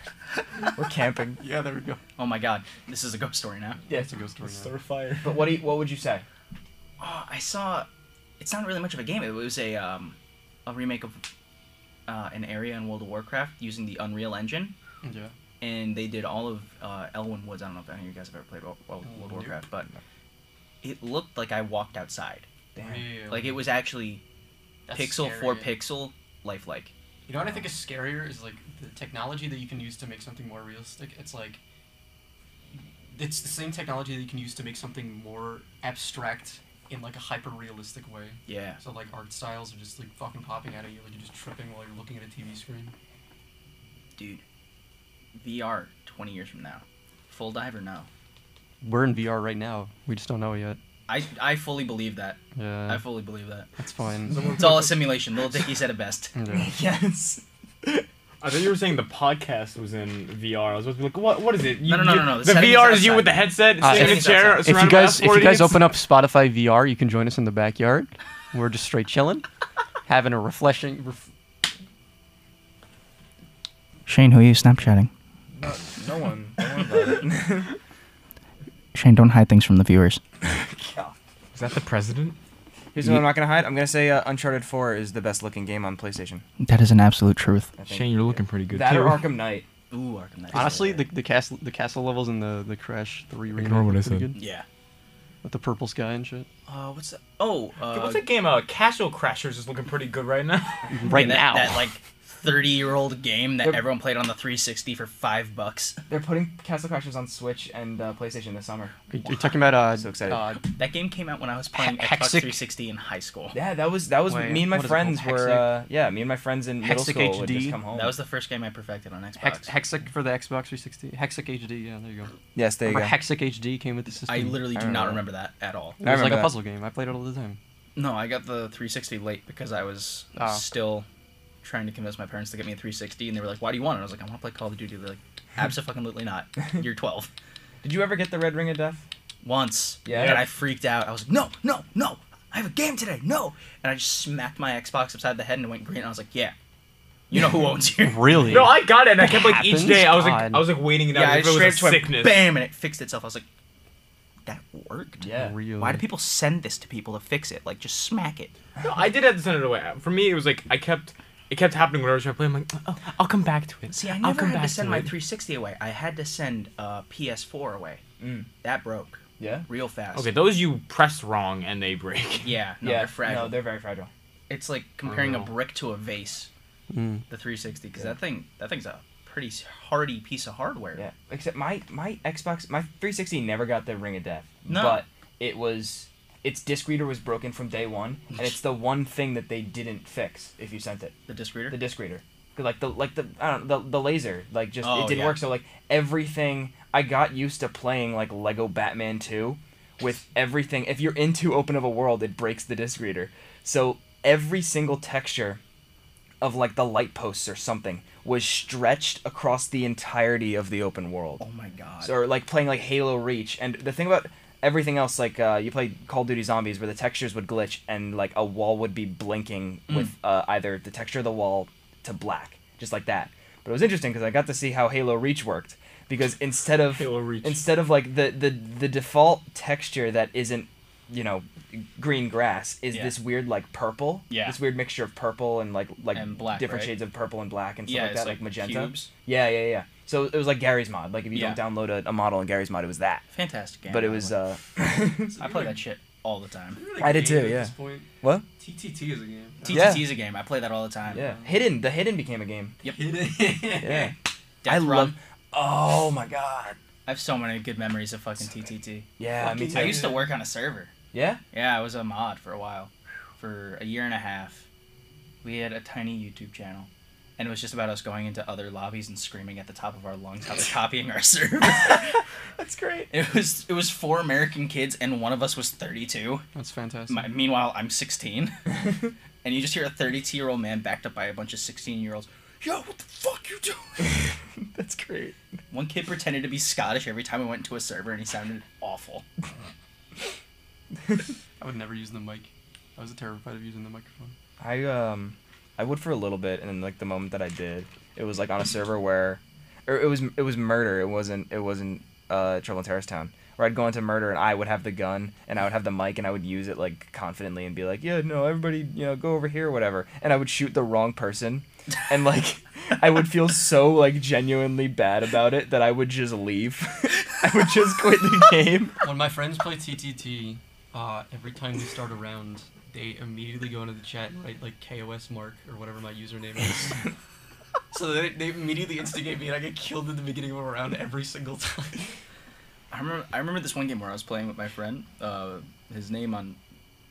[SPEAKER 4] We're camping.
[SPEAKER 1] Yeah, there we go.
[SPEAKER 2] Oh my god, this is a ghost story now.
[SPEAKER 4] Yeah,
[SPEAKER 1] It's a ghost story. now.
[SPEAKER 6] fire.
[SPEAKER 4] But what do you, what would you say?
[SPEAKER 2] Oh, I saw. It's not really much of a game. It was a um, a remake of uh, an area in World of Warcraft using the Unreal Engine,
[SPEAKER 1] Yeah.
[SPEAKER 2] and they did all of uh, Elwyn Woods. I don't know if any of you guys have ever played Wo- Wo- World of
[SPEAKER 1] Nope.
[SPEAKER 2] Warcraft, but it looked like I walked outside.
[SPEAKER 4] Damn.
[SPEAKER 2] Like it was actually
[SPEAKER 1] That's
[SPEAKER 2] pixel for
[SPEAKER 1] scary.
[SPEAKER 2] pixel, lifelike.
[SPEAKER 1] You know what I think is scarier is like the technology that you can use to make something more realistic. It's like it's the same technology that you can use to make something more abstract in like a hyper realistic way.
[SPEAKER 2] Yeah.
[SPEAKER 1] So like art styles are just like fucking popping out at you, like you're just tripping while you're looking at a TV screen.
[SPEAKER 2] Dude, VR twenty years from now, full dive or no?
[SPEAKER 1] We're in VR right now. We just don't know yet.
[SPEAKER 2] I I fully believe that.
[SPEAKER 1] Yeah,
[SPEAKER 2] I fully believe *laughs* that.
[SPEAKER 1] that's *laughs* fine.
[SPEAKER 2] It's all a simulation. Little Dicky said it best.
[SPEAKER 4] Yes.
[SPEAKER 3] I thought you were saying the podcast was in VR. I was supposed to be like, what? What is it? You,
[SPEAKER 2] No, no, no,
[SPEAKER 3] you-
[SPEAKER 2] no, no, the
[SPEAKER 3] The,
[SPEAKER 2] setting
[SPEAKER 3] VR
[SPEAKER 2] is
[SPEAKER 3] is you with
[SPEAKER 2] outside.
[SPEAKER 3] the headset,
[SPEAKER 1] Uh,
[SPEAKER 3] sitting
[SPEAKER 1] if-
[SPEAKER 3] in a chair,
[SPEAKER 1] if you
[SPEAKER 3] surrounded by
[SPEAKER 1] guys
[SPEAKER 3] us
[SPEAKER 1] if you
[SPEAKER 3] four
[SPEAKER 1] guys
[SPEAKER 3] idiots.
[SPEAKER 1] open up Spotify VR, you can join us in the backyard. We're just straight chilling, having a refreshing. Ref-
[SPEAKER 2] *laughs* Shane, who are you Snapchatting?
[SPEAKER 4] No one. No one about it.
[SPEAKER 2] Shane, don't hide things from the viewers.
[SPEAKER 3] Is that the president?
[SPEAKER 4] Here's what I'm not gonna hide. I'm gonna say uh, Uncharted 4 is the best looking game on PlayStation.
[SPEAKER 2] That is an absolute truth.
[SPEAKER 4] I think.
[SPEAKER 6] Shane, you're looking pretty good
[SPEAKER 4] That
[SPEAKER 6] too.
[SPEAKER 4] or Arkham Knight.
[SPEAKER 2] Ooh, Arkham Knight.
[SPEAKER 1] honestly, the the castle the castle levels in the the Crash Three remake
[SPEAKER 6] Ignore what
[SPEAKER 1] were
[SPEAKER 6] I
[SPEAKER 1] pretty
[SPEAKER 6] said.
[SPEAKER 1] good
[SPEAKER 2] yeah.
[SPEAKER 1] with the purple sky and shit.
[SPEAKER 2] Uh, what's that? Oh, uh,
[SPEAKER 3] What's that game? Uh, Castle Crashers is looking pretty good right now.
[SPEAKER 1] Right
[SPEAKER 2] that,
[SPEAKER 1] now,
[SPEAKER 2] that like thirty-year-old game that everyone played on the 360 for five bucks.
[SPEAKER 4] They're putting Castle Crashers on Switch and uh, PlayStation this summer.
[SPEAKER 1] you're, you're talking about uh,
[SPEAKER 4] So excited.
[SPEAKER 1] uh,
[SPEAKER 2] That game came out when I was playing
[SPEAKER 1] Hexic-
[SPEAKER 2] Xbox 360 in high school.
[SPEAKER 4] Yeah, that was that was
[SPEAKER 1] Wait,
[SPEAKER 4] me and my
[SPEAKER 1] what is it called?
[SPEAKER 4] friends were
[SPEAKER 1] Hexic?
[SPEAKER 4] uh, yeah, me and my friends in middle
[SPEAKER 1] Hexic
[SPEAKER 4] school would
[SPEAKER 1] HD?
[SPEAKER 4] just come home.
[SPEAKER 2] That was the first game I perfected on Xbox.
[SPEAKER 1] Hex, Hexic for the Xbox 360, Hexic HD. Yeah, there you go.
[SPEAKER 4] yes, there you go.
[SPEAKER 1] Remember Hexic HD came with the system.
[SPEAKER 2] I literally
[SPEAKER 4] I
[SPEAKER 2] do not
[SPEAKER 4] remember
[SPEAKER 2] remember that at all.
[SPEAKER 1] it
[SPEAKER 4] I
[SPEAKER 1] was like
[SPEAKER 4] remember
[SPEAKER 1] a
[SPEAKER 4] that.
[SPEAKER 1] puzzle game. I played it all the time.
[SPEAKER 2] No, I got the 360 late because I was
[SPEAKER 1] Oh.
[SPEAKER 2] still trying to convince my parents to get me a 360, and they were like, "Why do you want it?" I was like, "I want to play Call of Duty." They're like, "Absolutely not. You're 12."
[SPEAKER 4] Did you ever get the Red Ring of Death?
[SPEAKER 2] Once,
[SPEAKER 4] Yeah.
[SPEAKER 2] and I freaked out. I was like, "No, no, no! I have a game today, no!" And I just smacked my Xbox upside the head and it went green. And I was like, "Yeah, you know who *laughs* owns here?"
[SPEAKER 9] Really?
[SPEAKER 3] No, I got it. And I kept like
[SPEAKER 1] happens?
[SPEAKER 3] each day. I was like,
[SPEAKER 1] God.
[SPEAKER 3] I was like waiting it out.
[SPEAKER 2] yeah, I
[SPEAKER 3] if it was
[SPEAKER 2] straight
[SPEAKER 3] a
[SPEAKER 2] up just went
[SPEAKER 3] sickness.
[SPEAKER 2] bam, and it fixed itself. I was like, "That worked."
[SPEAKER 4] Yeah.
[SPEAKER 2] Why do people send this to people to fix it? Like, just smack it.
[SPEAKER 3] No, I did have to send it away. For me, it was like I kept. It kept happening whenever I was trying to play. I'm like, oh, I'll come back to it.
[SPEAKER 2] See, I
[SPEAKER 3] I'll
[SPEAKER 2] never
[SPEAKER 3] come
[SPEAKER 2] had
[SPEAKER 3] back
[SPEAKER 2] to send
[SPEAKER 3] to
[SPEAKER 2] my
[SPEAKER 3] it."
[SPEAKER 2] 360 away. I had to send uh, PS4 away. That broke
[SPEAKER 4] Yeah.
[SPEAKER 2] real fast.
[SPEAKER 3] Okay, those you press wrong and
[SPEAKER 5] *laughs*
[SPEAKER 3] they break.
[SPEAKER 2] Yeah, no,
[SPEAKER 4] yeah.
[SPEAKER 2] they're fragile.
[SPEAKER 4] No, they're very fragile.
[SPEAKER 2] It's like comparing a
[SPEAKER 4] Oh.
[SPEAKER 3] no.
[SPEAKER 2] brick to a vase.
[SPEAKER 4] Hmm.
[SPEAKER 2] The 360, because that thing, that thing's a pretty hardy piece of hardware.
[SPEAKER 4] Yeah. Except my my Xbox my 360 never got the Ring of Death.
[SPEAKER 2] No.
[SPEAKER 4] But it was its disc reader was broken from day one, and it's the one thing that they didn't fix if you sent it.
[SPEAKER 2] The disc reader.
[SPEAKER 4] The disc reader. 'Cause, Like the like the I don't know, the, the laser like just
[SPEAKER 2] Oh,
[SPEAKER 4] it didn't
[SPEAKER 2] yeah.
[SPEAKER 4] work. So like everything I got used to playing like Lego Batman two, with everything. If you're in too open of a world, it breaks the disc reader. So every single texture of like the light posts or something was stretched across the entirety of the open world.
[SPEAKER 2] oh my god.
[SPEAKER 4] So, or like playing like Halo Reach, and the thing about everything else, like uh, you played Call of Duty Zombies, where the textures would glitch and like a wall would be blinking
[SPEAKER 2] Hmm.
[SPEAKER 4] with uh, either the texture of the wall to black, just like that. But it was interesting because I got to see how Halo Reach worked because instead of
[SPEAKER 3] Halo Reach.
[SPEAKER 4] instead of like the the the default texture that isn't you know green grass is
[SPEAKER 2] Yeah.
[SPEAKER 4] this weird like purple
[SPEAKER 2] Yeah.
[SPEAKER 4] this weird mixture of purple and like like
[SPEAKER 2] And black,
[SPEAKER 4] different
[SPEAKER 2] right?
[SPEAKER 4] shades of purple and black and stuff
[SPEAKER 2] Yeah,
[SPEAKER 4] like
[SPEAKER 2] it's
[SPEAKER 4] that like,
[SPEAKER 2] like
[SPEAKER 4] magenta
[SPEAKER 2] cubes.
[SPEAKER 4] yeah yeah yeah so it was like gary's mod like if you
[SPEAKER 2] Yeah.
[SPEAKER 4] don't download a, a model in gary's mod it was that
[SPEAKER 2] Fantastic game.
[SPEAKER 4] but it
[SPEAKER 2] by the
[SPEAKER 4] was
[SPEAKER 2] way.
[SPEAKER 4] *laughs* uh
[SPEAKER 2] I play that shit all the time.
[SPEAKER 5] You're like
[SPEAKER 4] I did
[SPEAKER 5] a
[SPEAKER 4] too,
[SPEAKER 5] game at
[SPEAKER 4] yeah.
[SPEAKER 5] this point.
[SPEAKER 4] What?
[SPEAKER 5] TTT is a game.
[SPEAKER 2] TTT is a game. I play that all the time.
[SPEAKER 4] yeah hidden the hidden became a *laughs* game yeah
[SPEAKER 2] Death
[SPEAKER 4] i
[SPEAKER 2] Run.
[SPEAKER 4] love oh my god
[SPEAKER 2] I have so many good memories of fucking TTT.
[SPEAKER 4] yeah me
[SPEAKER 2] I
[SPEAKER 4] too
[SPEAKER 2] used to work on a server.
[SPEAKER 4] yeah
[SPEAKER 2] Yeah, I was a mod for a while, for a year and a half. We had a tiny YouTube channel, and it was just about us going into other lobbies and screaming at the top of our lungs
[SPEAKER 4] *laughs*
[SPEAKER 2] how they're copying our server.
[SPEAKER 4] *laughs* that's great *laughs*
[SPEAKER 2] it was it was four American kids, and one of us was thirty two.
[SPEAKER 1] That's fantastic.
[SPEAKER 2] My, meanwhile, I'm sixteen, and you just hear a thirty two year old man backed up by a bunch of sixteen year olds. Yo, what the fuck you doing?
[SPEAKER 4] that's great
[SPEAKER 2] One kid pretended to be Scottish every time we went to a server, and he sounded awful.
[SPEAKER 1] I would never use the mic. I was terrified of using the microphone.
[SPEAKER 4] I um I would for a little bit and then like the moment that I did, it was like on a server where or it was it was murder. It wasn't it wasn't uh Trouble in Terrace Town. Where I'd go into murder and I would have the gun and I would have the mic and I would use it like confidently and be like, Yeah, no, everybody, you know, go over here or whatever and I would shoot the wrong person and like I would feel so like genuinely bad about it that I would just leave. *laughs* I would just quit the game.
[SPEAKER 1] When my friends play TTT, uh, every time we start a round, they immediately go into the chat and write like KOS Mark or whatever my username *laughs* is. so they, they immediately instigate me and I get killed at the beginning of a round every single time.
[SPEAKER 2] I remember, I remember this one game where I was playing with my friend. Uh, his name on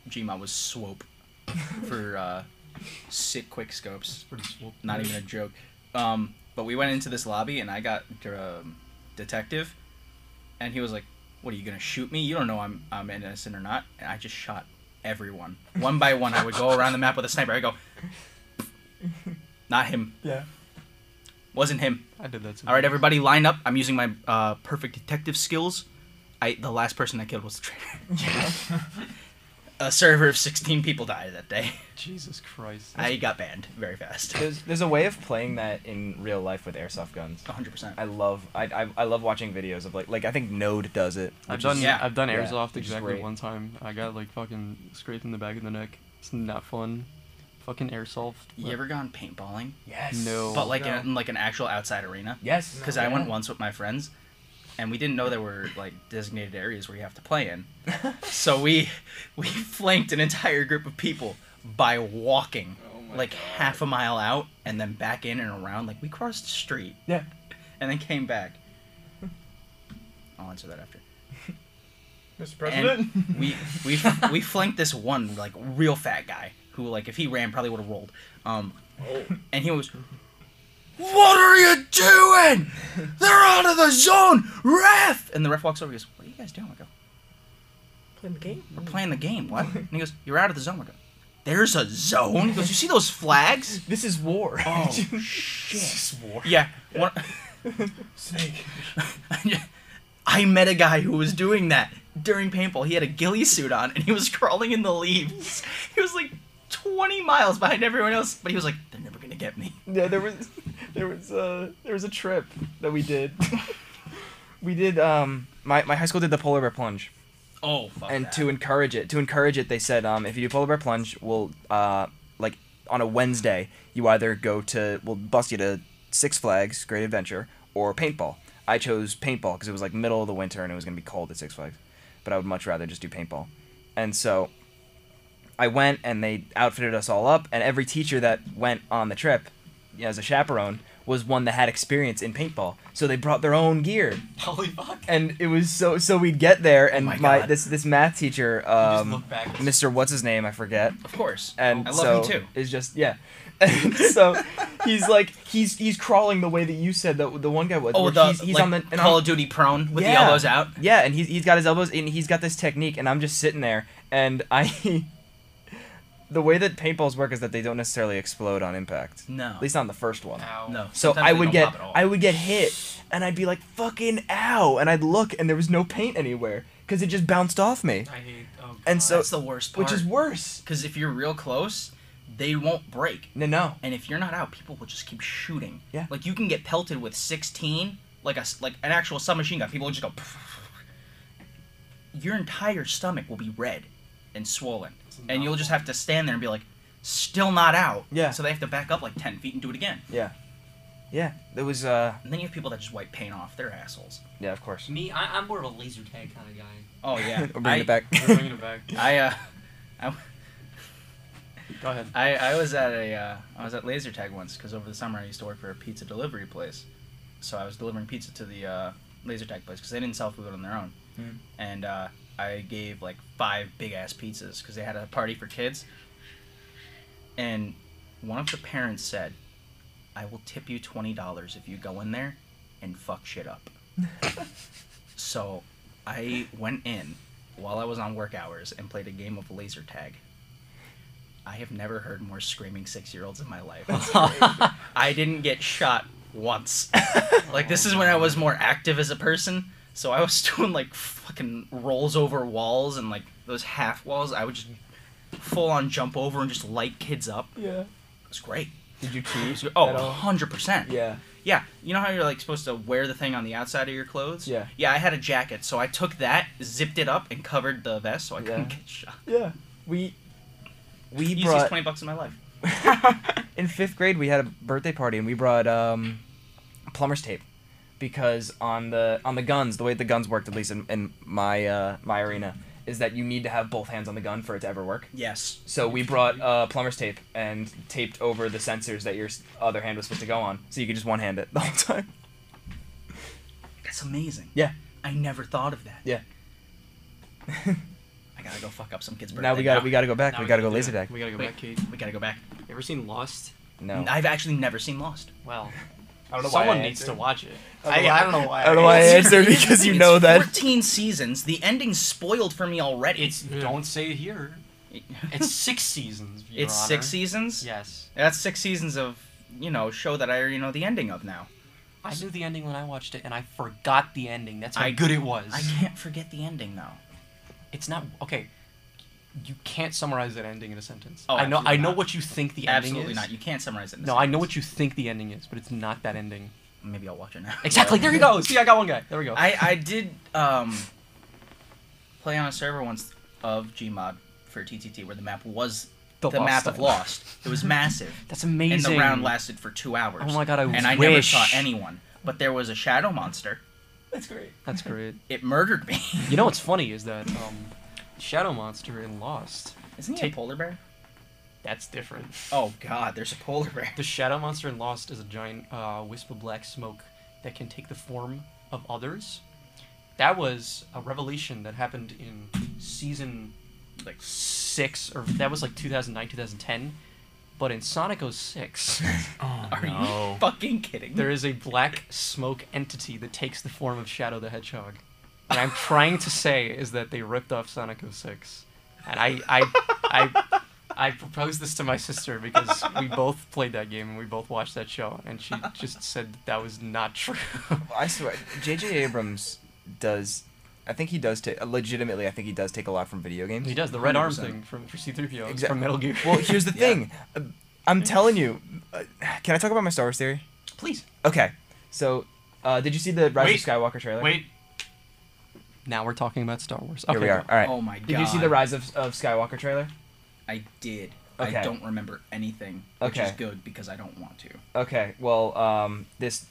[SPEAKER 2] Gmod was Swope for uh, sick quick scopes.
[SPEAKER 1] Pretty swole.
[SPEAKER 2] Not even a joke. Um, but we went into this lobby and I got um, detective, and he was like, "What are you gonna shoot me? You don't know I'm I'm innocent or not." And I just shot everyone one by one. I would go around the map with a sniper. I go, "Not him.
[SPEAKER 4] Yeah.
[SPEAKER 2] Wasn't him."
[SPEAKER 1] *laughs* I did that.
[SPEAKER 2] All right, everybody, line up. I'm using my uh, perfect detective skills. I the last person I killed was the traitor. a server of 16 people died that day.
[SPEAKER 1] Jesus Christ.
[SPEAKER 2] I got banned very fast.
[SPEAKER 4] There's there's a way of playing that in real life with airsoft guns.
[SPEAKER 2] 100%.
[SPEAKER 4] I love I, I, I love watching videos of like like I think Node does it.
[SPEAKER 1] I've
[SPEAKER 4] which
[SPEAKER 1] done
[SPEAKER 4] is-
[SPEAKER 2] yeah,
[SPEAKER 1] I've done
[SPEAKER 4] yeah,
[SPEAKER 1] airsoft
[SPEAKER 4] which is
[SPEAKER 1] exactly
[SPEAKER 4] great.
[SPEAKER 1] one time. I got like fucking scraped in the back of the neck. It's not fun. Fucking airsoft.
[SPEAKER 2] You ever gone paintballing?
[SPEAKER 4] yes.
[SPEAKER 1] No.
[SPEAKER 2] But like in, like an actual outside arena?
[SPEAKER 4] yes
[SPEAKER 2] Because I went once with my friends, and we didn't know there were like designated areas where you have to play in. so we we flanked an entire group of people by walking like half a mile out and then back in and around. Like we crossed the street.
[SPEAKER 4] Yeah.
[SPEAKER 2] And then came back. I'll answer that after.
[SPEAKER 5] Mr.
[SPEAKER 2] And
[SPEAKER 5] President?
[SPEAKER 2] we we we flanked this one like real fat guy who like if he ran probably would have rolled. Um, and he was, "What are you doing? They're out of the zone, ref!" And the ref walks over. and goes, "What are you guys doing?" I go,
[SPEAKER 14] Playing the game?
[SPEAKER 2] "We're playing the game. What?" And he goes, "You're out of the zone." I go, there's a zone. He goes, you see those flags?
[SPEAKER 4] This is war. *laughs*
[SPEAKER 2] Oh shit! Yeah. One,
[SPEAKER 5] Snake.
[SPEAKER 2] *laughs* I met a guy who was doing that during paintball. He had a ghillie suit on and he was *laughs* crawling in the leaves. He was like 20 miles behind everyone else, but he was like, they're never gonna get me.
[SPEAKER 4] Yeah, there was *laughs* there was uh there was a trip that we did. *laughs* we did um my, my high school did the polar bear plunge.
[SPEAKER 2] Oh, fuck.
[SPEAKER 4] and
[SPEAKER 2] that.
[SPEAKER 4] to encourage it to encourage it they said um, if you do polar bear plunge we'll uh, like on a wednesday you either go to we'll bust you to six flags great adventure or paintball i chose paintball because it was like middle of the winter and it was going to be cold at six flags but i would much rather just do paintball and so i went and they outfitted us all up and every teacher that went on the trip you know, as a chaperone was one that had experience in paintball so they brought their own gear
[SPEAKER 9] Holy fuck.
[SPEAKER 4] and it was so so we'd get there and
[SPEAKER 2] Oh my
[SPEAKER 4] my,
[SPEAKER 2] God.
[SPEAKER 4] this this math teacher
[SPEAKER 9] just
[SPEAKER 4] um
[SPEAKER 9] look back.
[SPEAKER 4] Mr. what's his name I forget
[SPEAKER 2] Of course.
[SPEAKER 4] and
[SPEAKER 2] I
[SPEAKER 4] so
[SPEAKER 2] love him too.
[SPEAKER 4] is just yeah *laughs* and so he's like he's he's crawling the way that you said that the one guy was
[SPEAKER 2] Oh,
[SPEAKER 4] where
[SPEAKER 2] the
[SPEAKER 4] he's, he's
[SPEAKER 2] like,
[SPEAKER 4] on the and
[SPEAKER 2] Call
[SPEAKER 4] I'm-
[SPEAKER 2] of Duty prone with the
[SPEAKER 4] Yeah.
[SPEAKER 2] elbows out.
[SPEAKER 4] yeah and he's, he's got his elbows and he's got this technique and I'm just sitting there and I *laughs* the way that paintballs work is that they don't necessarily explode on impact
[SPEAKER 2] No.
[SPEAKER 4] at least not on the first one
[SPEAKER 2] No.
[SPEAKER 4] so
[SPEAKER 2] Sometimes
[SPEAKER 4] I
[SPEAKER 2] they
[SPEAKER 4] would
[SPEAKER 2] don't
[SPEAKER 4] get
[SPEAKER 2] pop at all.
[SPEAKER 4] I would get hit and I'd be like fucking ow and I'd look and there was no paint anywhere cuz it just bounced off me.
[SPEAKER 9] I hate. Oh God.
[SPEAKER 4] And so
[SPEAKER 2] That's the worst part.
[SPEAKER 4] which is worse.
[SPEAKER 2] because if you're real close, they won't break.
[SPEAKER 4] No no.
[SPEAKER 2] And if you're not out, people will just keep shooting.
[SPEAKER 4] Yeah.
[SPEAKER 2] Like you can get pelted with 16, like a s- like an actual submachine gun. People will just go. Your entire stomach will be red and swollen, and you'll just have to stand there and be like, still not out.
[SPEAKER 4] Yeah.
[SPEAKER 2] So they have to back up like 10 feet and do it again.
[SPEAKER 4] Yeah. Yeah, there was uh
[SPEAKER 2] And then you have people that just wipe paint off. They're
[SPEAKER 4] *laughs*
[SPEAKER 2] assholes.
[SPEAKER 4] yeah, of course.
[SPEAKER 9] Me, I, I'm more of a laser tag kind of guy.
[SPEAKER 2] Oh yeah.
[SPEAKER 4] I'll bring
[SPEAKER 2] I,
[SPEAKER 4] it
[SPEAKER 2] *laughs*
[SPEAKER 4] back.
[SPEAKER 5] They're bringing it back.
[SPEAKER 2] I uh,
[SPEAKER 1] Go ahead.
[SPEAKER 2] I, I was at a uh, I was at laser tag once because over the summer I used to work for a pizza delivery place, so I was delivering pizza to the uh, laser tag place because they didn't sell food on their own,
[SPEAKER 1] Mm.
[SPEAKER 2] and uh, I gave like five big ass pizzas because they had a party for kids, and one of the parents said, "I will tip you twenty dollars if you go in there and fuck shit up." so, I went in while I was on work hours and played a game of laser tag. I have never heard more screaming six year olds in my
[SPEAKER 4] *laughs*
[SPEAKER 2] life. I didn't get shot
[SPEAKER 4] *laughs*
[SPEAKER 2] once. like, this is when I was more active as a person. So I was *laughs* doing like fucking rolls over walls and like those half walls. I would just full on jump over and just light kids up.
[SPEAKER 4] Yeah.
[SPEAKER 2] It was great.
[SPEAKER 4] Did you cheat?
[SPEAKER 2] Oh,
[SPEAKER 4] at all?
[SPEAKER 2] 100%.
[SPEAKER 4] Yeah.
[SPEAKER 2] Yeah, you know how you're like supposed to wear the thing on the outside of your clothes?
[SPEAKER 4] Yeah.
[SPEAKER 2] Yeah, I had a jacket, so I took that, zipped it up, and covered the vest so I couldn't
[SPEAKER 4] Yeah.
[SPEAKER 2] get shot.
[SPEAKER 4] Yeah. We we
[SPEAKER 2] Easiest
[SPEAKER 4] brought
[SPEAKER 2] 20 bucks in my life.
[SPEAKER 4] *laughs* in fifth grade we had a birthday party and we brought um, plumber's tape because on the on the guns the way the guns worked at least in, in my uh, my arena is that you need to have both hands on the gun for it to ever work
[SPEAKER 2] Yes.
[SPEAKER 4] so we brought uh, plumber's tape and taped over the sensors that your s- other hand was supposed to go on so you could just one hand it *laughs* the whole time
[SPEAKER 2] That's amazing.
[SPEAKER 4] yeah
[SPEAKER 2] I never thought of that.
[SPEAKER 4] yeah
[SPEAKER 2] I gotta go fuck up some kid's birthday.
[SPEAKER 4] now we got to we got to go back we got to go laser tag
[SPEAKER 1] We gotta go
[SPEAKER 2] Wait.
[SPEAKER 1] back, Kate.
[SPEAKER 2] We gotta go back.
[SPEAKER 1] You ever seen Lost?
[SPEAKER 4] no
[SPEAKER 2] I've actually never seen Lost.
[SPEAKER 1] Well,
[SPEAKER 4] I don't know why
[SPEAKER 1] someone
[SPEAKER 4] I
[SPEAKER 1] needs to
[SPEAKER 4] answered.
[SPEAKER 1] watch it.
[SPEAKER 9] I, I don't know why.
[SPEAKER 4] I don't know why I answered because you know
[SPEAKER 2] it's
[SPEAKER 4] that
[SPEAKER 2] 14 seasons. The ending's spoiled for me already. *laughs*
[SPEAKER 9] It's don't say it here. It's six seasons. Your
[SPEAKER 2] it's
[SPEAKER 9] Honor.
[SPEAKER 2] six seasons.
[SPEAKER 1] Yes.
[SPEAKER 2] That's six seasons of you know show that I already know the ending of now.
[SPEAKER 9] I knew the ending when I watched it, and I forgot the ending. That's how
[SPEAKER 2] I-
[SPEAKER 9] good it was.
[SPEAKER 2] I can't forget the ending though.
[SPEAKER 9] it's not okay. You can't summarize that ending in a sentence.
[SPEAKER 2] Oh,
[SPEAKER 9] I know. I
[SPEAKER 2] absolutely
[SPEAKER 9] know
[SPEAKER 2] not.
[SPEAKER 9] what you think the ending
[SPEAKER 2] Absolutely
[SPEAKER 9] is.
[SPEAKER 2] not. You can't summarize it. In a
[SPEAKER 1] No, I know
[SPEAKER 2] sentence.
[SPEAKER 1] what you think the ending is, but it's not that ending.
[SPEAKER 2] Maybe I'll watch it now.
[SPEAKER 9] Exactly. There you go. See, I got one guy.
[SPEAKER 1] There we go.
[SPEAKER 2] I I did um play on a server once of Gmod for TTT where the map was the,
[SPEAKER 1] Lost
[SPEAKER 2] map of
[SPEAKER 1] Island.
[SPEAKER 2] Lost. It was massive.
[SPEAKER 1] That's amazing.
[SPEAKER 2] And the round lasted for two hours.
[SPEAKER 1] Oh my God, I
[SPEAKER 2] And I never
[SPEAKER 1] wish.
[SPEAKER 2] saw anyone. But there was a shadow monster.
[SPEAKER 1] That's great.
[SPEAKER 2] It murdered me.
[SPEAKER 1] You know what's funny is that um, Shadow Monster in Lost.
[SPEAKER 2] *laughs* Isn't he a
[SPEAKER 1] Take-
[SPEAKER 2] polar bear?
[SPEAKER 1] That's different.
[SPEAKER 2] Oh God, there's a polar bear. *laughs*
[SPEAKER 1] The Shadow Monster in Lost is a giant uh, wisp of black smoke that can take the form of others. That was a revelation that happened in season like six, or that was like 2009, 2010. But in Sonic *laughs* 06,
[SPEAKER 5] *laughs*
[SPEAKER 2] Are you fucking kidding?
[SPEAKER 1] there is a black smoke entity that takes the form of Shadow the Hedgehog. What I'm oh trying to say is that they ripped off Sonic 06. And I, I, I, I proposed this to my sister because we both played that game and we both watched that show, and she just said that, that was not true. *laughs*
[SPEAKER 4] I swear, J.J. Abrams does. I think he does take. Legitimately, I think he does take a lot from video games.
[SPEAKER 1] he does the red arm
[SPEAKER 2] 100%.
[SPEAKER 1] thing from for C-3PO It's
[SPEAKER 4] Exact-
[SPEAKER 1] from Metal Gear.
[SPEAKER 4] Well, here's the thing. Uh, I'm telling you. Uh, can I talk about my Star Wars theory?
[SPEAKER 1] please.
[SPEAKER 4] Okay. So, uh, did you see the Rise
[SPEAKER 9] Wait.
[SPEAKER 4] of Skywalker trailer?
[SPEAKER 9] Wait,
[SPEAKER 1] Now we're talking about Star Wars.
[SPEAKER 4] Here we are. All right.
[SPEAKER 2] Oh my god.
[SPEAKER 4] did you see the Rise of, of Skywalker trailer?
[SPEAKER 2] I did.
[SPEAKER 4] Okay.
[SPEAKER 2] I don't remember anything, which is
[SPEAKER 4] Okay.
[SPEAKER 2] good because I don't want to.
[SPEAKER 4] Okay. Well, um, this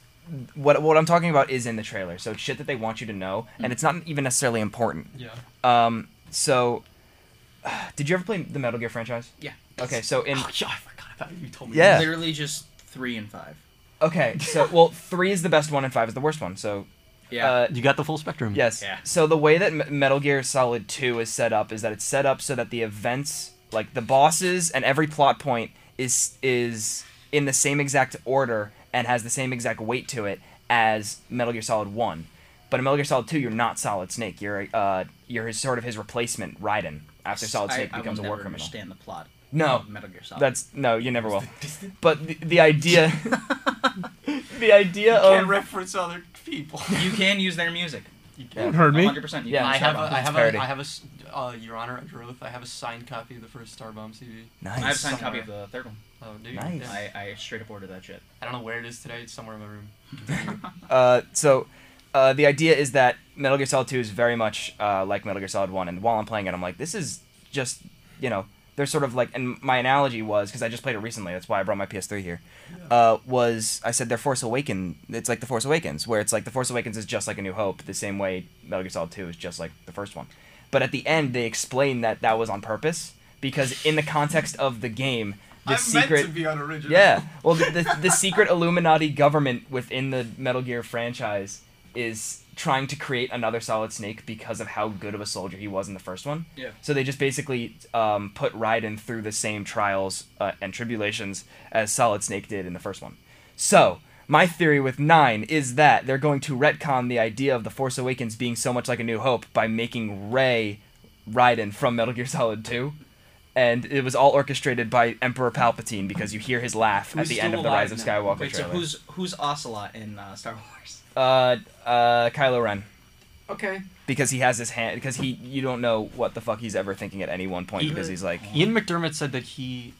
[SPEAKER 4] what what I'm talking about is in the trailer. So it's shit that they want you to know,
[SPEAKER 2] Mm.
[SPEAKER 4] and it's not even necessarily important.
[SPEAKER 1] Yeah.
[SPEAKER 4] Um. So, *sighs* did you ever play the Metal Gear franchise?
[SPEAKER 2] Yeah. Ah,
[SPEAKER 4] Okay. So in
[SPEAKER 9] oh, yeah, I forgot about it. You told me.
[SPEAKER 4] yeah.
[SPEAKER 2] Literally just three and five.
[SPEAKER 4] Okay. So well, three is the best one, and five is the worst one. So
[SPEAKER 2] Yeah.
[SPEAKER 4] uh,
[SPEAKER 1] You got the full spectrum.
[SPEAKER 4] Yes.
[SPEAKER 2] Yeah.
[SPEAKER 4] So the way that M- Metal Gear Solid 2 is set up is that it's set up so that the events, like the bosses and every plot point is is in the same exact order and has the same exact weight to it as Metal Gear Solid 1. But in Metal Gear Solid 2, you're not Solid Snake. You're uh you're his, sort of his replacement, Raiden, after Solid
[SPEAKER 2] I-
[SPEAKER 4] Snake
[SPEAKER 2] I,
[SPEAKER 4] becomes
[SPEAKER 2] will
[SPEAKER 4] a war
[SPEAKER 2] never
[SPEAKER 4] criminal.
[SPEAKER 2] understand the plot.
[SPEAKER 4] No.
[SPEAKER 2] of Metal Gear Solid.
[SPEAKER 4] That's no, you never will. But the, the idea *laughs* the idea
[SPEAKER 9] Can't
[SPEAKER 1] Um,
[SPEAKER 4] of
[SPEAKER 9] reference other people.
[SPEAKER 2] *laughs*
[SPEAKER 9] *laughs*
[SPEAKER 2] you can use their music.
[SPEAKER 3] *laughs* Heard me?
[SPEAKER 2] 100%. You
[SPEAKER 4] Yeah,
[SPEAKER 2] can
[SPEAKER 9] I
[SPEAKER 2] use
[SPEAKER 9] have a,
[SPEAKER 2] Starbomb.
[SPEAKER 9] I have
[SPEAKER 4] parody.
[SPEAKER 9] a, I have a, s- uh, Your Honor, under oath, I have a signed copy of the first Starbomb CD.
[SPEAKER 4] Nice.
[SPEAKER 2] I have a signed copy of the third one.
[SPEAKER 9] Oh, dude.
[SPEAKER 4] Nice.
[SPEAKER 9] yeah.
[SPEAKER 2] I, I straight up ordered that shit.
[SPEAKER 9] I don't know where it is today. It's somewhere in my room.
[SPEAKER 4] Uh, so uh, the idea is that Metal Gear Solid 2 is very much uh, like Metal Gear Solid 1, and while I'm playing it, I'm like, this is just, you know, they're sort of like, and my analogy was, because I just played it recently, that's why I brought my PS3 here, uh, was I said they're Force Awaken, it's like The Force Awakens, where it's like The Force Awakens is just like A New Hope, the same way Metal Gear Solid 2 is just like the first one. But at the end, they explain that that was on purpose, because in the context of the game, the
[SPEAKER 5] I'm
[SPEAKER 4] secret.
[SPEAKER 5] meant to be unoriginal.
[SPEAKER 4] Yeah. Well, the, the, the secret Illuminati government within the Metal Gear franchise is trying to create another Solid Snake because of how good of a soldier he was in the first one.
[SPEAKER 2] Yeah.
[SPEAKER 4] So they just basically um, put Raiden through the same trials uh, and tribulations as Solid Snake did in the first one. So. My theory with nine is that they're going to retcon the idea of the Force Awakens being so much like A New Hope by making Rey Raiden from Metal Gear Solid Two, and it was all orchestrated by Emperor Palpatine because you hear his laugh at
[SPEAKER 9] Who's
[SPEAKER 4] the end
[SPEAKER 9] still
[SPEAKER 4] of the Rise of
[SPEAKER 9] alive now?
[SPEAKER 4] Skywalker
[SPEAKER 2] Wait, so
[SPEAKER 4] trailer.
[SPEAKER 2] who's who's Ocelot in uh, Star Wars?
[SPEAKER 4] uh, uh, Kylo Ren.
[SPEAKER 9] Okay.
[SPEAKER 4] Because he has his hand. Because he, you don't know what the fuck he's ever thinking at any one point. Because he's like,
[SPEAKER 1] Ian McDermott said that he,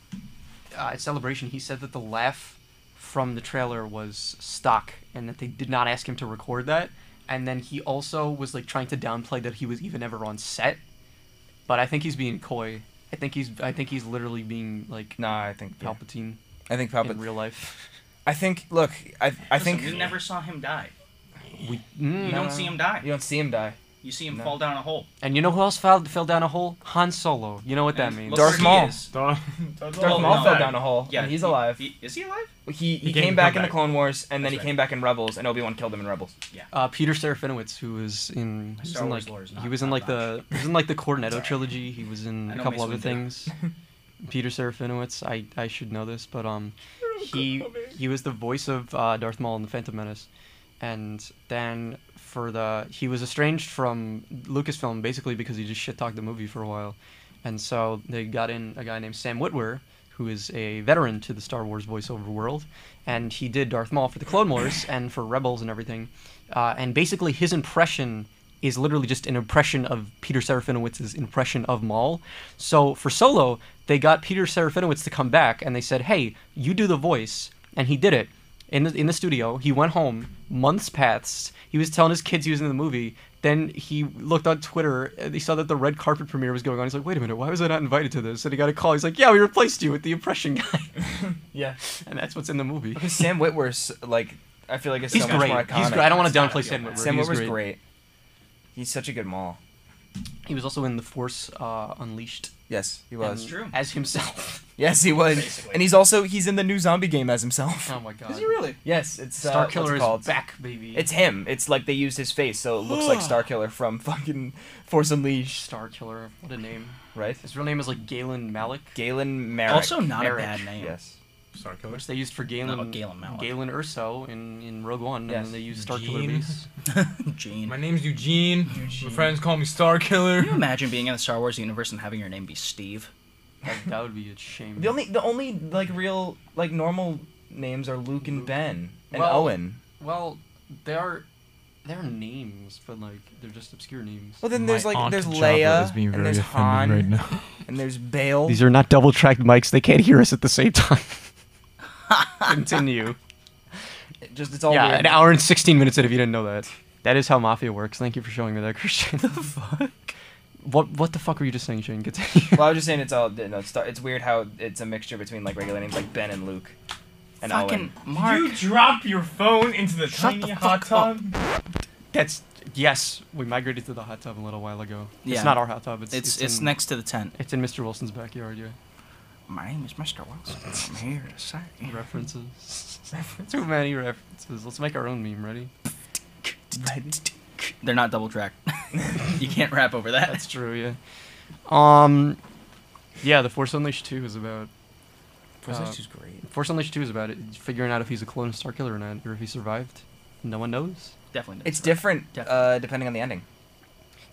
[SPEAKER 1] uh, at Celebration, he said that the laugh from the trailer was stock and that they did not ask him to record that. And then he also was like trying to downplay that he was even ever on set. But I think he's being coy. I think he's I think he's literally being like
[SPEAKER 4] Nah, I think
[SPEAKER 1] Palpatine
[SPEAKER 4] I think
[SPEAKER 1] in
[SPEAKER 4] Palpatine.
[SPEAKER 1] real life.
[SPEAKER 4] I think. Look, I, I think
[SPEAKER 2] Listen, we never saw him die.
[SPEAKER 1] We, mm,
[SPEAKER 2] You
[SPEAKER 4] No,
[SPEAKER 2] don't
[SPEAKER 4] no,
[SPEAKER 2] see
[SPEAKER 4] no.
[SPEAKER 2] him die.
[SPEAKER 4] You don't see him die.
[SPEAKER 2] You see him
[SPEAKER 4] No.
[SPEAKER 2] fall down a hole.
[SPEAKER 1] and you know who else fell, fell down a hole? Han Solo. You know what that
[SPEAKER 2] And
[SPEAKER 1] means?
[SPEAKER 2] look
[SPEAKER 4] Darth
[SPEAKER 2] where he
[SPEAKER 4] Maul.
[SPEAKER 2] is.
[SPEAKER 3] *laughs* Don't-
[SPEAKER 4] Darth
[SPEAKER 2] Oh,
[SPEAKER 4] Maul
[SPEAKER 2] no.
[SPEAKER 4] fell down a hole. Yeah, and he's
[SPEAKER 2] he-
[SPEAKER 4] alive. He
[SPEAKER 2] he- is he alive?
[SPEAKER 4] he, he
[SPEAKER 3] came
[SPEAKER 4] came,
[SPEAKER 3] in
[SPEAKER 4] back in the
[SPEAKER 3] Comeback.
[SPEAKER 4] Clone Wars, and
[SPEAKER 2] That's
[SPEAKER 4] then he
[SPEAKER 2] right.
[SPEAKER 4] came back in Rebels, and Obi Wan killed him in Rebels.
[SPEAKER 1] uh, Peter Serafinowicz, who was in, he was
[SPEAKER 2] Star
[SPEAKER 1] in
[SPEAKER 2] Wars
[SPEAKER 1] like
[SPEAKER 2] lore is
[SPEAKER 1] he
[SPEAKER 2] not-
[SPEAKER 1] was in
[SPEAKER 2] not
[SPEAKER 1] like the he was in like the Cornetto trilogy. He was in
[SPEAKER 2] I
[SPEAKER 1] a
[SPEAKER 2] know
[SPEAKER 1] couple
[SPEAKER 2] Mace
[SPEAKER 1] other
[SPEAKER 2] Windu. *laughs*
[SPEAKER 1] things. Peter Serafinowicz, I I should know this, but um, he he was the voice of uh, Darth Maul in the Phantom Menace, and then for the he was estranged from Lucasfilm basically because he just shit talked the movie for a while, and so they got in a guy named Sam Witwer. Who is a veteran to the Star Wars voiceover world, and he did Darth Maul for the Clone Wars and for Rebels and everything, uh, and basically his impression is literally just an impression of Peter Serafinowicz's impression of Maul. So for Solo, they got Peter Serafinowicz to come back, and they said, "Hey, you do the voice," and he did it in the in the studio. He went home. Months passed. He was telling his kids he was in the movie. Then he looked on Twitter. And he saw that the red carpet premiere was going on. He's like, "Wait a minute, why was I not invited to this?" And he got a call. He's like, "Yeah, we replaced you with the impression guy," *laughs*
[SPEAKER 4] Yeah.
[SPEAKER 1] and that's what's in the movie.
[SPEAKER 4] Because Sam Witwer's like, I feel like it's
[SPEAKER 1] He's
[SPEAKER 4] so
[SPEAKER 1] great.
[SPEAKER 4] much more iconic.
[SPEAKER 1] He's great. I don't want to downplay Sam Witwer.
[SPEAKER 4] Sam
[SPEAKER 1] He was
[SPEAKER 4] Witwer's
[SPEAKER 1] great.
[SPEAKER 4] great. He's such a good mall.
[SPEAKER 1] He was also in The Force uh, Unleashed.
[SPEAKER 4] Yes, he
[SPEAKER 1] and-
[SPEAKER 4] was.
[SPEAKER 2] That's true.
[SPEAKER 1] As himself. *laughs*
[SPEAKER 4] Yes, he was.
[SPEAKER 2] Basically.
[SPEAKER 4] And he's also he's in the new zombie game as himself.
[SPEAKER 1] oh my god.
[SPEAKER 2] really?
[SPEAKER 4] Yes, it's uh,
[SPEAKER 1] Star
[SPEAKER 4] what's it
[SPEAKER 1] Killer
[SPEAKER 4] called?
[SPEAKER 1] is back, baby.
[SPEAKER 4] It's him. It's like they used his face, so it looks like Star Killer from fucking Force Unleashed,
[SPEAKER 1] Star Killer. What a name.
[SPEAKER 4] right?
[SPEAKER 1] His real name is like Galen Malik,
[SPEAKER 4] Galen Merrick.
[SPEAKER 2] Also not
[SPEAKER 1] Merrick,
[SPEAKER 2] a bad name.
[SPEAKER 4] yes.
[SPEAKER 3] Star Killer.
[SPEAKER 1] which they used for Galen
[SPEAKER 2] about Galen Malik.
[SPEAKER 1] Galen Urso in, in Rogue One,
[SPEAKER 4] Yes.
[SPEAKER 1] and then they used Star Killer
[SPEAKER 3] Eugene.
[SPEAKER 1] Base.
[SPEAKER 2] *laughs* Gene.
[SPEAKER 3] My name's Eugene. My friends call me Star Killer.
[SPEAKER 2] Can you imagine being in the Star Wars universe and having your name be Steve?
[SPEAKER 1] That, that would be a shame.
[SPEAKER 4] The only the only like real like normal names are Luke and Ben and
[SPEAKER 1] Well-
[SPEAKER 4] Owen.
[SPEAKER 1] well, they are they are names, but like they're just obscure names.
[SPEAKER 4] Well, then
[SPEAKER 3] My
[SPEAKER 4] there's like
[SPEAKER 3] Aunt
[SPEAKER 4] there's
[SPEAKER 3] Java
[SPEAKER 4] Leia
[SPEAKER 6] is being
[SPEAKER 4] and
[SPEAKER 6] very
[SPEAKER 4] there's
[SPEAKER 6] offended
[SPEAKER 4] Han
[SPEAKER 6] right now.
[SPEAKER 4] and there's Bail.
[SPEAKER 1] These are not double tracked mics. They can't hear us at the same time. *laughs* Continue.
[SPEAKER 4] just it's
[SPEAKER 1] *laughs*
[SPEAKER 4] all
[SPEAKER 1] yeah,
[SPEAKER 4] weird.
[SPEAKER 1] an hour and 16 minutes in if you didn't know that. That is how Mafia works. Thank you for showing me that, *laughs* Christian. the fuck? What, what the fuck were you just saying, Shane? Continue.
[SPEAKER 4] Well, I was just saying it's all no, it's, it's weird how it's a mixture between like regular names like Ben and Luke and
[SPEAKER 2] Fucking
[SPEAKER 4] Owen.
[SPEAKER 2] Mark.
[SPEAKER 5] You drop your phone into the
[SPEAKER 1] Shut
[SPEAKER 5] tiny
[SPEAKER 1] the
[SPEAKER 5] hot
[SPEAKER 1] fuck up.
[SPEAKER 5] tub.
[SPEAKER 1] That's, yes, we migrated to the hot tub a little while ago.
[SPEAKER 2] Yeah.
[SPEAKER 1] It's not our hot tub. It's,
[SPEAKER 2] It's
[SPEAKER 1] it's
[SPEAKER 2] it's
[SPEAKER 1] in-
[SPEAKER 2] next to the tent.
[SPEAKER 1] It's in Mr. Wilson's backyard, yeah.
[SPEAKER 2] My name is Mr. Wilson. I'm here to say.
[SPEAKER 1] References. *laughs* Too many references. Let's make our own meme, ready?
[SPEAKER 2] They're not double tracked. *laughs* you can't rap over that.
[SPEAKER 1] That's true, yeah. Um, yeah, The Force Unleashed 2 is about Force Unleashed
[SPEAKER 2] great.
[SPEAKER 1] Force Unleashed 2 is about it, figuring out if he's a clone of Starkiller or not, or if he survived. No one knows.
[SPEAKER 2] Definitely.
[SPEAKER 4] It's different uh, depending on the ending.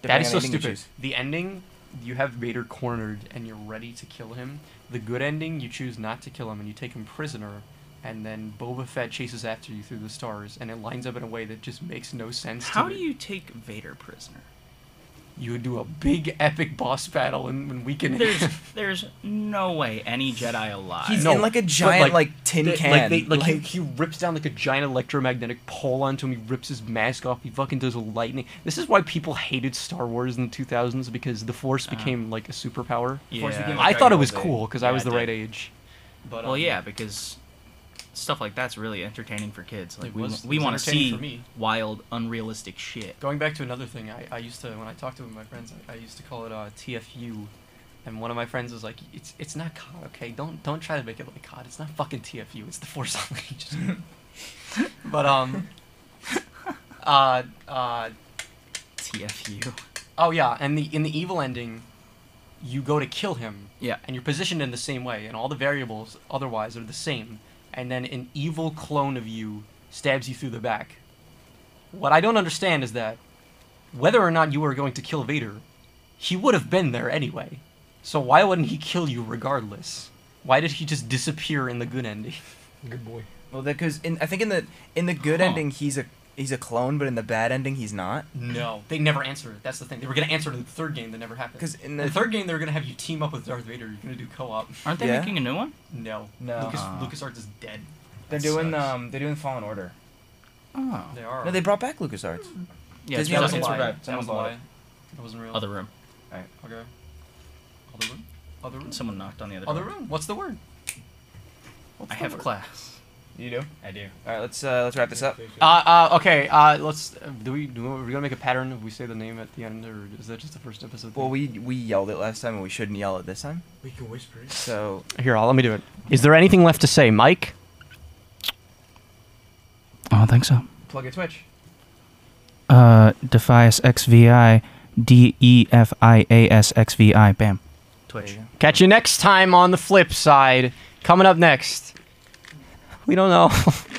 [SPEAKER 1] That is so
[SPEAKER 4] Depending on the ending you
[SPEAKER 1] stupid.
[SPEAKER 4] choose.
[SPEAKER 1] The ending, you have Vader cornered and you're ready to kill him. The good ending, you choose not to kill him and you take him prisoner, and then Boba Fett chases after you through the stars, and it lines up in a way that just makes no sense.
[SPEAKER 2] How
[SPEAKER 1] to
[SPEAKER 2] do
[SPEAKER 1] it.
[SPEAKER 2] you take Vader prisoner?
[SPEAKER 1] You do a big epic boss battle and when we can. *laughs*
[SPEAKER 2] There's *laughs* there's no way any Jedi alive.
[SPEAKER 4] He's
[SPEAKER 1] Uh, No,
[SPEAKER 4] in like a
[SPEAKER 1] but,
[SPEAKER 4] giant like,
[SPEAKER 1] like,
[SPEAKER 4] tin
[SPEAKER 1] They-
[SPEAKER 4] can.
[SPEAKER 1] Like, they, like, he, he rips down like a giant electromagnetic pole onto him. He rips his mask off. He fucking does lightning. This is why people hated Star Wars in the 2000s because the Force became like a superpower.
[SPEAKER 4] Force
[SPEAKER 2] yeah.
[SPEAKER 4] became
[SPEAKER 1] I
[SPEAKER 4] Dragon
[SPEAKER 1] thought it
[SPEAKER 4] Ball
[SPEAKER 1] was
[SPEAKER 4] Z.
[SPEAKER 1] cool because I
[SPEAKER 2] Yeah,
[SPEAKER 1] was
[SPEAKER 2] it
[SPEAKER 1] the
[SPEAKER 2] did.
[SPEAKER 1] right age. But,
[SPEAKER 2] Well,
[SPEAKER 1] um,
[SPEAKER 2] yeah, because stuff like that's really entertaining for kids. Like
[SPEAKER 1] It
[SPEAKER 2] we,
[SPEAKER 1] was-
[SPEAKER 2] we
[SPEAKER 1] it was
[SPEAKER 2] want to
[SPEAKER 1] entertaining for
[SPEAKER 2] see
[SPEAKER 1] me.
[SPEAKER 2] wild, unrealistic shit.
[SPEAKER 1] Going back to another thing, I, I used to when I talked to my friends, I, I used to call it uh, TFU, and one of my friends was like, "It's it's not COD, okay? Don't don't try to make it like COD. It's not fucking TFU. It's the Force *laughs* Unleashed." but um, *laughs* uh uh
[SPEAKER 2] TFU.
[SPEAKER 1] oh yeah, and the in the evil ending, you go to kill him,
[SPEAKER 2] Yeah.
[SPEAKER 1] and you're positioned in the same way, and all the variables otherwise are the same, and then an evil clone of you stabs you through the back. What I don't understand is that whether or not you were going to kill Vader, he would have been there anyway. So why wouldn't he kill you regardless? Why did he just disappear in the good ending?
[SPEAKER 5] Good boy.
[SPEAKER 4] *laughs* well, because in I think in the in the good
[SPEAKER 2] Huh.
[SPEAKER 4] ending he's a he's a clone, but in the bad ending he's not.
[SPEAKER 1] No, they never answered it. That's the thing. They were going to answer it in the third game that never happened.
[SPEAKER 4] 'Cause in
[SPEAKER 1] the
[SPEAKER 4] the-
[SPEAKER 1] third game, they were going to have you team up with Darth Vader. You're going to do co-op.
[SPEAKER 2] Aren't they
[SPEAKER 4] Yeah.
[SPEAKER 2] making a new one?
[SPEAKER 1] No, Uh-huh.
[SPEAKER 4] No.
[SPEAKER 1] Lucas,
[SPEAKER 2] Ah.
[SPEAKER 1] LucasArts is dead.
[SPEAKER 4] They're
[SPEAKER 1] That
[SPEAKER 4] doing
[SPEAKER 1] sucks.
[SPEAKER 4] um they're doing Fallen Order.
[SPEAKER 2] Oh.
[SPEAKER 1] They are.
[SPEAKER 4] No, they brought back LucasArts.
[SPEAKER 2] Yeah,
[SPEAKER 4] Disney
[SPEAKER 2] it's
[SPEAKER 1] That
[SPEAKER 4] Yeah,
[SPEAKER 1] was
[SPEAKER 4] it's
[SPEAKER 1] a
[SPEAKER 2] just-
[SPEAKER 1] lie.
[SPEAKER 4] right.
[SPEAKER 1] That was a
[SPEAKER 4] Someone bought
[SPEAKER 1] lie. That wasn't real.
[SPEAKER 2] Other room.
[SPEAKER 1] Okay. Other room. Other room.
[SPEAKER 2] Someone knocked on the other.
[SPEAKER 1] Other room. What's the word?
[SPEAKER 2] I have class.
[SPEAKER 4] You do.
[SPEAKER 2] I do.
[SPEAKER 4] All right, let's uh, let's wrap this up.
[SPEAKER 1] Uh, uh, okay. Uh, let's. Uh, do we? Do we, are we gonna make a pattern? If we say the name at the end, or is that just the first episode?
[SPEAKER 4] Well, we we yelled it last time, and we shouldn't yell it this time.
[SPEAKER 5] We can whisper it.
[SPEAKER 4] So
[SPEAKER 1] Here, I'll, let me do it. Is there anything left to say, Mike?
[SPEAKER 2] Oh, I don't think so.
[SPEAKER 4] plug your Twitch.
[SPEAKER 2] Uh, Defias XVI, D E F I A S X V I. Bam. Twitch.
[SPEAKER 1] Catch you next time on the flip side. Coming up next. We don't know.